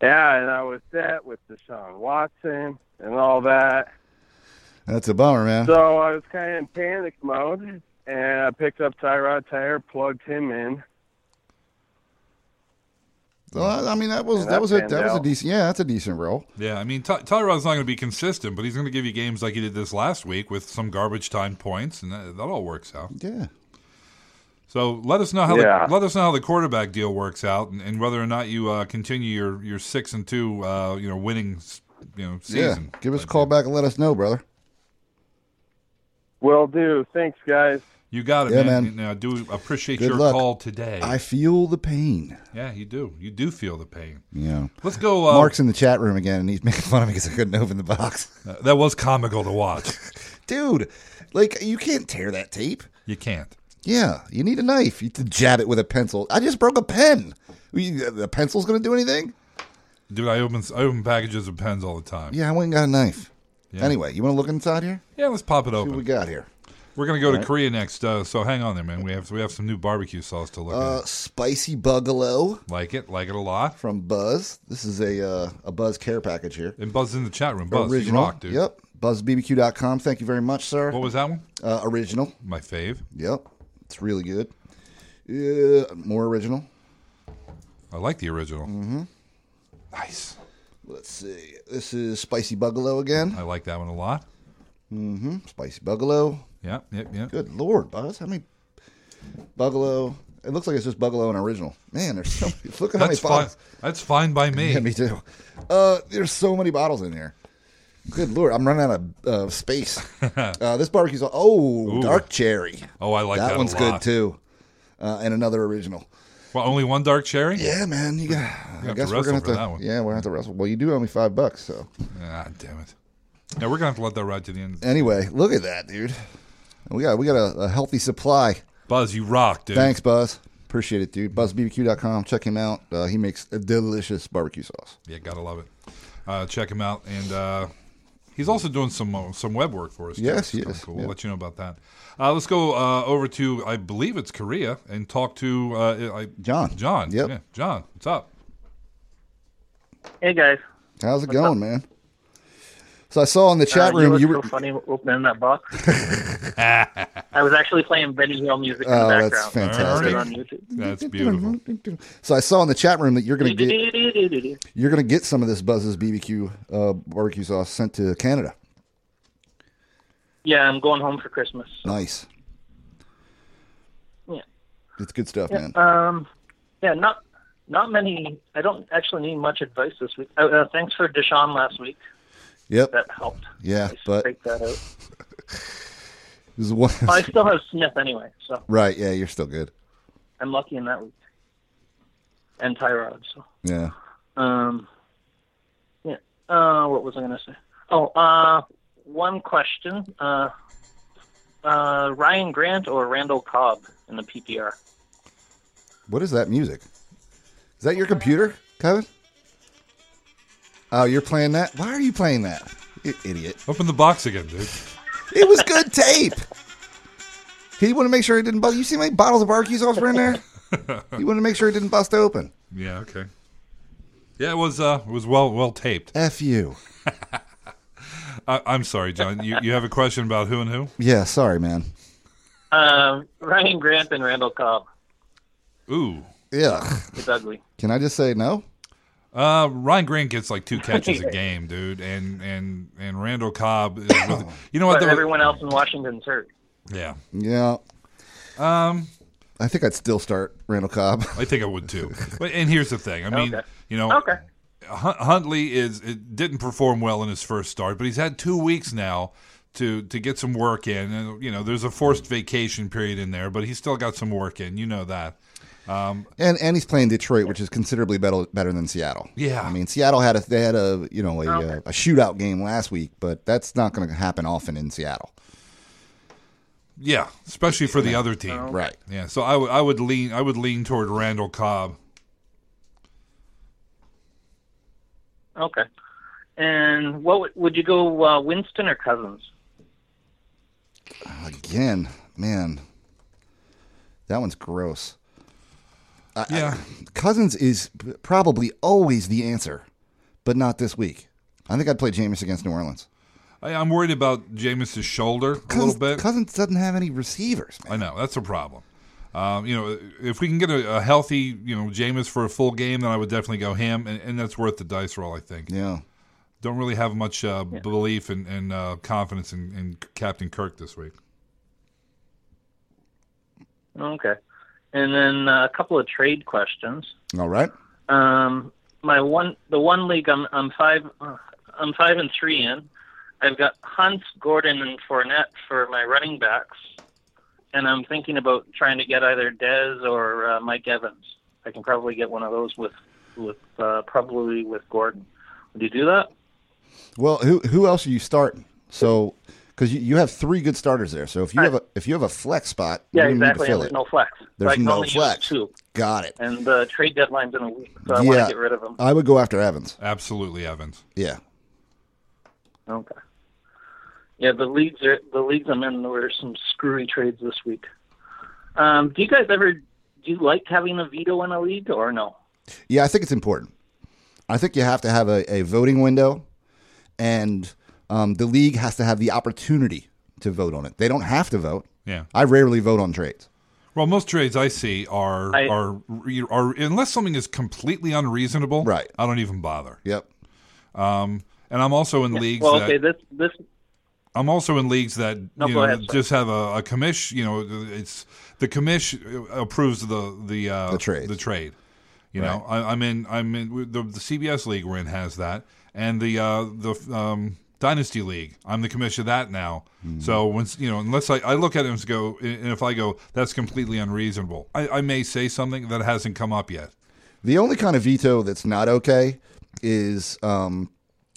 Speaker 13: Yeah, and I was set with Deshaun Watson and all that.
Speaker 5: That's a bummer, man.
Speaker 13: So I was kind of in panic mode, and I picked up Tyrod Taylor, plugged him in.
Speaker 5: So, I I mean, that was
Speaker 4: Yeah,
Speaker 5: that was a
Speaker 4: that panned
Speaker 5: that was a
Speaker 4: out.
Speaker 5: decent. Yeah, that's a decent roll.
Speaker 4: Yeah, I mean, Ty- Tyrod's not going to be consistent, but he's going to give you games like he did this last week with some garbage time points, and that, that all works out.
Speaker 5: Yeah.
Speaker 4: So let us know how
Speaker 13: Yeah.
Speaker 4: the, let us know how the quarterback deal works out, and, and whether or not you uh, continue your, your six and two, uh, you know, winning, s- you know, season.
Speaker 5: Yeah. Give us a call back and let us know, brother.
Speaker 13: Will do. Thanks, guys.
Speaker 4: You got it,
Speaker 5: Yeah,
Speaker 4: man.
Speaker 5: man.
Speaker 4: Now, I do appreciate
Speaker 5: Good
Speaker 4: your
Speaker 5: luck.
Speaker 4: call today.
Speaker 5: I feel the pain.
Speaker 4: yeah, you do. You do feel the pain.
Speaker 5: Yeah.
Speaker 4: Let's go. Uh,
Speaker 5: Mark's in the chat room again, and he's making fun of me because I couldn't open the box.
Speaker 4: Uh, that was comical to watch,
Speaker 5: dude. Like you can't tear that tape.
Speaker 4: You can't.
Speaker 5: Yeah, you need a knife. You could jab it with a pencil. I just broke a pen. We- The pencil's going to do anything?
Speaker 4: dude. I open I open packages of pens all the time.
Speaker 5: Yeah, I went and got a knife.
Speaker 4: Uh, Yeah.
Speaker 5: Anyway, you want to look inside here?
Speaker 4: Yeah, let's pop it
Speaker 5: See
Speaker 4: open.
Speaker 5: what we got here.
Speaker 4: We're gonna go to
Speaker 5: All right.
Speaker 4: Korea next, uh, so hang on there, man. We have we have some new barbecue sauce to look
Speaker 5: Uh, spicy bugalo.
Speaker 4: at. Like it, like it a lot.
Speaker 5: From Buzz. This is a uh, a Buzz care package here.
Speaker 4: And Buzz in the chat room. Buzz, you
Speaker 5: original.
Speaker 4: rock, dude.
Speaker 5: Yep. BuzzBBQ.com. Thank you very much, sir.
Speaker 4: What was that one?
Speaker 5: Uh, original.
Speaker 4: My fave.
Speaker 5: Yep. It's really good. Uh, more original.
Speaker 4: I like the original. Mm-hmm. Nice.
Speaker 5: Let's see. This is spicy bugalo again.
Speaker 4: I like that one a lot.
Speaker 5: Mm-hmm. Spicy bugalo.
Speaker 4: Yep, yep, yep.
Speaker 5: Good lord, Buzz. How many bugalo? It looks like it's just bugalo and original. Man, there's so many. Look at how many
Speaker 4: That's fine.
Speaker 5: bottles.
Speaker 4: That's fine by me.
Speaker 5: Yeah, me too. Uh, there's so many bottles in here. Good lord, I'm running out of uh, space. uh, this barbecue's oh
Speaker 4: Ooh.
Speaker 5: dark cherry.
Speaker 4: Oh, I like that a
Speaker 5: one's
Speaker 4: lot.
Speaker 5: good too. Uh, and another original.
Speaker 4: Well, only one dark cherry.
Speaker 5: Yeah, man. You got.
Speaker 4: You
Speaker 5: I
Speaker 4: have
Speaker 5: guess
Speaker 4: to
Speaker 5: we're
Speaker 4: wrestle
Speaker 5: gonna have
Speaker 4: for
Speaker 5: to.
Speaker 4: that one.
Speaker 5: Yeah, we're gonna have to wrestle. Well, you do owe me five bucks, so
Speaker 4: Ah, damn it. Yeah, we're gonna have to let that ride to the end.
Speaker 5: anyway, look at that, dude. We got we got a, a healthy supply.
Speaker 4: Buzz, you rock, dude.
Speaker 5: Thanks, Buzz. Appreciate it, dude. BuzzBBQ.com. Check him out. Uh, he makes a delicious barbecue sauce.
Speaker 4: Yeah, gotta love it. Uh, check him out, and uh, he's also doing some uh, some web work for us. too.
Speaker 5: Yes,
Speaker 4: It's kinda
Speaker 5: yes,
Speaker 4: Cool. We'll
Speaker 5: yeah.
Speaker 4: let you know about that. Uh, let's go uh, over to I believe it's Korea and talk to uh, I,
Speaker 5: John.
Speaker 4: John. Yeah, John, what's up?
Speaker 11: Hey guys.
Speaker 5: How's it going, man? So I saw in the chat
Speaker 11: Uh,
Speaker 5: room
Speaker 11: you,
Speaker 5: you
Speaker 11: were
Speaker 5: were.
Speaker 11: so funny opening that box. I was actually playing Benny Hill music in the
Speaker 5: Oh, that's
Speaker 11: background. Put
Speaker 5: fantastic.
Speaker 11: it on YouTube.
Speaker 4: That's
Speaker 5: beautiful. So I saw in the chat room that you're gonna get you're gonna get some of this Buzz's BBQ uh, barbecue sauce sent to Canada.
Speaker 11: Yeah, I'm going home for Christmas.
Speaker 5: Nice.
Speaker 11: Yeah.
Speaker 5: It's good stuff,
Speaker 11: Yeah,
Speaker 5: man.
Speaker 11: um, yeah, not not many. I don't actually need much advice this week. Uh, uh, thanks for Deshaun last week.
Speaker 5: Yep.
Speaker 11: That helped.
Speaker 5: Yeah, but
Speaker 11: Take that out.
Speaker 5: this is one.
Speaker 11: I still have Smith anyway, so
Speaker 5: right. Yeah, you're still good.
Speaker 11: I'm lucky in that week. And Tyrod. So,
Speaker 5: Yeah.
Speaker 11: um, yeah. Uh, what was I going to say? Oh, uh, one question. Uh, uh, Ryan Grant or Randall Cobb in the PPR?
Speaker 5: What is that music? Is that your computer, Kevin? Oh, you're playing that? Why are you playing that? You idiot.
Speaker 4: Open the box again, dude.
Speaker 5: It was good tape. He wanted to make sure it didn't bust. You see how many bottles of barbecue sauce were in there? He wanted to make sure it didn't bust open.
Speaker 4: Yeah, okay. Yeah, it was uh, it was well well taped.
Speaker 5: F you.
Speaker 4: I, I'm sorry, John. You you have a question about who and who?
Speaker 5: Yeah, sorry, man.
Speaker 14: Uh,
Speaker 11: Um, Ryan Grant and Randall Cobb.
Speaker 4: Ooh.
Speaker 5: Yeah.
Speaker 11: It's ugly.
Speaker 5: Can I just say no?
Speaker 4: Uh, Ryan Grant gets like two catches a game, dude, and and and Randall Cobb. Is with, you know what?
Speaker 14: But
Speaker 4: there was-
Speaker 14: everyone else in Washington's hurt.
Speaker 4: yeah,
Speaker 5: Yeah.
Speaker 4: Um,
Speaker 5: I think I'd still start Randall Cobb.
Speaker 4: I think I would too. But and here's the thing. I mean,
Speaker 5: Okay.
Speaker 4: you know,
Speaker 5: Okay.
Speaker 4: Hun- Huntley is it didn't perform well in his first start, but he's had two weeks now to to get some work in. And, you know, there's a forced vacation period in there, but he's still got some work in. You know that. Um,
Speaker 5: And and he's playing Detroit, which is considerably better better than Seattle.
Speaker 4: Yeah. Oh,
Speaker 5: I mean Seattle had a they had a you know a, uh, a shootout game last week, but that's not going to happen often in Seattle.
Speaker 4: yeah, especially for the other team,
Speaker 5: Right.
Speaker 4: Yeah, so I would I would lean I would lean toward Randall Cobb.
Speaker 14: Okay. And what would, would you go, uh, Winston or Cousins?
Speaker 5: Again, man, that one's gross. I, yeah, Cousins is p- probably always the answer, but not this week. I think I'd play Jameis against New Orleans.
Speaker 4: I, I'm worried about Jameis's shoulder a
Speaker 5: Cousins,
Speaker 4: little bit.
Speaker 5: Cousins doesn't have any receivers.
Speaker 4: I know that's a problem. Um, you know, if we can get a, a healthy, you know, Jameis for a full game, then I would definitely go him, and, and that's worth the dice roll. I think.
Speaker 5: Yeah.
Speaker 4: Don't really have much uh, belief and, and uh, confidence in, in Captain Kirk this week.
Speaker 14: Okay. And then uh, a couple of trade questions.
Speaker 5: All right.
Speaker 14: Um, my one, the one league I'm, I'm five, uh, I'm five and three in. I've got Hunt, Gordon, and Fournette for my running backs, and I'm thinking about trying to get either Dez or uh, Mike Evans. I can probably get one of those with, with uh, probably with Gordon. Would you do that?
Speaker 5: Well, who who else are you starting? So, because you, you have three good starters there. So if you have a if you have a flex spot,
Speaker 14: Yeah,
Speaker 5: you need to
Speaker 14: exactly. and
Speaker 5: fill
Speaker 14: There's
Speaker 5: it.
Speaker 14: no flex.
Speaker 5: There's
Speaker 14: so I can
Speaker 5: no
Speaker 14: only use
Speaker 5: flex.
Speaker 14: Two.
Speaker 5: Got it.
Speaker 14: And the trade deadline's in a week, so I want to
Speaker 5: yeah,
Speaker 14: get rid of them.
Speaker 5: I would go after Evans.
Speaker 4: Absolutely, Evans.
Speaker 5: Yeah,
Speaker 14: Okay. Yeah, the leagues are the leagues I'm in. There were some screwy trades this week. Um, do you guys ever do you like having a veto in a league or no?
Speaker 5: yeah. I think it's important. I think you have to have a, a voting window, and um, the league has to have the opportunity to vote on it. They don't have to vote.
Speaker 4: Yeah.
Speaker 5: I rarely vote on trades.
Speaker 4: Well, most trades I see are
Speaker 5: I-
Speaker 4: are are unless something is completely unreasonable, right? I don't even bother.
Speaker 5: Yep.
Speaker 4: Um, and I'm also in leagues.
Speaker 14: Well,
Speaker 4: that,
Speaker 14: okay, this this
Speaker 4: I'm also in leagues that
Speaker 14: No,
Speaker 4: you
Speaker 14: go
Speaker 4: know,
Speaker 14: ahead, sir.
Speaker 4: just have a, a commish. You know, it's the commish approves the the uh,
Speaker 5: The trades.
Speaker 4: The trade. You
Speaker 5: Right.
Speaker 4: know, I, I'm in. I'm in the, the CBS league we're in has that, and the uh, the um, dynasty league. I'm the commish of that now.
Speaker 5: Mm-hmm.
Speaker 4: So once you know, unless I, I look at it and go, and if I go, that's completely unreasonable. I, I may say something that hasn't come up yet.
Speaker 5: The only kind of veto that's not okay is um,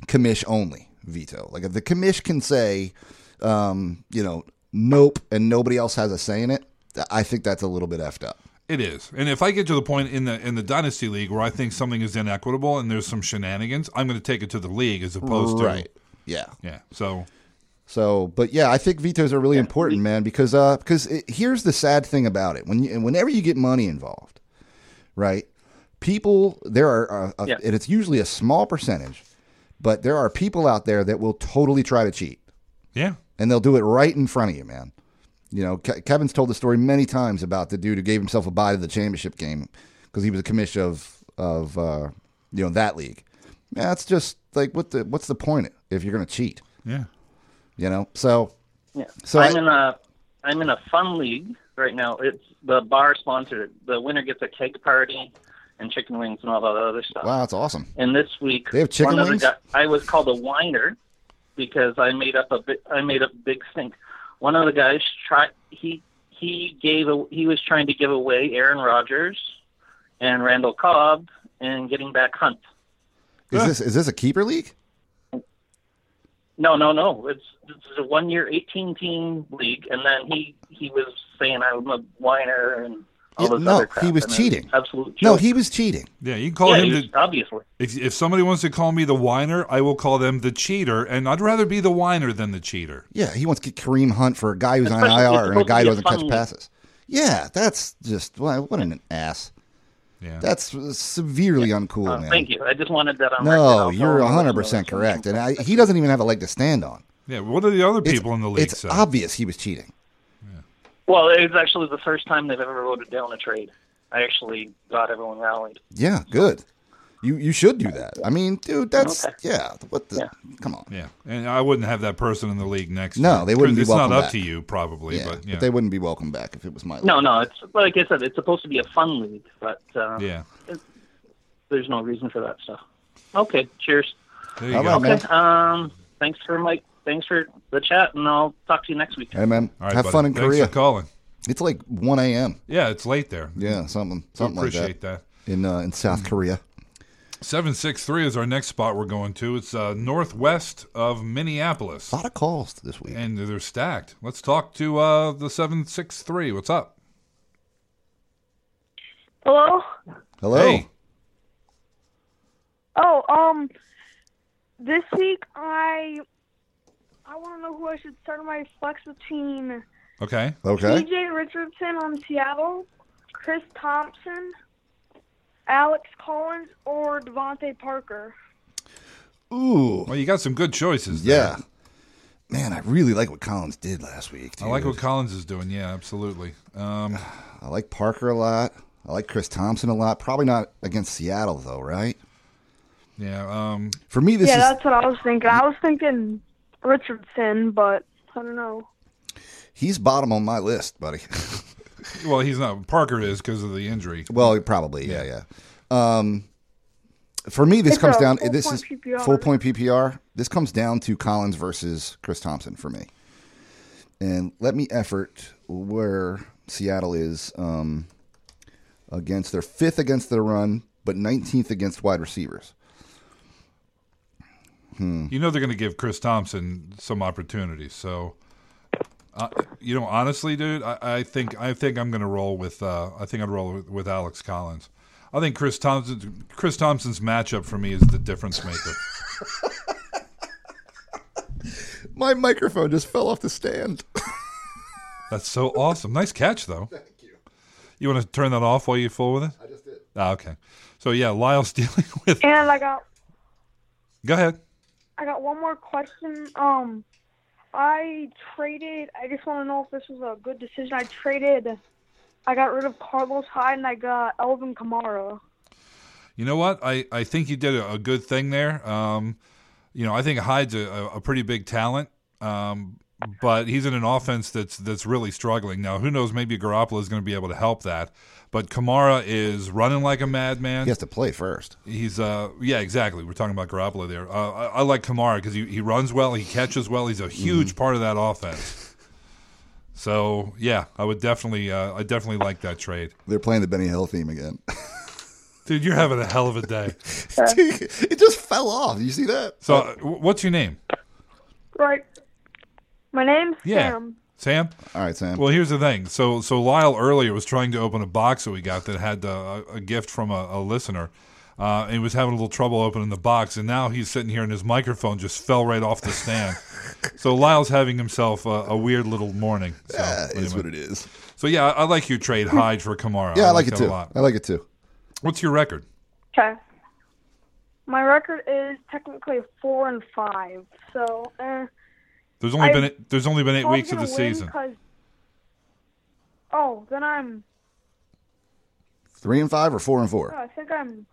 Speaker 5: commish only veto. Like if the commish can say, um, you know, nope, and nobody else has a say in it, th- I think that's a little bit effed up.
Speaker 4: It is, and if I get to the point in the in the dynasty league where I think something is inequitable and there's some shenanigans, I'm going to take it to the league as opposed to
Speaker 5: Right. Yeah.
Speaker 4: yeah. So
Speaker 5: So, but yeah, I think vetoes are really important, man, because uh, because it, here's the sad thing about it: when you, and whenever you get money involved, right? People there are, uh, uh
Speaker 15: Yeah.
Speaker 5: and it's usually a small percentage, but there are people out there that will totally try to cheat.
Speaker 4: Yeah,
Speaker 5: and they'll do it right in front of you, man. You know, Ke- Kevin's told the story many times about the dude who gave himself a bye to the championship game because he was a commission of of uh, you know that league. Yeah, it's just like what the what's the point if you're going to cheat?
Speaker 4: Yeah.
Speaker 5: you know. So
Speaker 14: yeah.
Speaker 5: So
Speaker 14: I'm
Speaker 5: I-
Speaker 14: in a I'm in a fun league right now. It's the bar sponsored. it. The winner gets a keg party and chicken wings and all that other stuff.
Speaker 5: wow, that's awesome.
Speaker 14: And this week,
Speaker 5: They have chicken
Speaker 14: one of the
Speaker 5: wings?
Speaker 14: guy- I was called a whiner because I made up a bi- I made up a big stink. One of the guys tried he he gave a, he was trying to give away Aaron Rodgers and Randall Cobb and getting back Hunt.
Speaker 5: Is this is this a keeper league?
Speaker 14: No, no, no. It's this is a one year, eighteen team league, and then he he was saying I'm a whiner and all
Speaker 5: Yeah,
Speaker 14: this
Speaker 5: no,
Speaker 14: other crap.
Speaker 5: he was
Speaker 14: and it's
Speaker 5: cheating.
Speaker 14: Absolute.
Speaker 5: No,
Speaker 14: joke.
Speaker 5: he was cheating.
Speaker 4: yeah, you can call
Speaker 14: Yeah,
Speaker 4: him
Speaker 14: he
Speaker 4: the
Speaker 14: was- obviously.
Speaker 4: If if somebody wants to call me the whiner, I will call them the cheater, and I'd rather be the whiner than the cheater.
Speaker 5: Yeah, he wants to get Kareem Hunt for a guy who's on
Speaker 4: Especially if it's
Speaker 5: IR and a
Speaker 4: supposed to
Speaker 5: guy
Speaker 4: be
Speaker 5: who
Speaker 4: a
Speaker 5: doesn't
Speaker 4: fun
Speaker 5: catch
Speaker 4: league.
Speaker 5: passes. Yeah, that's just well, what an ass.
Speaker 4: Yeah,
Speaker 5: that's severely uncool,
Speaker 14: Uh,
Speaker 5: Oh, man.
Speaker 14: thank you. I just wanted that on
Speaker 5: No,
Speaker 14: record.
Speaker 5: you're 100 percent correct, and I, he doesn't even have a leg to stand on.
Speaker 4: Yeah, what are the other
Speaker 5: It's-
Speaker 4: people in the league?
Speaker 5: It's obvious he was cheating.
Speaker 14: Well, it was actually the first time they've ever voted down a trade. I actually got everyone rallied.
Speaker 5: Yeah, good. You you should do that. I mean, dude, that's
Speaker 4: Okay.
Speaker 5: yeah. What the? Come on.
Speaker 4: Yeah, and I wouldn't have that person in the league next.
Speaker 5: No,
Speaker 4: year.
Speaker 5: they wouldn't be
Speaker 4: It's not
Speaker 5: welcome
Speaker 4: up
Speaker 5: back.
Speaker 4: to you, probably,
Speaker 5: Yeah,
Speaker 4: but yeah,
Speaker 5: they wouldn't be welcome back if it was my. league.
Speaker 14: No, no, it's like I said, it's supposed to be a fun league, but uh,
Speaker 4: Yeah.
Speaker 14: it's- there's no reason for that stuff. Okay, cheers.
Speaker 5: There you All go. right,
Speaker 14: okay, um, thanks for Mike. Thanks for the chat, and I'll talk to you next week.
Speaker 5: Hey man,
Speaker 4: All right,
Speaker 5: have
Speaker 4: buddy.
Speaker 5: fun in
Speaker 4: Thanks
Speaker 5: Korea.
Speaker 4: for calling.
Speaker 5: It's like one a.m.
Speaker 4: yeah, it's late there.
Speaker 5: Yeah, something something
Speaker 4: appreciate Hmm.
Speaker 5: like that. in uh, in South Korea.
Speaker 4: Seven six three is our next spot we're going to. It's uh, northwest of Minneapolis. A lot
Speaker 5: of calls this week,
Speaker 4: and they're stacked. Let's talk to uh, the seven six three. What's up?
Speaker 15: Hello.
Speaker 5: Hello.
Speaker 4: Hey.
Speaker 15: Oh, um, this week I I want to know who I should start my flex between
Speaker 4: Okay.
Speaker 15: DJ Richardson on Seattle, Chris Thompson, Alex Collins, or Devontae Parker.
Speaker 5: Ooh.
Speaker 4: Well, you got some good choices.
Speaker 5: Yeah. Man, I really like what Collins did last week.
Speaker 4: I like
Speaker 5: dude.
Speaker 4: what Collins is doing. Yeah, absolutely. Um,
Speaker 5: I like Parker a lot. I like Chris Thompson a lot. Probably not against Seattle though, right?
Speaker 4: Yeah. Um,
Speaker 5: For me, this
Speaker 15: yeah,
Speaker 5: is
Speaker 15: that's what I was thinking. I was thinking Richardson, but I don't know.
Speaker 5: he's bottom on my list, buddy.
Speaker 4: well, he's not. Parker is because of the injury.
Speaker 5: Well, probably, yeah, yeah. Um, for me, this
Speaker 15: It's
Speaker 5: comes
Speaker 15: a
Speaker 5: down.
Speaker 15: full
Speaker 5: This
Speaker 15: point
Speaker 5: is
Speaker 15: PPR.
Speaker 5: full point PPR. This comes down to Collins versus Chris Thompson for me. And let me effort where Seattle is um, against their fifth against the run, but nineteenth against wide receivers. Hmm.
Speaker 4: You know they're going to give Chris Thompson some opportunities. So, uh, you know, honestly, dude, I, I think I think I'm going to roll with uh, I think I'd roll with, with Alex Collins. I think Chris Thompson Chris Thompson's matchup for me is the difference maker.
Speaker 5: My microphone just fell off the stand.
Speaker 4: That's so awesome. Nice catch, though. Thank you. You want to turn that off while you fool with it? I just did. Ah, okay. So yeah, Lyle's dealing with.
Speaker 15: And I got
Speaker 4: Go ahead.
Speaker 15: I got one more question. Um, I traded. I just want to know if this was a good decision. I traded. I got rid of Carlos Hyde and I got Elvin Kamara.
Speaker 4: You know what? I, I think you did a, a good thing there. Um, you know, I think Hyde's a, a- a pretty big talent, um, but he's in an offense that's that's really struggling now. Who knows? Maybe Garoppolo is going to be able to help that. But Kamara is running like a madman.
Speaker 5: He has to play first.
Speaker 4: He's uh yeah exactly. We're talking about Garoppolo there. Uh, I, I like Kamara because he, he runs well, he catches well. He's a
Speaker 5: Mm.
Speaker 4: huge part of that offense. So yeah, I would definitely uh, I definitely like that trade,
Speaker 5: They're playing the Benny Hill theme again.
Speaker 4: dude. You're having a hell of a day.
Speaker 5: it just fell off. You see that?
Speaker 4: So uh, wh- what's your name?
Speaker 15: Right. My name's
Speaker 4: Yeah.
Speaker 15: Sam.
Speaker 4: Sam.
Speaker 5: All right, Sam.
Speaker 4: Well, here's the thing. So, so Lyle earlier was trying to open a box that we got that had uh, a, a gift from a, a listener, uh, and he was having a little trouble opening the box. And now he's sitting here, and his microphone just fell right off the stand. so Lyle's having himself a, a weird little morning. So,
Speaker 5: is what
Speaker 4: it
Speaker 5: is. Hmm.
Speaker 4: So yeah, I, I like your trade Hyde for Kamara.
Speaker 5: yeah, I like it
Speaker 4: that
Speaker 5: too.
Speaker 4: A lot.
Speaker 5: I like it too.
Speaker 4: What's your record?
Speaker 15: Okay. My record is technically four and five. So. Eh.
Speaker 4: There's only
Speaker 15: I-
Speaker 4: been there's only been eight
Speaker 15: Probably
Speaker 4: weeks of the
Speaker 15: gonna win
Speaker 4: season.
Speaker 15: 'cause- Oh, then I'm.
Speaker 5: Three and five or four and
Speaker 15: oh,
Speaker 5: four.
Speaker 15: I think I'm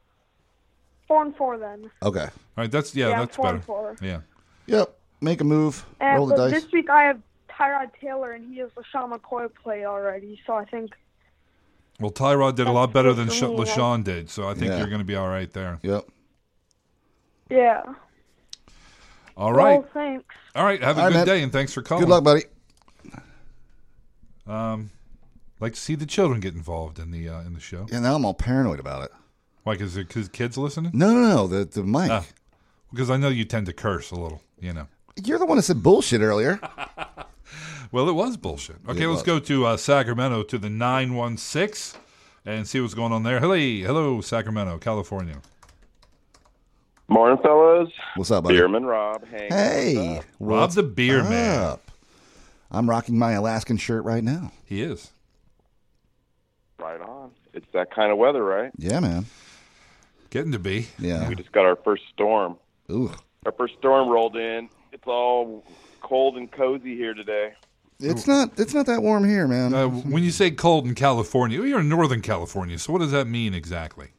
Speaker 15: four and four then.
Speaker 5: Okay. All
Speaker 4: right, that's yeah,
Speaker 15: Yeah,
Speaker 4: that's
Speaker 15: four
Speaker 4: better.
Speaker 15: and four.
Speaker 4: Yeah.
Speaker 5: Yep. Make a move.
Speaker 15: And
Speaker 5: roll the
Speaker 15: but
Speaker 5: dice.
Speaker 15: Uh, this week I have Tyrod Taylor and he has LaShawn McCoy play already, so I think
Speaker 4: Well, Tyrod did a lot better than Sh-
Speaker 15: for me, right?
Speaker 4: Lashawn did, so I think
Speaker 5: Yeah.
Speaker 4: you're going to be all right there.
Speaker 5: Yep.
Speaker 15: yeah.
Speaker 4: All right.
Speaker 15: Well, thanks.
Speaker 4: All right. Have a
Speaker 5: All right,
Speaker 4: good
Speaker 5: man.
Speaker 4: day, and thanks for calling.
Speaker 5: Good luck, buddy.
Speaker 4: Um, like to see the children get involved in the uh, in the show.
Speaker 5: Yeah, now I'm all paranoid about it.
Speaker 4: Why? Because because kids listening?
Speaker 5: No, no, no. The the mic.
Speaker 4: Ah. Because I know you tend to curse a little. You know.
Speaker 5: You're the one that said bullshit earlier.
Speaker 4: Well, it was bullshit. Okay,
Speaker 5: It
Speaker 4: let's
Speaker 5: was.
Speaker 4: go to uh, Sacramento to the nine one six, and see what's going on there. Hello, hello, Sacramento, California.
Speaker 16: Morning, fellas.
Speaker 5: What's up, buddy?
Speaker 16: Beerman Rob. Hank.
Speaker 5: Hey,
Speaker 4: Rob the beer man.
Speaker 5: I'm rocking my Alaskan shirt right now.
Speaker 4: He is.
Speaker 16: Right on. It's that kind of weather, right?
Speaker 5: Yeah, man.
Speaker 4: Getting to be.
Speaker 5: Yeah.
Speaker 16: We just got our first storm.
Speaker 5: Ooh.
Speaker 16: Our first storm rolled in. It's all cold and cozy here today.
Speaker 5: It's not. It's not that warm here, man.
Speaker 4: Uh, when you say cold in California, you're in Northern California. So what does that mean exactly?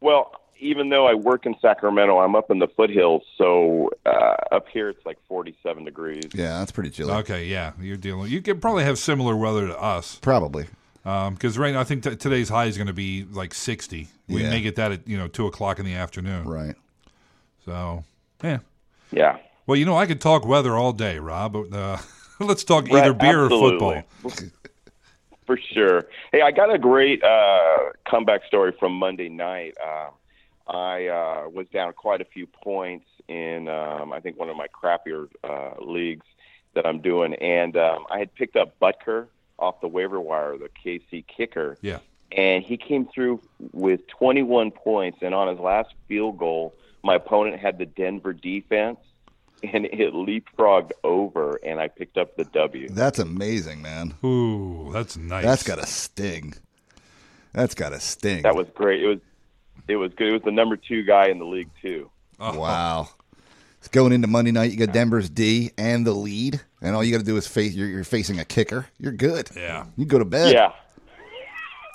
Speaker 16: Well, even though I work in Sacramento, I'm up in the foothills, so uh, up here it's like 47 degrees.
Speaker 5: Yeah, that's pretty chilly.
Speaker 4: Okay, yeah, you're dealing. You could probably have similar weather to us,
Speaker 5: probably.
Speaker 4: Because right now, I think t- today's high is going to be like 60. We
Speaker 5: Yeah.
Speaker 4: may get that at you know two o'clock in the afternoon.
Speaker 5: Right.
Speaker 4: So yeah,
Speaker 16: yeah.
Speaker 4: Well, you know, I could talk weather all day, Rob. But uh, let's talk either
Speaker 16: Right,
Speaker 4: beer
Speaker 16: absolutely.
Speaker 4: or football.
Speaker 16: For sure. Hey, I got a great uh, comeback story from Monday night. Um I uh, was down quite a few points in, um, I think, one of my crappier uh, leagues that I'm doing, and um, I had picked up Butker off the waiver wire, the KC kicker,
Speaker 4: Yeah.
Speaker 16: and he came through with 21 points. And on his last field goal, my opponent had the Denver defense, and it leapfrogged over, and I picked up the W.
Speaker 5: That's amazing, man.
Speaker 4: Ooh, that's nice.
Speaker 5: That's got a sting. That's got a sting.
Speaker 16: That was great. It was it was good. It was the number two guy in the league too.
Speaker 4: Oh.
Speaker 5: Wow. It's going into Monday night. You got Denver's D and the lead, and all you got to do is face. You're, you're facing a kicker. You're good.
Speaker 4: Yeah.
Speaker 5: You go to bed.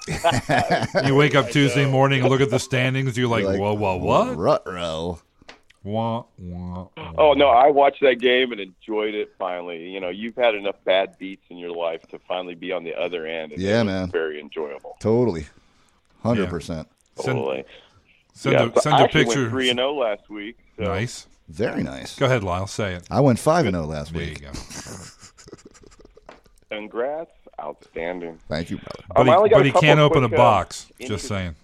Speaker 4: you wake up Tuesday morning and look at the standings. You're like, whoa, whoa, what?
Speaker 5: Ruh-roh.
Speaker 4: Wah, wah.
Speaker 16: Oh no, I watched that game and enjoyed it. Finally, you know, you've had enough bad beats in your life to finally be on the other end. And
Speaker 5: Yeah,
Speaker 16: it was
Speaker 5: man.
Speaker 16: very enjoyable.
Speaker 5: Totally. Hundred percent.
Speaker 16: Totally.
Speaker 4: send
Speaker 16: yeah,
Speaker 4: a-
Speaker 16: so
Speaker 4: send
Speaker 16: I
Speaker 4: a
Speaker 16: actually
Speaker 4: picture.
Speaker 16: Went three and zero last week. So
Speaker 4: Nice.
Speaker 5: Very nice.
Speaker 4: Go ahead, Lyle. Say it.
Speaker 5: I went five and zero last
Speaker 4: There
Speaker 5: week.
Speaker 4: you go.
Speaker 16: Congrats, outstanding.
Speaker 5: Thank you, brother.
Speaker 4: But
Speaker 16: Um,
Speaker 4: he,
Speaker 16: I only got
Speaker 4: but
Speaker 16: a
Speaker 4: he
Speaker 16: couple
Speaker 4: can't open
Speaker 16: quick,
Speaker 4: a
Speaker 16: uh,
Speaker 4: box.
Speaker 16: interest-
Speaker 4: Just saying.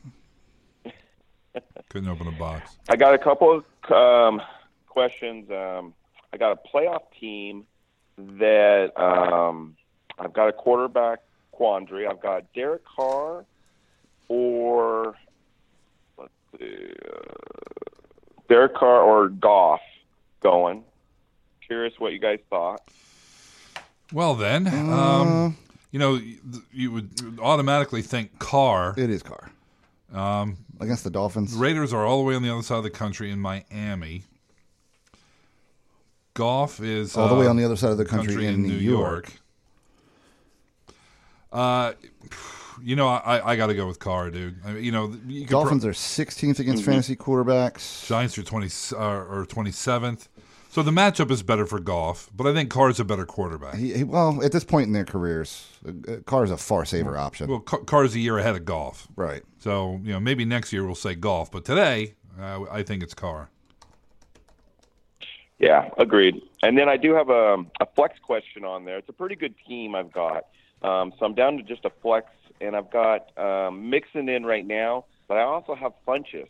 Speaker 4: Couldn't open a box.
Speaker 16: I got a couple of um, questions. Um, I got a playoff team that um, I've got a quarterback quandary. I've got Derek Carr or let's see, uh, Derek Carr or Goff going. Curious what you guys thought.
Speaker 4: Well, then,
Speaker 5: Uh,
Speaker 4: um, you know, y- you would automatically think car.
Speaker 5: It is car.
Speaker 4: Um,
Speaker 5: Against the Dolphins.
Speaker 4: Raiders are all the way on the other side of the country in Miami. Golf is
Speaker 5: All the
Speaker 4: uh,
Speaker 5: way on the other side of the country in New
Speaker 4: Uh, you know, I, I got to go with Carr, dude. I mean, you know, you could pro-
Speaker 5: Dolphins are 16th against
Speaker 4: Mhm.
Speaker 5: fantasy quarterbacks.
Speaker 4: Giants are twenty uh, or twenty seventh. So the matchup is better for golf, but I think Carr's a better quarterback.
Speaker 5: He, he, well, at this point in their careers, uh, uh, Carr's a far saver option.
Speaker 4: Well, Ca- Carr's a year ahead of golf,
Speaker 5: right?
Speaker 4: So you know, maybe next year we'll say golf, but today uh, I think it's Carr.
Speaker 16: Yeah, agreed. And then I do have a, a flex question on there. It's a pretty good team I've got. Um, so I'm down to just a flex, and I've got um, Mixon in right now, but I also have Funchess,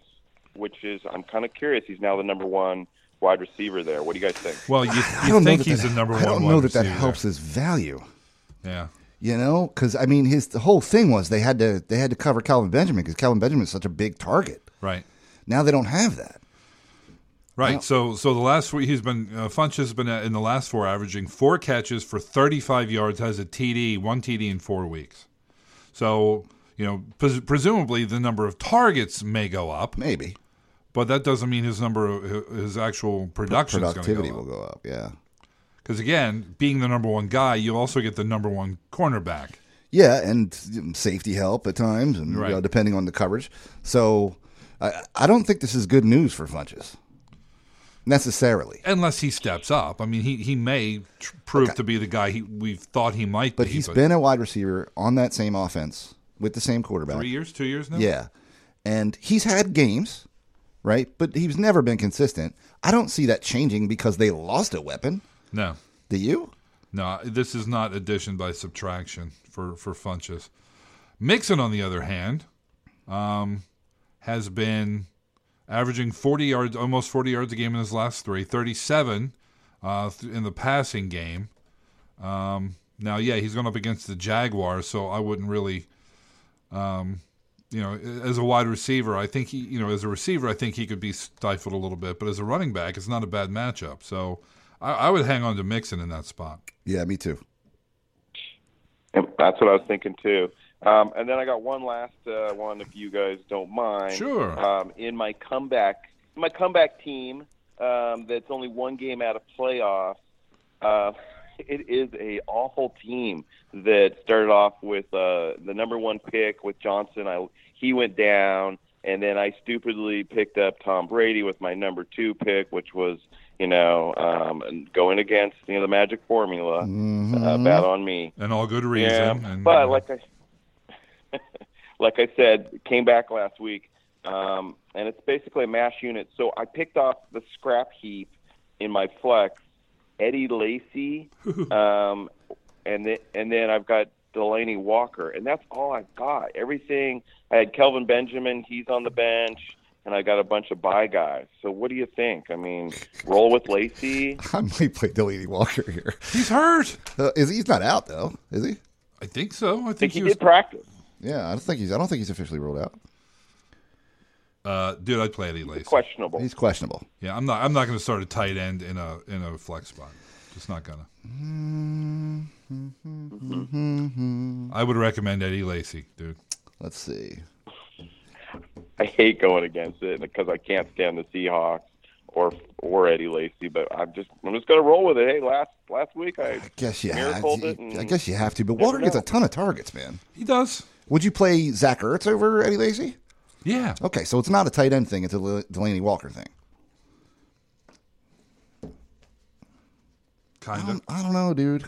Speaker 16: which is, I'm kind of curious. He's now the number one wide receiver there. What do you guys think?
Speaker 4: Well, you,
Speaker 5: I
Speaker 4: you
Speaker 5: don't know
Speaker 4: think
Speaker 5: that
Speaker 4: he's
Speaker 5: that-
Speaker 4: the number
Speaker 5: I
Speaker 4: one?
Speaker 5: don't
Speaker 4: wide
Speaker 5: know that that
Speaker 4: receiver.
Speaker 5: helps his value.
Speaker 4: Yeah.
Speaker 5: You know, because I mean, his the whole thing was they had to they had to cover Calvin Benjamin because Calvin Benjamin is such a big target.
Speaker 4: Right.
Speaker 5: Now they don't have that.
Speaker 4: Right. So so the last four, he's been uh, Funch has been uh, in the last four averaging four catches for 35 yards has a TD, one TD in 4 weeks. So, you know, pres- presumably the number of targets may go up.
Speaker 5: Maybe.
Speaker 4: But that doesn't mean his number of- his actual production is going
Speaker 5: productivity
Speaker 4: to go up.
Speaker 5: will go up. Yeah.
Speaker 4: Cuz again, being the number one guy, you also get the number one cornerback.
Speaker 5: Yeah, and um, safety help at times, and you
Speaker 4: Right.
Speaker 5: know, depending on the coverage. So, I, I don't think this is good news for Funches necessarily.
Speaker 4: Unless he steps up. I mean, he he may tr- prove to be the guy he we've thought he might
Speaker 5: But
Speaker 4: be.
Speaker 5: he's been a wide receiver on that same offense with the same quarterback.
Speaker 4: 3 years, 2 years now?
Speaker 5: Yeah. And he's had games, right? But he's never been consistent. I don't see that changing because they lost a weapon.
Speaker 4: No.
Speaker 5: Do you?
Speaker 4: No, this is not addition by subtraction for for Funches. Mixon, on the other hand, um, has been averaging 40 yards, almost 40 yards a game in his last three, 37 uh, th- in the passing game. Um, now, yeah, he's going up against the Jaguars, so I wouldn't really, um, you know, as a wide receiver, I think he, you know, as a receiver, I think he could be stifled a little bit, but as a running back, it's not a bad matchup. So I, I would hang on to Mixon in that spot.
Speaker 5: Yeah, me too.
Speaker 16: Yep, That's what I was thinking too. Um, and then I got one last uh, one, if you guys don't mind.
Speaker 4: Sure.
Speaker 16: Um, in my comeback, my comeback team um, that's only one game out of playoffs. Uh, it is a awful team that started off with uh, the number one pick with Johnson. I he went down. And then I stupidly picked up Tom Brady with my number two pick, which was, you know, um, and going against you know the magic formula.
Speaker 5: Mm-hmm.
Speaker 16: Uh,
Speaker 4: Mm-hmm.
Speaker 16: bad on me.
Speaker 4: And all good reason.
Speaker 16: Yeah,
Speaker 4: and-
Speaker 16: but like I, like I said, came back last week, um, and it's basically a mash unit. So I picked off the scrap heap in my flex, Eddie Lacy, um, and then and then I've got Delaney Walker, and that's all I've got. Everything I had Kelvin Benjamin, he's on the bench. And I got a bunch of buy guys. So what do you think? I mean, roll with Lacy.
Speaker 5: I might play Delaney Walker here.
Speaker 4: He's hurt.
Speaker 5: Uh, is he, he's not out though? Is he?
Speaker 4: I think so. I think,
Speaker 16: he,
Speaker 4: was-
Speaker 16: did practice.
Speaker 5: Yeah, I don't think he's. I don't think he's officially ruled out.
Speaker 4: Uh, dude, I'd play Eddie Lacy.
Speaker 16: Questionable.
Speaker 5: He's questionable.
Speaker 4: Yeah, I'm not. I'm not going to start a tight end in a in a flex spot. Just not gonna.
Speaker 17: Mm-hmm.
Speaker 5: Mm-hmm.
Speaker 4: I would recommend Eddie Lacy, dude.
Speaker 5: Let's see.
Speaker 16: I hate going against it because I can't stand the Seahawks or or Eddie Lacy. But I'm just I'm just gonna roll with it. Hey, last last week I
Speaker 5: Guess you have.
Speaker 16: miracled it.
Speaker 5: I guess you have to. But Walker gets a ton of targets, man.
Speaker 4: He does.
Speaker 5: Would you play Zach Ertz over Eddie Lacy?
Speaker 4: Yeah.
Speaker 5: Okay, so it's not a tight end thing. It's a Del- Delaney Walker thing.
Speaker 4: Kind
Speaker 5: of. I don't know, dude.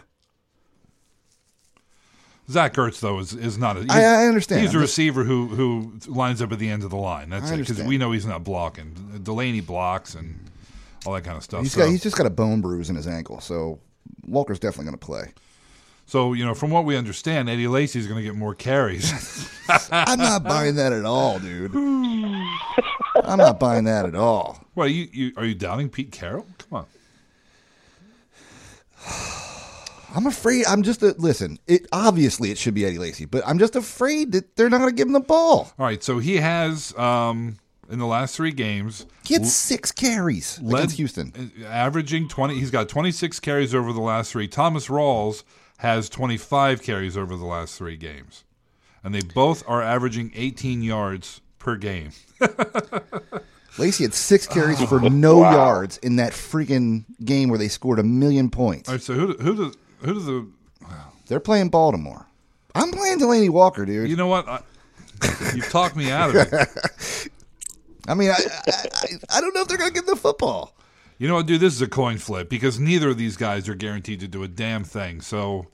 Speaker 4: Zach Ertz though is, is not a.
Speaker 5: I- I understand.
Speaker 4: He's a
Speaker 5: I'm just-
Speaker 4: receiver who who lines up at the end of the line. That's
Speaker 5: I
Speaker 4: it because
Speaker 5: understand.
Speaker 4: we know he's not blocking. Delaney blocks and all that kind of stuff.
Speaker 5: He's
Speaker 4: so.
Speaker 5: got. He's just got a bone bruise in his ankle, so Walker's definitely going to play.
Speaker 4: so you know, from what we understand, Eddie Lacy is going to get more carries.
Speaker 5: I'm not buying that at all, dude. I'm not buying that at all.
Speaker 4: Well, you, you are you doubting Pete Carroll? Come on.
Speaker 5: I'm afraid. I'm just a, listen. It obviously it should be Eddie Lacy, but I'm just afraid that they're not going to give him the ball.
Speaker 4: All right, so he has um, in the last three games.
Speaker 5: He had six carries against
Speaker 4: Houston, averaging twenty. He's got twenty six carries over the last three. Thomas Rawls has twenty five carries over the last three games, and they both are averaging eighteen yards per game.
Speaker 5: Lacey had six carries for no
Speaker 4: Wow.
Speaker 5: yards in that freaking game where they scored a million points.
Speaker 4: All right, so who do, who do, who do the
Speaker 5: They're playing Baltimore. I'm playing Delaney Walker, dude.
Speaker 4: you know what? I, you've talked me out of it.
Speaker 5: I mean, I, I, I, I don't know if they're going to give him the football.
Speaker 4: You know what, dude? This is a coin flip because neither of these guys are guaranteed to do a damn thing. So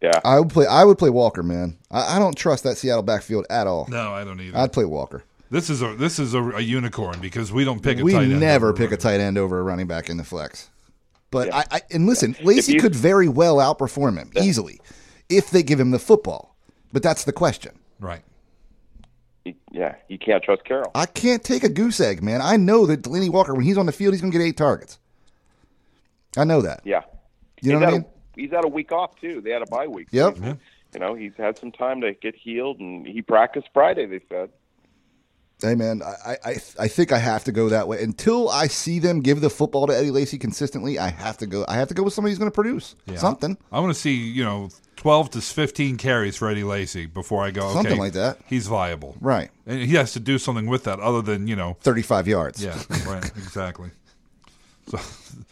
Speaker 16: Yeah,
Speaker 5: I would play. I would play Walker, man. I, I don't trust that Seattle backfield at all.
Speaker 4: no, I don't either.
Speaker 5: I'd play Walker.
Speaker 4: This is a this is a, a unicorn because we don't pick a
Speaker 5: we
Speaker 4: tight end.
Speaker 5: never pick a tight end over a running back in the flex. But I, I, and listen, Lacey could very well outperform him easily if they give him the football. But that's the question.
Speaker 4: Right.
Speaker 16: Yeah, you can't trust Carroll.
Speaker 5: I can't take a goose egg, man. I know that Delaney Walker, when he's on the field, he's going to get eight targets. I know that.
Speaker 16: Yeah,
Speaker 5: You
Speaker 16: he's
Speaker 5: know what I
Speaker 16: had
Speaker 5: mean?
Speaker 16: A, he's had a week off too. They had a bye week.
Speaker 5: Yep.
Speaker 16: You know, he's had some time to get healed, and he practiced Friday. They said.
Speaker 5: Hey, man, I, I, I think I have to go that way. Until I see them give the football to Eddie Lacy consistently, I have to go. I have to go with somebody who's going to produce
Speaker 4: Yeah.
Speaker 5: something.
Speaker 4: I want to see you know twelve to fifteen carries for Eddie Lacy before I go. Okay,
Speaker 5: Something like that.
Speaker 4: He's viable,
Speaker 5: Right.
Speaker 4: And he has to do something with that other than you know
Speaker 5: 35 yards.
Speaker 4: Yeah, right, exactly. So,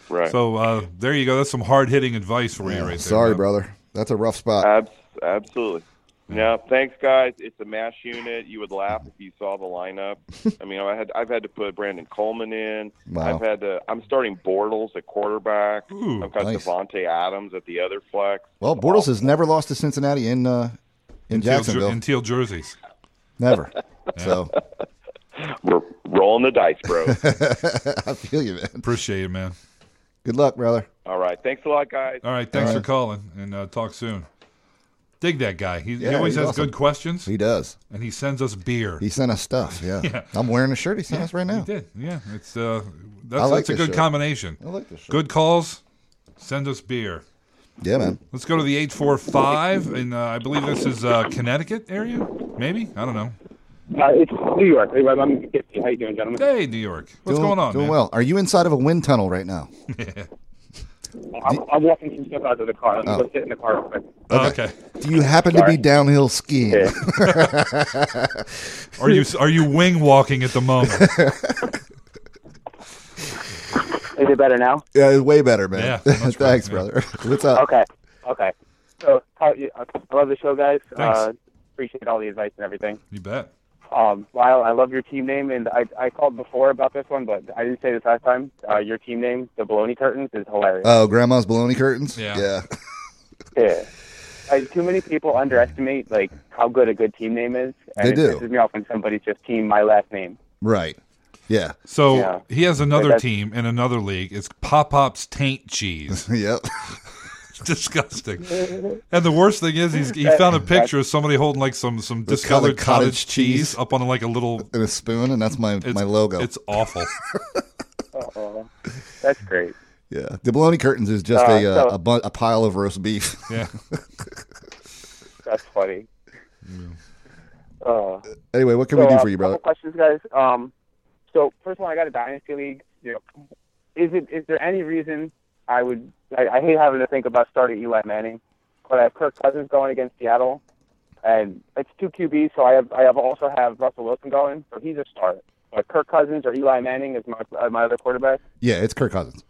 Speaker 16: Right.
Speaker 4: So uh, there you go. That's some hard hitting advice for you,
Speaker 5: Yeah,
Speaker 4: right there.
Speaker 5: sorry,
Speaker 4: Rob.
Speaker 5: brother. That's a rough spot.
Speaker 16: Abs- absolutely. Yeah. Thanks, guys. It's a mash unit. You would laugh if you saw the lineup. I mean, I had I've had to put Brandon Coleman in.
Speaker 5: Wow.
Speaker 16: I've had to. I'm starting Bortles at quarterback.
Speaker 4: Ooh,
Speaker 16: I've got
Speaker 5: nice.
Speaker 16: Devontae Adams at the other flex.
Speaker 5: Well, Bortles has never lost to Cincinnati in uh, in,
Speaker 4: In teal jer-
Speaker 5: Jacksonville.
Speaker 4: in teal jerseys.
Speaker 5: never. So
Speaker 16: We're rolling the dice, bro.
Speaker 5: I feel you, man.
Speaker 4: Appreciate it, man.
Speaker 5: Good luck, brother.
Speaker 16: All right. Thanks a lot, guys.
Speaker 4: All right, thanks
Speaker 5: All
Speaker 4: for calling, and uh, talk soon. Dig that guy. He, he
Speaker 5: Yeah,
Speaker 4: always
Speaker 5: he's
Speaker 4: has
Speaker 5: awesome.
Speaker 4: good questions,
Speaker 5: He does.
Speaker 4: and he sends us beer.
Speaker 5: He sent us stuff. Yeah.
Speaker 4: Yeah.
Speaker 5: I'm wearing a shirt he sent us right now.
Speaker 4: He did. Yeah, it's uh, that's,
Speaker 5: I like
Speaker 4: that's a
Speaker 5: this
Speaker 4: good
Speaker 5: shirt.
Speaker 4: combination.
Speaker 5: I like this shirt.
Speaker 4: Good calls. Send us beer.
Speaker 5: Yeah, man.
Speaker 4: Let's go to the eight four five, and uh, I believe this is uh, Connecticut area. Maybe I don't know.
Speaker 18: Uh, it's New York. Hey, Rob, I'm How you doing, gentlemen?
Speaker 4: Hey, New York. What's
Speaker 5: Doing-
Speaker 4: going on?
Speaker 5: Doing
Speaker 4: man?
Speaker 5: well. Are you inside of a wind tunnel right now?
Speaker 18: I'm, I'm walking some stuff out of the car. Let me
Speaker 5: Oh.
Speaker 18: go sit in the car real quick.
Speaker 4: Oh, okay.
Speaker 5: Do you happen to
Speaker 18: Sorry.
Speaker 5: be downhill skiing?
Speaker 4: Uh, Are you are you wing walking at the moment?
Speaker 18: Is it better now?
Speaker 5: yeah, it's way better, man.
Speaker 4: Yeah,
Speaker 5: Thanks, brother. What's up?
Speaker 18: Okay. Okay. So, how, you- I love the show, guys.
Speaker 4: Thanks.
Speaker 18: Uh, appreciate all the advice and everything.
Speaker 4: You bet.
Speaker 18: Um, Lyle, I love your team name, and I, I called before about this one, but I didn't say this last time. Uh, your team name, the Baloney Curtains, is hilarious.
Speaker 5: Oh, grandma's baloney curtains. Yeah. Yeah.
Speaker 18: Yeah. I, too many people underestimate like how good a good team name is. And
Speaker 5: They
Speaker 18: it
Speaker 5: do.
Speaker 18: pisses me off when somebody's just team my last name.
Speaker 5: Right. Yeah.
Speaker 4: So
Speaker 18: Yeah.
Speaker 4: he has another
Speaker 18: That's-
Speaker 4: team in another league. It's Pop Pop's Taint Cheese.
Speaker 5: yep.
Speaker 4: Disgusting. And the worst thing is, he's, he found a picture of somebody holding like some some
Speaker 5: It's called a
Speaker 4: discolored cottage cheese up on like a little
Speaker 5: and a spoon, and that's my my logo.
Speaker 4: It's awful.
Speaker 18: Oh, that's great.
Speaker 5: yeah, the bologna curtains is just
Speaker 18: Uh,
Speaker 5: a, uh,
Speaker 18: so-
Speaker 5: a bu- a pile of roast beef.
Speaker 4: Yeah.
Speaker 18: That's funny. Uh,
Speaker 5: anyway, what can
Speaker 18: so,
Speaker 5: we do
Speaker 18: uh,
Speaker 5: for you, brother?
Speaker 18: couple questions, guys. Um, so first of all, I got a dynasty league. You know, is it is there any reason I would? I, I hate having to think about starting Eli Manning, but I have Kirk Cousins going against Seattle, and it's two QBs. So I have I have also have Russell Wilson going, so he's a start. But Kirk Cousins or Eli Manning is my uh, my other quarterback.
Speaker 5: Yeah, it's Kirk Cousins.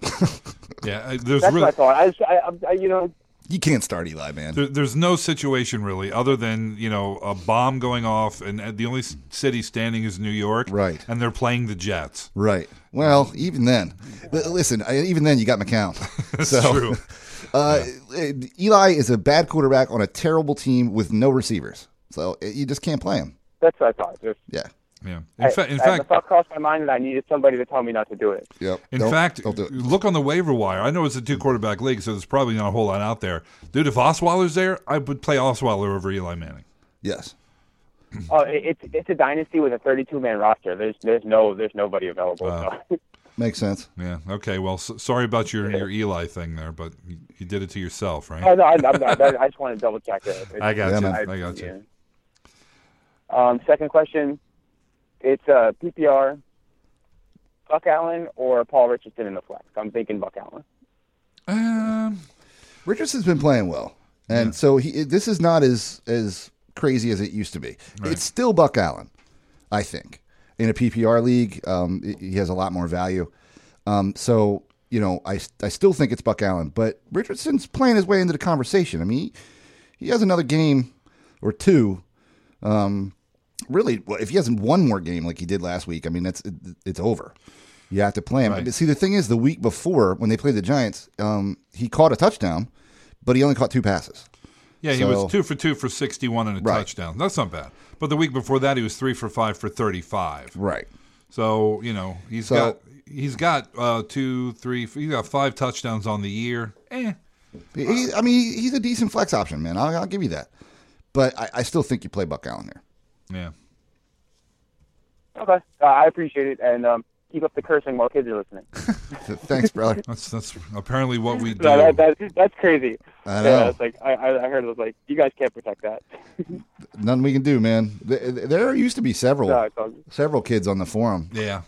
Speaker 4: Yeah, I- there's
Speaker 18: That's what I
Speaker 4: really
Speaker 18: thought. I, just, I, I you know
Speaker 5: you can't start Eli, man.
Speaker 4: there, there's no situation really other than you know a bomb going off, and uh, the only s- city standing is New York,
Speaker 5: Right.
Speaker 4: And they're playing the Jets.
Speaker 5: Right. Well, even then, L- listen. I- Even then, you got McCown.
Speaker 4: That's
Speaker 5: so,
Speaker 4: true.
Speaker 5: Uh, Eli is a bad quarterback on a terrible team with no receivers. So it, you just can't play him.
Speaker 18: that's what I thought. Just,
Speaker 5: Yeah.
Speaker 4: Yeah. In,
Speaker 18: I,
Speaker 4: fa- in
Speaker 18: I-
Speaker 4: fact,
Speaker 18: the thought crossed my mind that I needed somebody to tell me not to do it.
Speaker 5: Yep.
Speaker 4: In
Speaker 5: Don't-
Speaker 4: fact, look on the waiver wire. I know it's a two quarterback league, so there's probably not a whole lot out there. Dude, if Osweiler's there, I would play Osweiler over Eli Manning.
Speaker 5: Yes.
Speaker 4: Hmm.
Speaker 18: Oh, it- it's it's a dynasty with a 32 man roster. There's there's no there's nobody available. so.
Speaker 5: Makes sense.
Speaker 4: Yeah. Okay. Well, s sorry about your, your Eli thing there, but you, you did it to yourself, right?
Speaker 18: oh no, I, I, I just want to double check it.
Speaker 4: I got you. I got you.
Speaker 18: Um, second question, it's uh, PPR. Buck Allen or Paul Richardson in the flex? I'm thinking Buck Allen.
Speaker 4: Um,
Speaker 5: Richardson's been playing well, and so he, this is not as as crazy as it used to be. It's still Buck Allen, I think. In a PPR league, um, i- he has a lot more value. Um, so you know, I s- I still think it's Buck Allen, but Richardson's playing his way into the conversation. I mean, he, he has another game or two. Um, really, well, if he hasn't one more game like he did last week, I mean, that's it, it's over. You have to play him. But See, the thing is, the week before when they played the Giants, um, he caught a touchdown, but he only caught two passes.
Speaker 4: Yeah, he
Speaker 5: So-
Speaker 4: was two for two for 61 and a
Speaker 5: Right.
Speaker 4: touchdown. That's not bad. But the week before that, he was three for five for 35.
Speaker 5: Right.
Speaker 4: So you know he's
Speaker 5: So-
Speaker 4: got he's got uh, two, three, f- he's got five touchdowns on the year. Eh.
Speaker 5: He- he- I mean, he- he's a decent flex option, man. I'll, I'll give you that. But I, I still think you play Buck Allen there.
Speaker 4: Yeah.
Speaker 18: Okay, uh, I appreciate it, and um, keep up the cursing while kids are listening.
Speaker 5: Thanks, brother.
Speaker 4: That's that's apparently what we do.
Speaker 18: No, that, that, that's crazy.
Speaker 5: I know.
Speaker 18: Yeah, it's like I, I I heard it was like you guys can't protect that.
Speaker 5: Nothing we can do, man. There, there used to be several
Speaker 18: No, it's all good.
Speaker 5: several kids on the forum.
Speaker 4: Yeah.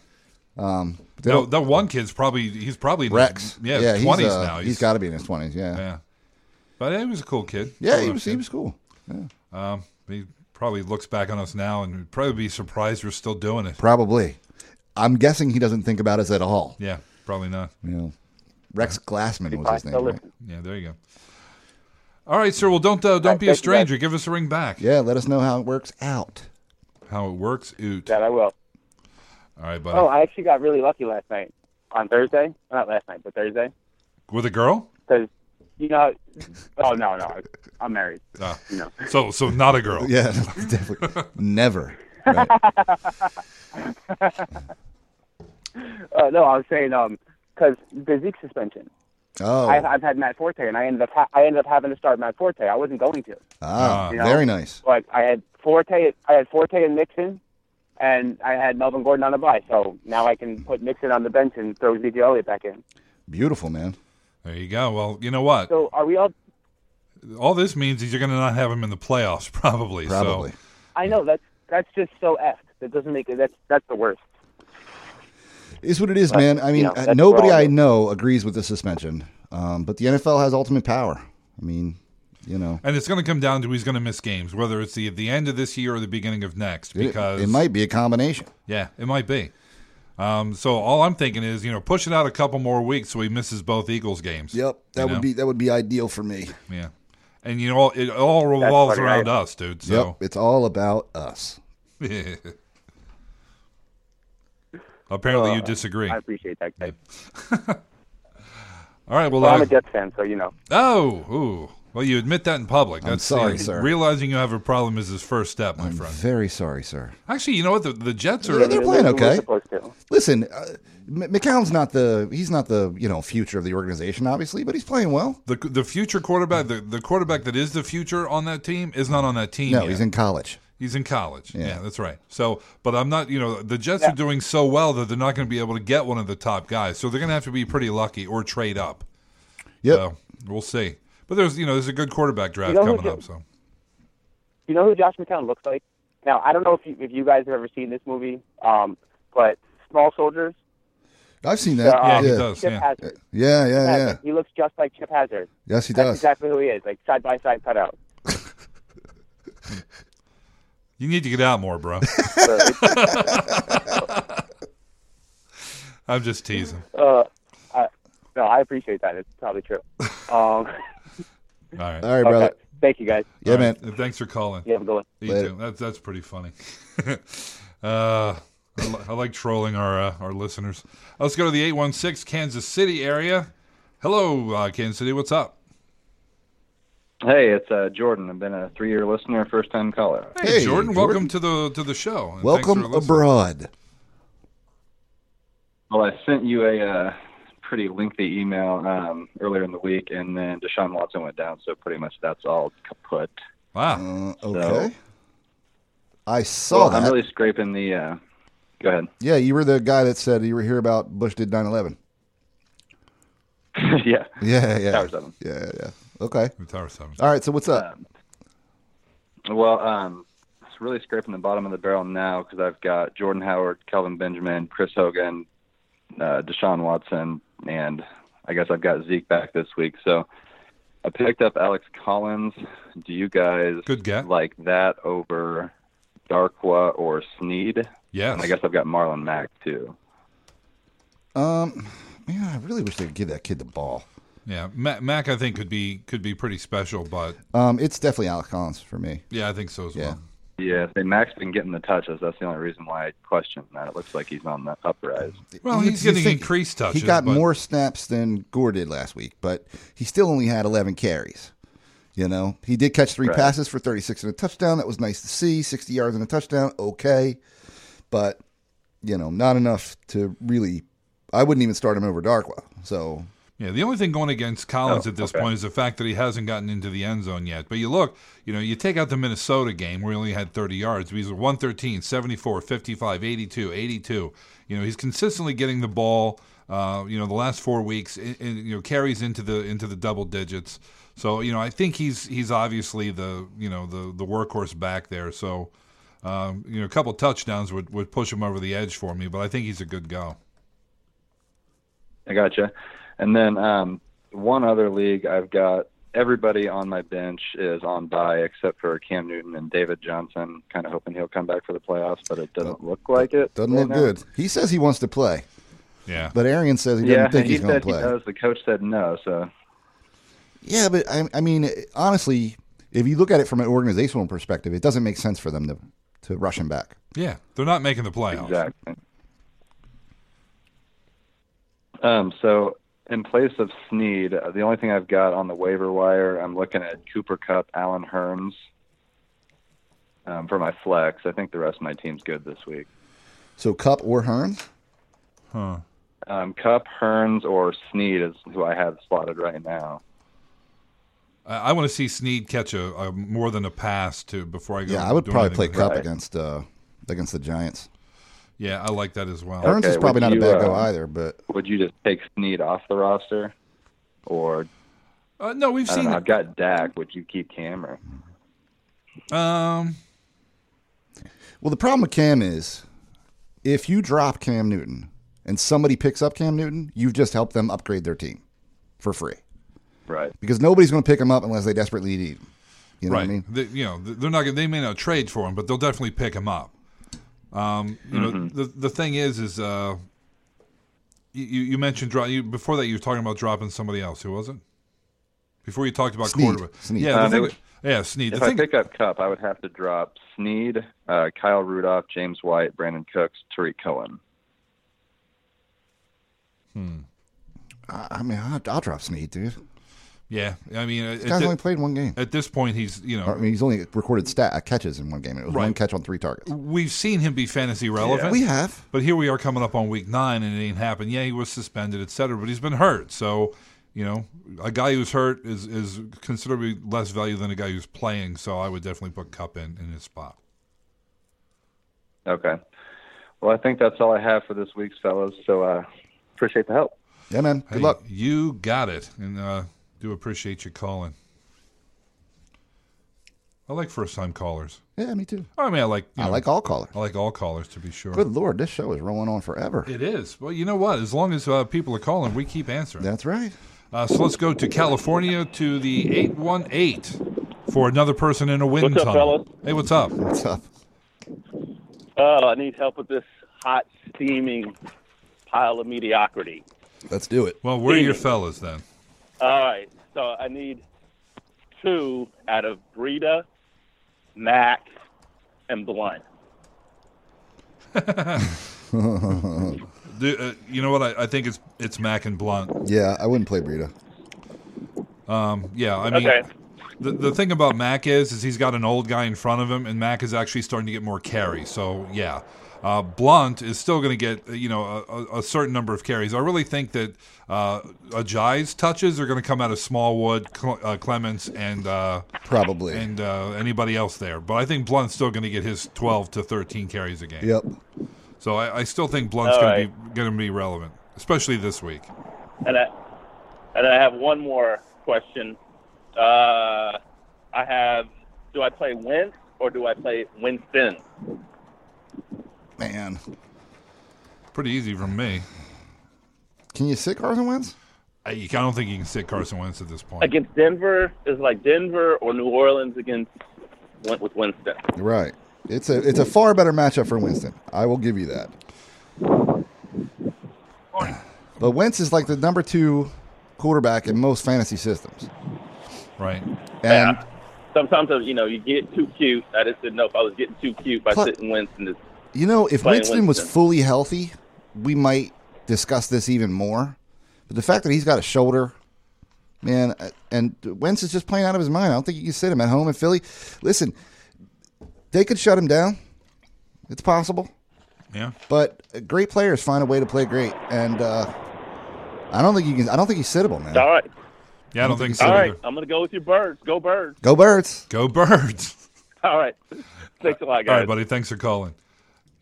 Speaker 5: Um, but they
Speaker 4: No,
Speaker 5: don't-
Speaker 4: that one kid's probably he's probably in his-
Speaker 5: Rex.
Speaker 4: yeah,
Speaker 5: he's,
Speaker 4: twenties
Speaker 5: uh,
Speaker 4: now.
Speaker 5: he's got to be in his twenties. Yeah.
Speaker 4: yeah. But he was a cool kid.
Speaker 5: Yeah,
Speaker 4: Cool
Speaker 5: he
Speaker 4: enough
Speaker 5: was- he
Speaker 4: kid.
Speaker 5: was cool. Yeah.
Speaker 4: Um, he probably looks back on us now and would probably be surprised we're still doing it.
Speaker 5: Probably. I'm guessing he doesn't think about us at all.
Speaker 4: Yeah, probably not.
Speaker 5: You know, Rex Glassman was his name. Right?
Speaker 4: Yeah, there you go. All right, sir. Well, don't uh, don't be a
Speaker 5: thank you, guys.
Speaker 4: stranger. Give us a ring back.
Speaker 5: Yeah, let us know how it works out.
Speaker 4: How it works, oot.
Speaker 18: That I will.
Speaker 4: All right, buddy.
Speaker 18: Oh, I actually got really lucky last night on Thursday. Not last night, but Thursday.
Speaker 4: With a girl?
Speaker 18: Because you know, oh no, no, I'm married.
Speaker 4: Ah.
Speaker 18: No.
Speaker 4: So so not a girl.
Speaker 5: Yeah, definitely. Never.
Speaker 18: Uh, no, I was saying um, because the Zeke suspension.
Speaker 5: Oh,
Speaker 18: I, I've had Matt Forte, and I ended up ha- I ended up having to start Matt Forte. I wasn't going to.
Speaker 5: ah,
Speaker 18: You know?
Speaker 5: very nice.
Speaker 18: But I had Forte, I had Forte and Nixon, and I had Melvin Gordon on the bye. So now I can put Nixon on the bench and throw Zeke Elliott back in.
Speaker 5: Beautiful, man.
Speaker 4: There you go. Well, you know what?
Speaker 18: So are we all?
Speaker 4: All this means is you're going to not have him in the playoffs, probably.
Speaker 5: Probably.
Speaker 4: So,
Speaker 18: I know that's that's just so effed. That doesn't make it. That's that's the worst.
Speaker 5: It's what it is, man. I mean,
Speaker 18: you know,
Speaker 5: uh,
Speaker 18: that's
Speaker 5: nobody
Speaker 18: wrong.
Speaker 5: I know agrees with the suspension, um, but the NFL has ultimate power. I mean, you know,
Speaker 4: and it's going to come down to who's going to miss games, whether it's the the end of this year or the beginning of next.
Speaker 5: it,
Speaker 4: Because
Speaker 5: it might be a combination.
Speaker 4: Yeah, it might be. Um, so all I'm thinking is, you know, push it out a couple more weeks so he misses both Eagles games.
Speaker 5: Yep, that
Speaker 4: you
Speaker 5: would
Speaker 4: know?
Speaker 5: be that would be ideal for me.
Speaker 4: Yeah, and you know, it all revolves
Speaker 5: funny,
Speaker 4: around
Speaker 5: right?
Speaker 4: us, dude. So
Speaker 5: Yep, it's all about us.
Speaker 4: Apparently, you
Speaker 13: Uh,
Speaker 4: disagree.
Speaker 13: I appreciate that,
Speaker 4: guys. All right. Well,
Speaker 13: Well, I'm
Speaker 4: uh,
Speaker 13: a Jets fan, so you know.
Speaker 4: Oh, ooh. Well, you admit that in public.
Speaker 5: I'm
Speaker 4: That's
Speaker 5: sorry,
Speaker 4: the,
Speaker 5: sir.
Speaker 4: Realizing you have a problem is his first step, my
Speaker 5: I'm
Speaker 4: friend.
Speaker 5: very sorry, sir.
Speaker 4: Actually, you know what? The, the Jets are
Speaker 5: They're, they're playing okay.
Speaker 4: to.
Speaker 5: Listen, uh, M- McCown's not the he's not the you know future of the organization, obviously, but he's playing well.
Speaker 4: The the future quarterback, the, the quarterback that is the future on that team, is not on that team.
Speaker 5: No,
Speaker 4: yet.
Speaker 5: he's in college.
Speaker 4: He's in college. Yeah.
Speaker 5: Yeah.
Speaker 4: that's right. So, but I'm not, you know, the Jets are doing so well that they're not going to be able to get one of the top guys. So they're going to have to be pretty lucky or trade up.
Speaker 5: Yep.
Speaker 4: So we'll see. But there's, you know, there's a good quarterback draft
Speaker 18: You know who
Speaker 4: coming
Speaker 18: Jo-
Speaker 4: up. So
Speaker 18: you know who Josh McCown looks like? Now, I don't know if you, if you guys have ever seen this movie, um, but Small Soldiers.
Speaker 5: I've seen that.
Speaker 18: uh,
Speaker 5: yeah,
Speaker 18: Chip Hazard.
Speaker 5: yeah,
Speaker 18: Chip
Speaker 5: yeah, yeah.
Speaker 18: Hazard. He looks just like Chip Hazard.
Speaker 5: Yes, he
Speaker 18: That's
Speaker 5: does.
Speaker 18: exactly who he is, like side by side cutout.
Speaker 4: you need to get out more, bro. I'm just teasing.
Speaker 18: Uh, I, no, I appreciate that. It's probably true. Um,
Speaker 4: All right.
Speaker 5: All right, brother.
Speaker 18: okay. Thank you, guys.
Speaker 5: Yeah,
Speaker 4: All
Speaker 5: man.
Speaker 4: And Thanks for calling.
Speaker 18: Yeah, have a good one.
Speaker 4: You
Speaker 5: Later.
Speaker 4: too. That's that's pretty funny. uh, I, li- I like trolling our uh, our listeners. Let's go to the eight one six Kansas City area. Hello, uh, Kansas City. What's up?
Speaker 17: Hey, it's uh, Jordan. I've been a three-year listener, first-time caller.
Speaker 4: Hey, Jordan, welcome to the to the show. and thanks
Speaker 5: Welcome
Speaker 4: for listening.
Speaker 5: abroad.
Speaker 17: Well, I sent you a uh, pretty lengthy email um, earlier in the week, and then Deshaun Watson went down, so pretty much that's all kaput.
Speaker 4: Wow.
Speaker 5: Uh, okay. I saw
Speaker 17: Well,
Speaker 5: that.
Speaker 17: I'm really scraping the. Uh, go ahead.
Speaker 5: yeah, you were the guy that said you were here about Bush did 9/11.
Speaker 17: yeah.
Speaker 5: Yeah, yeah.
Speaker 17: Tower seven. Um,
Speaker 5: Yeah, yeah. Okay.
Speaker 4: Tower seven.
Speaker 5: All right. So what's up?
Speaker 17: Well, um, it's really scraping the bottom of the barrel now because I've got Jordan Howard, Kelvin Benjamin, Chris Hogan, uh, Deshaun Watson, and I guess I've got Zeke back this week. So I picked up Alex Collins. Do you guys like that over Darkwa or Sneed?
Speaker 4: Yes.
Speaker 17: And I guess I've got Marlon Mack too.
Speaker 5: Um, man, I really wish they'd give that kid the ball.
Speaker 4: Yeah, Mac, Mac I think could be could be pretty special, but
Speaker 5: Um, it's definitely Alec Collins for me.
Speaker 4: yeah, I think so as well.
Speaker 17: Yeah, I think Mack's been getting the touches. That's the only reason why I question that. It looks like he's on the uprise.
Speaker 4: Well,
Speaker 5: You-
Speaker 4: he's
Speaker 5: you
Speaker 4: getting
Speaker 5: think
Speaker 4: increased touches.
Speaker 5: He got
Speaker 4: but-
Speaker 5: more snaps than Gore did last week, but he still only had 11 carries. You know, he did catch three
Speaker 17: Right.
Speaker 5: passes for 36 and a touchdown. That was nice to see. 60 yards and a touchdown. Okay. But, you know, not enough to really. I wouldn't even start him over Darkwa. So,
Speaker 4: Yeah, the only thing going against Collins
Speaker 5: Oh,
Speaker 4: at this
Speaker 5: okay.
Speaker 4: point is the fact that he hasn't gotten into the end zone yet. But you look, you know, you take out the Minnesota game where he only had 30 yards. but He's 113, 74, 55, 82, 82. You know, he's consistently getting the ball. Uh, you know, the last four weeks, in, in, you know, carries into the into the double digits. So you know, I think he's he's obviously the you know the the workhorse back there. So um, you know, a couple touchdowns would would push him over the edge for me. But I think he's a good go.
Speaker 17: I gotcha. And then um, one other league, I've got everybody on my bench is on bye except for Cam Newton and David Johnson. Kind of hoping he'll come back for the playoffs, but it doesn't look like it.
Speaker 5: doesn't
Speaker 17: right
Speaker 5: look
Speaker 17: now.
Speaker 5: good. He says he wants to play.
Speaker 4: Yeah.
Speaker 5: But Arian says he
Speaker 17: yeah,
Speaker 5: doesn't think
Speaker 17: he
Speaker 5: he's going to
Speaker 17: said
Speaker 5: play.
Speaker 17: he does. The coach said no. So
Speaker 5: Yeah, but I, I mean, honestly, if you look at it from an organizational perspective, it doesn't make sense for them to, to rush him back.
Speaker 4: Yeah, they're not making the playoffs.
Speaker 17: Exactly. Um, so in place of Sneed, uh, the only thing I've got on the waiver wire, I'm looking at Cooper Cup, Alan Hearns um, for my flex. I think the rest of my team's good this week.
Speaker 5: So Cup or Hearns?
Speaker 4: Huh.
Speaker 17: Um, Cup, Hearns, or Sneed is who I have slotted right now.
Speaker 4: I, I want to see Snead catch a, a more than a pass to before I go.
Speaker 5: Yeah, I would
Speaker 4: do
Speaker 5: probably
Speaker 4: anything
Speaker 5: play
Speaker 4: with
Speaker 5: Cup
Speaker 4: it.
Speaker 5: against uh, against the Giants.
Speaker 4: Yeah, I like that as well.
Speaker 5: Hearns is probably
Speaker 17: would
Speaker 5: not a
Speaker 17: you,
Speaker 5: bad go
Speaker 17: uh,
Speaker 5: either, but
Speaker 17: Would you just take Sneed off the roster, or
Speaker 4: Uh, no,
Speaker 17: I
Speaker 4: we've
Speaker 17: don't
Speaker 4: seen
Speaker 17: know, I've got Dak. Would you keep Cameron?
Speaker 4: Um,
Speaker 5: well, the problem with Cam is if you drop Cam Newton and somebody picks up Cam Newton, you've just helped them upgrade their team for free
Speaker 17: Right.
Speaker 5: because nobody's going to pick him up unless they desperately need him. You know
Speaker 4: right.
Speaker 5: what I mean?
Speaker 4: They- you know, th- they're not. gonna- They may not trade for him, but they'll definitely pick him up. Um, you know,
Speaker 17: Mm-hmm.
Speaker 5: Mhm.
Speaker 4: the the thing is, is uh, you you you mentioned dro- you before that you were talking about dropping somebody else. Who was it? Before you talked about
Speaker 5: Snead.
Speaker 4: quarterback.
Speaker 5: Snead.
Speaker 4: Yeah, the
Speaker 5: Um,
Speaker 4: thing-
Speaker 5: it was-
Speaker 4: Yeah, Snead.
Speaker 17: If
Speaker 4: The
Speaker 17: I
Speaker 4: thing-
Speaker 17: pick up Cup, I would have to drop Snead, uh, Kyle Rudolph, James White, Brandon Cooks, Tariq Cohen.
Speaker 4: Hmm.
Speaker 5: I, I mean, I'll, I'll drop Snead, dude.
Speaker 4: Yeah, I mean, at,
Speaker 5: guy's
Speaker 4: thi-
Speaker 5: only played one game.
Speaker 4: At this point, he's you know
Speaker 5: I mean, he's only recorded stat uh, catches in one game. It was one
Speaker 4: Right.
Speaker 5: catch on three targets.
Speaker 4: We've seen him be fantasy relevant.
Speaker 5: We have.
Speaker 4: But here we are coming up on week nine, and it ain't happened. Yeah, he was suspended, et cetera, but he's been hurt. So, you know, a guy who's hurt is, is considerably less value than a guy who's playing. So I would definitely put Cup in, in his spot.
Speaker 17: Okay. Well, I think that's all I have for this week's fellas. So uh, appreciate the help.
Speaker 5: Yeah, man.
Speaker 4: Good luck. You got it. And uh, do appreciate you calling. I like first time callers.
Speaker 5: Yeah, me too.
Speaker 4: I mean, I like. you
Speaker 5: I
Speaker 4: know,
Speaker 5: like all callers.
Speaker 4: I like all callers, to be sure.
Speaker 5: Good lord, this show is rolling on forever.
Speaker 4: It is. Well, you know what? As long as uh, people are calling, we keep answering.
Speaker 5: That's right.
Speaker 4: Uh, so let's go to California to the 818 for another person in a wind
Speaker 19: What's up,
Speaker 4: tunnel. Hey, what's up?
Speaker 5: What's up?
Speaker 19: Oh, I need help with this hot, steaming pile of mediocrity.
Speaker 5: Let's do it.
Speaker 4: Well, we're your fellas then.
Speaker 19: All right, so I need two out of Brita, Mac, and Blunt.
Speaker 4: Do, uh, you know what? I, I think it's it's Mac and Blunt.
Speaker 5: yeah, I wouldn't play Brita.
Speaker 4: Um, yeah, I mean,
Speaker 5: Okay.
Speaker 4: the the thing about Mac is is he's got an old guy in front of him, and Mac is actually starting to get more carry. So yeah, uh, Blunt is still going to get uh, you know a- a, a certain number of carries. I really think that uh, Ajay's touches are going to come out of Smallwood, Cle- uh, Clements, and uh,
Speaker 5: Probably.
Speaker 4: and uh, anybody else there. But I think Blunt's still going to get his twelve to thirteen carries a game.
Speaker 5: Yep.
Speaker 4: So I, I still think Blunt's
Speaker 19: All
Speaker 4: going to be going to be relevant, especially this week.
Speaker 19: And I, and I have one more question. Uh, I have, do I play Wentz or do I play Winston?
Speaker 5: Man.
Speaker 4: Pretty easy from me.
Speaker 5: Can you sit Carson Wentz?
Speaker 4: I, I don't think you can sit Carson Wentz at this point.
Speaker 19: Against Denver is like Denver or New Orleans against went with Winston.
Speaker 5: Right. It's a it's a far better matchup for Winston. I will give you that. But Wentz is like the number two quarterback in most fantasy systems.
Speaker 4: Right.
Speaker 5: And
Speaker 19: Sometimes uh, you know you get too cute. I just didn't know if I was getting too cute by
Speaker 5: Plus-
Speaker 19: sitting Winston. Just,
Speaker 5: you know, if
Speaker 19: Playing
Speaker 5: Winston was
Speaker 19: Winston.
Speaker 5: fully healthy, we might discuss this even more. But the fact that he's got a shoulder, man, uh, and Wentz is just playing out of his mind. I don't think you can sit him at home in Philly. Listen, they could shut him down. It's possible.
Speaker 4: Yeah.
Speaker 5: But uh, great players find a way to play great, and uh, I don't think you can. I don't think he's sittable, man.
Speaker 19: All right.
Speaker 4: Yeah, I don't think so.
Speaker 19: All right,
Speaker 4: either.
Speaker 19: I'm gonna go with your birds. Go birds.
Speaker 5: Go birds.
Speaker 4: Go birds.
Speaker 19: All right. Thanks a lot,
Speaker 4: All
Speaker 19: guys.
Speaker 4: right, buddy. Thanks for calling.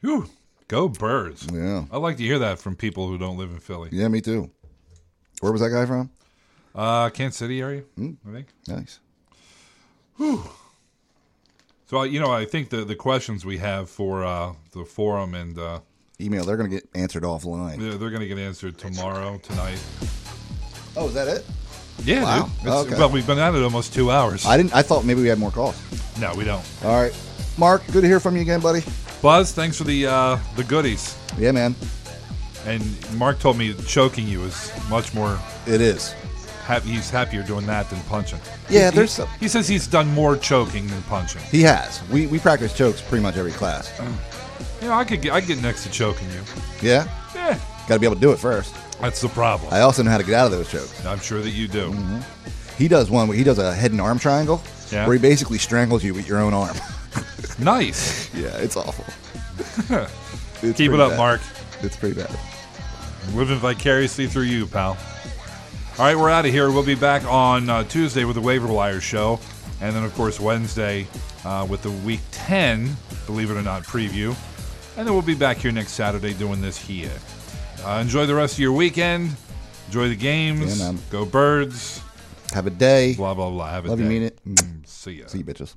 Speaker 4: Whew. Go birds.
Speaker 5: Yeah.
Speaker 4: I like to hear that from people who don't live in Philly.
Speaker 5: Yeah, me too. Where was that guy from?
Speaker 4: Uh, Kansas City area,
Speaker 5: Hmm.
Speaker 4: I think.
Speaker 5: Nice.
Speaker 4: Whew. So, I- you know, I think the, the questions we have for uh, the forum and uh,
Speaker 5: Email. They're going to get answered offline.
Speaker 4: they're, they're going to get answered tomorrow, tonight.
Speaker 5: Oh, is that it?
Speaker 4: Yeah,
Speaker 5: Wow.
Speaker 4: dude. It's-
Speaker 5: Okay.
Speaker 4: Well, we've been at it almost two hours.
Speaker 5: I didn't. I thought maybe we had more calls.
Speaker 4: No, we don't.
Speaker 5: All right, Mark. Good to hear from you again, buddy.
Speaker 4: Buzz, thanks for the uh, the goodies.
Speaker 5: Yeah, man.
Speaker 4: And Mark told me choking you is much more.
Speaker 5: It is.
Speaker 4: Happy, he's happier doing that than punching.
Speaker 5: Yeah,
Speaker 4: He-
Speaker 5: there's
Speaker 4: He,
Speaker 5: some-
Speaker 4: he says he's done more choking than punching.
Speaker 5: He has. We we practice chokes pretty much every class.
Speaker 4: Mm. You know, I could get, I get next to choking you.
Speaker 5: Yeah.
Speaker 4: Yeah.
Speaker 5: Got to be able to do it first.
Speaker 4: That's the problem.
Speaker 5: I Mm-hmm. also know how to get out of those chokes.
Speaker 4: I'm sure that you do.
Speaker 5: He does one. where He does a head and arm triangle,
Speaker 4: Yeah.
Speaker 5: where he basically strangles you with your own arm.
Speaker 4: Nice.
Speaker 5: yeah, it's awful.
Speaker 4: Keep
Speaker 5: pretty
Speaker 4: it up,
Speaker 5: bad.
Speaker 4: Mark.
Speaker 5: It's pretty bad.
Speaker 4: Living vicariously through you, pal. All right, we're out of here. We'll be back on uh, Tuesday with the Waiver Wire show. And then, of course, Wednesday uh, with the Week 10, believe it or not, preview. And then we'll be back here next Saturday doing this here. Uh, enjoy the rest of your weekend. Enjoy the games.
Speaker 5: Yeah, man.
Speaker 4: Go birds.
Speaker 5: Have a day.
Speaker 4: Blah, blah, blah. Have a
Speaker 5: Love
Speaker 4: day.
Speaker 5: you, mean it. Mm.
Speaker 4: See ya.
Speaker 5: See you, bitches.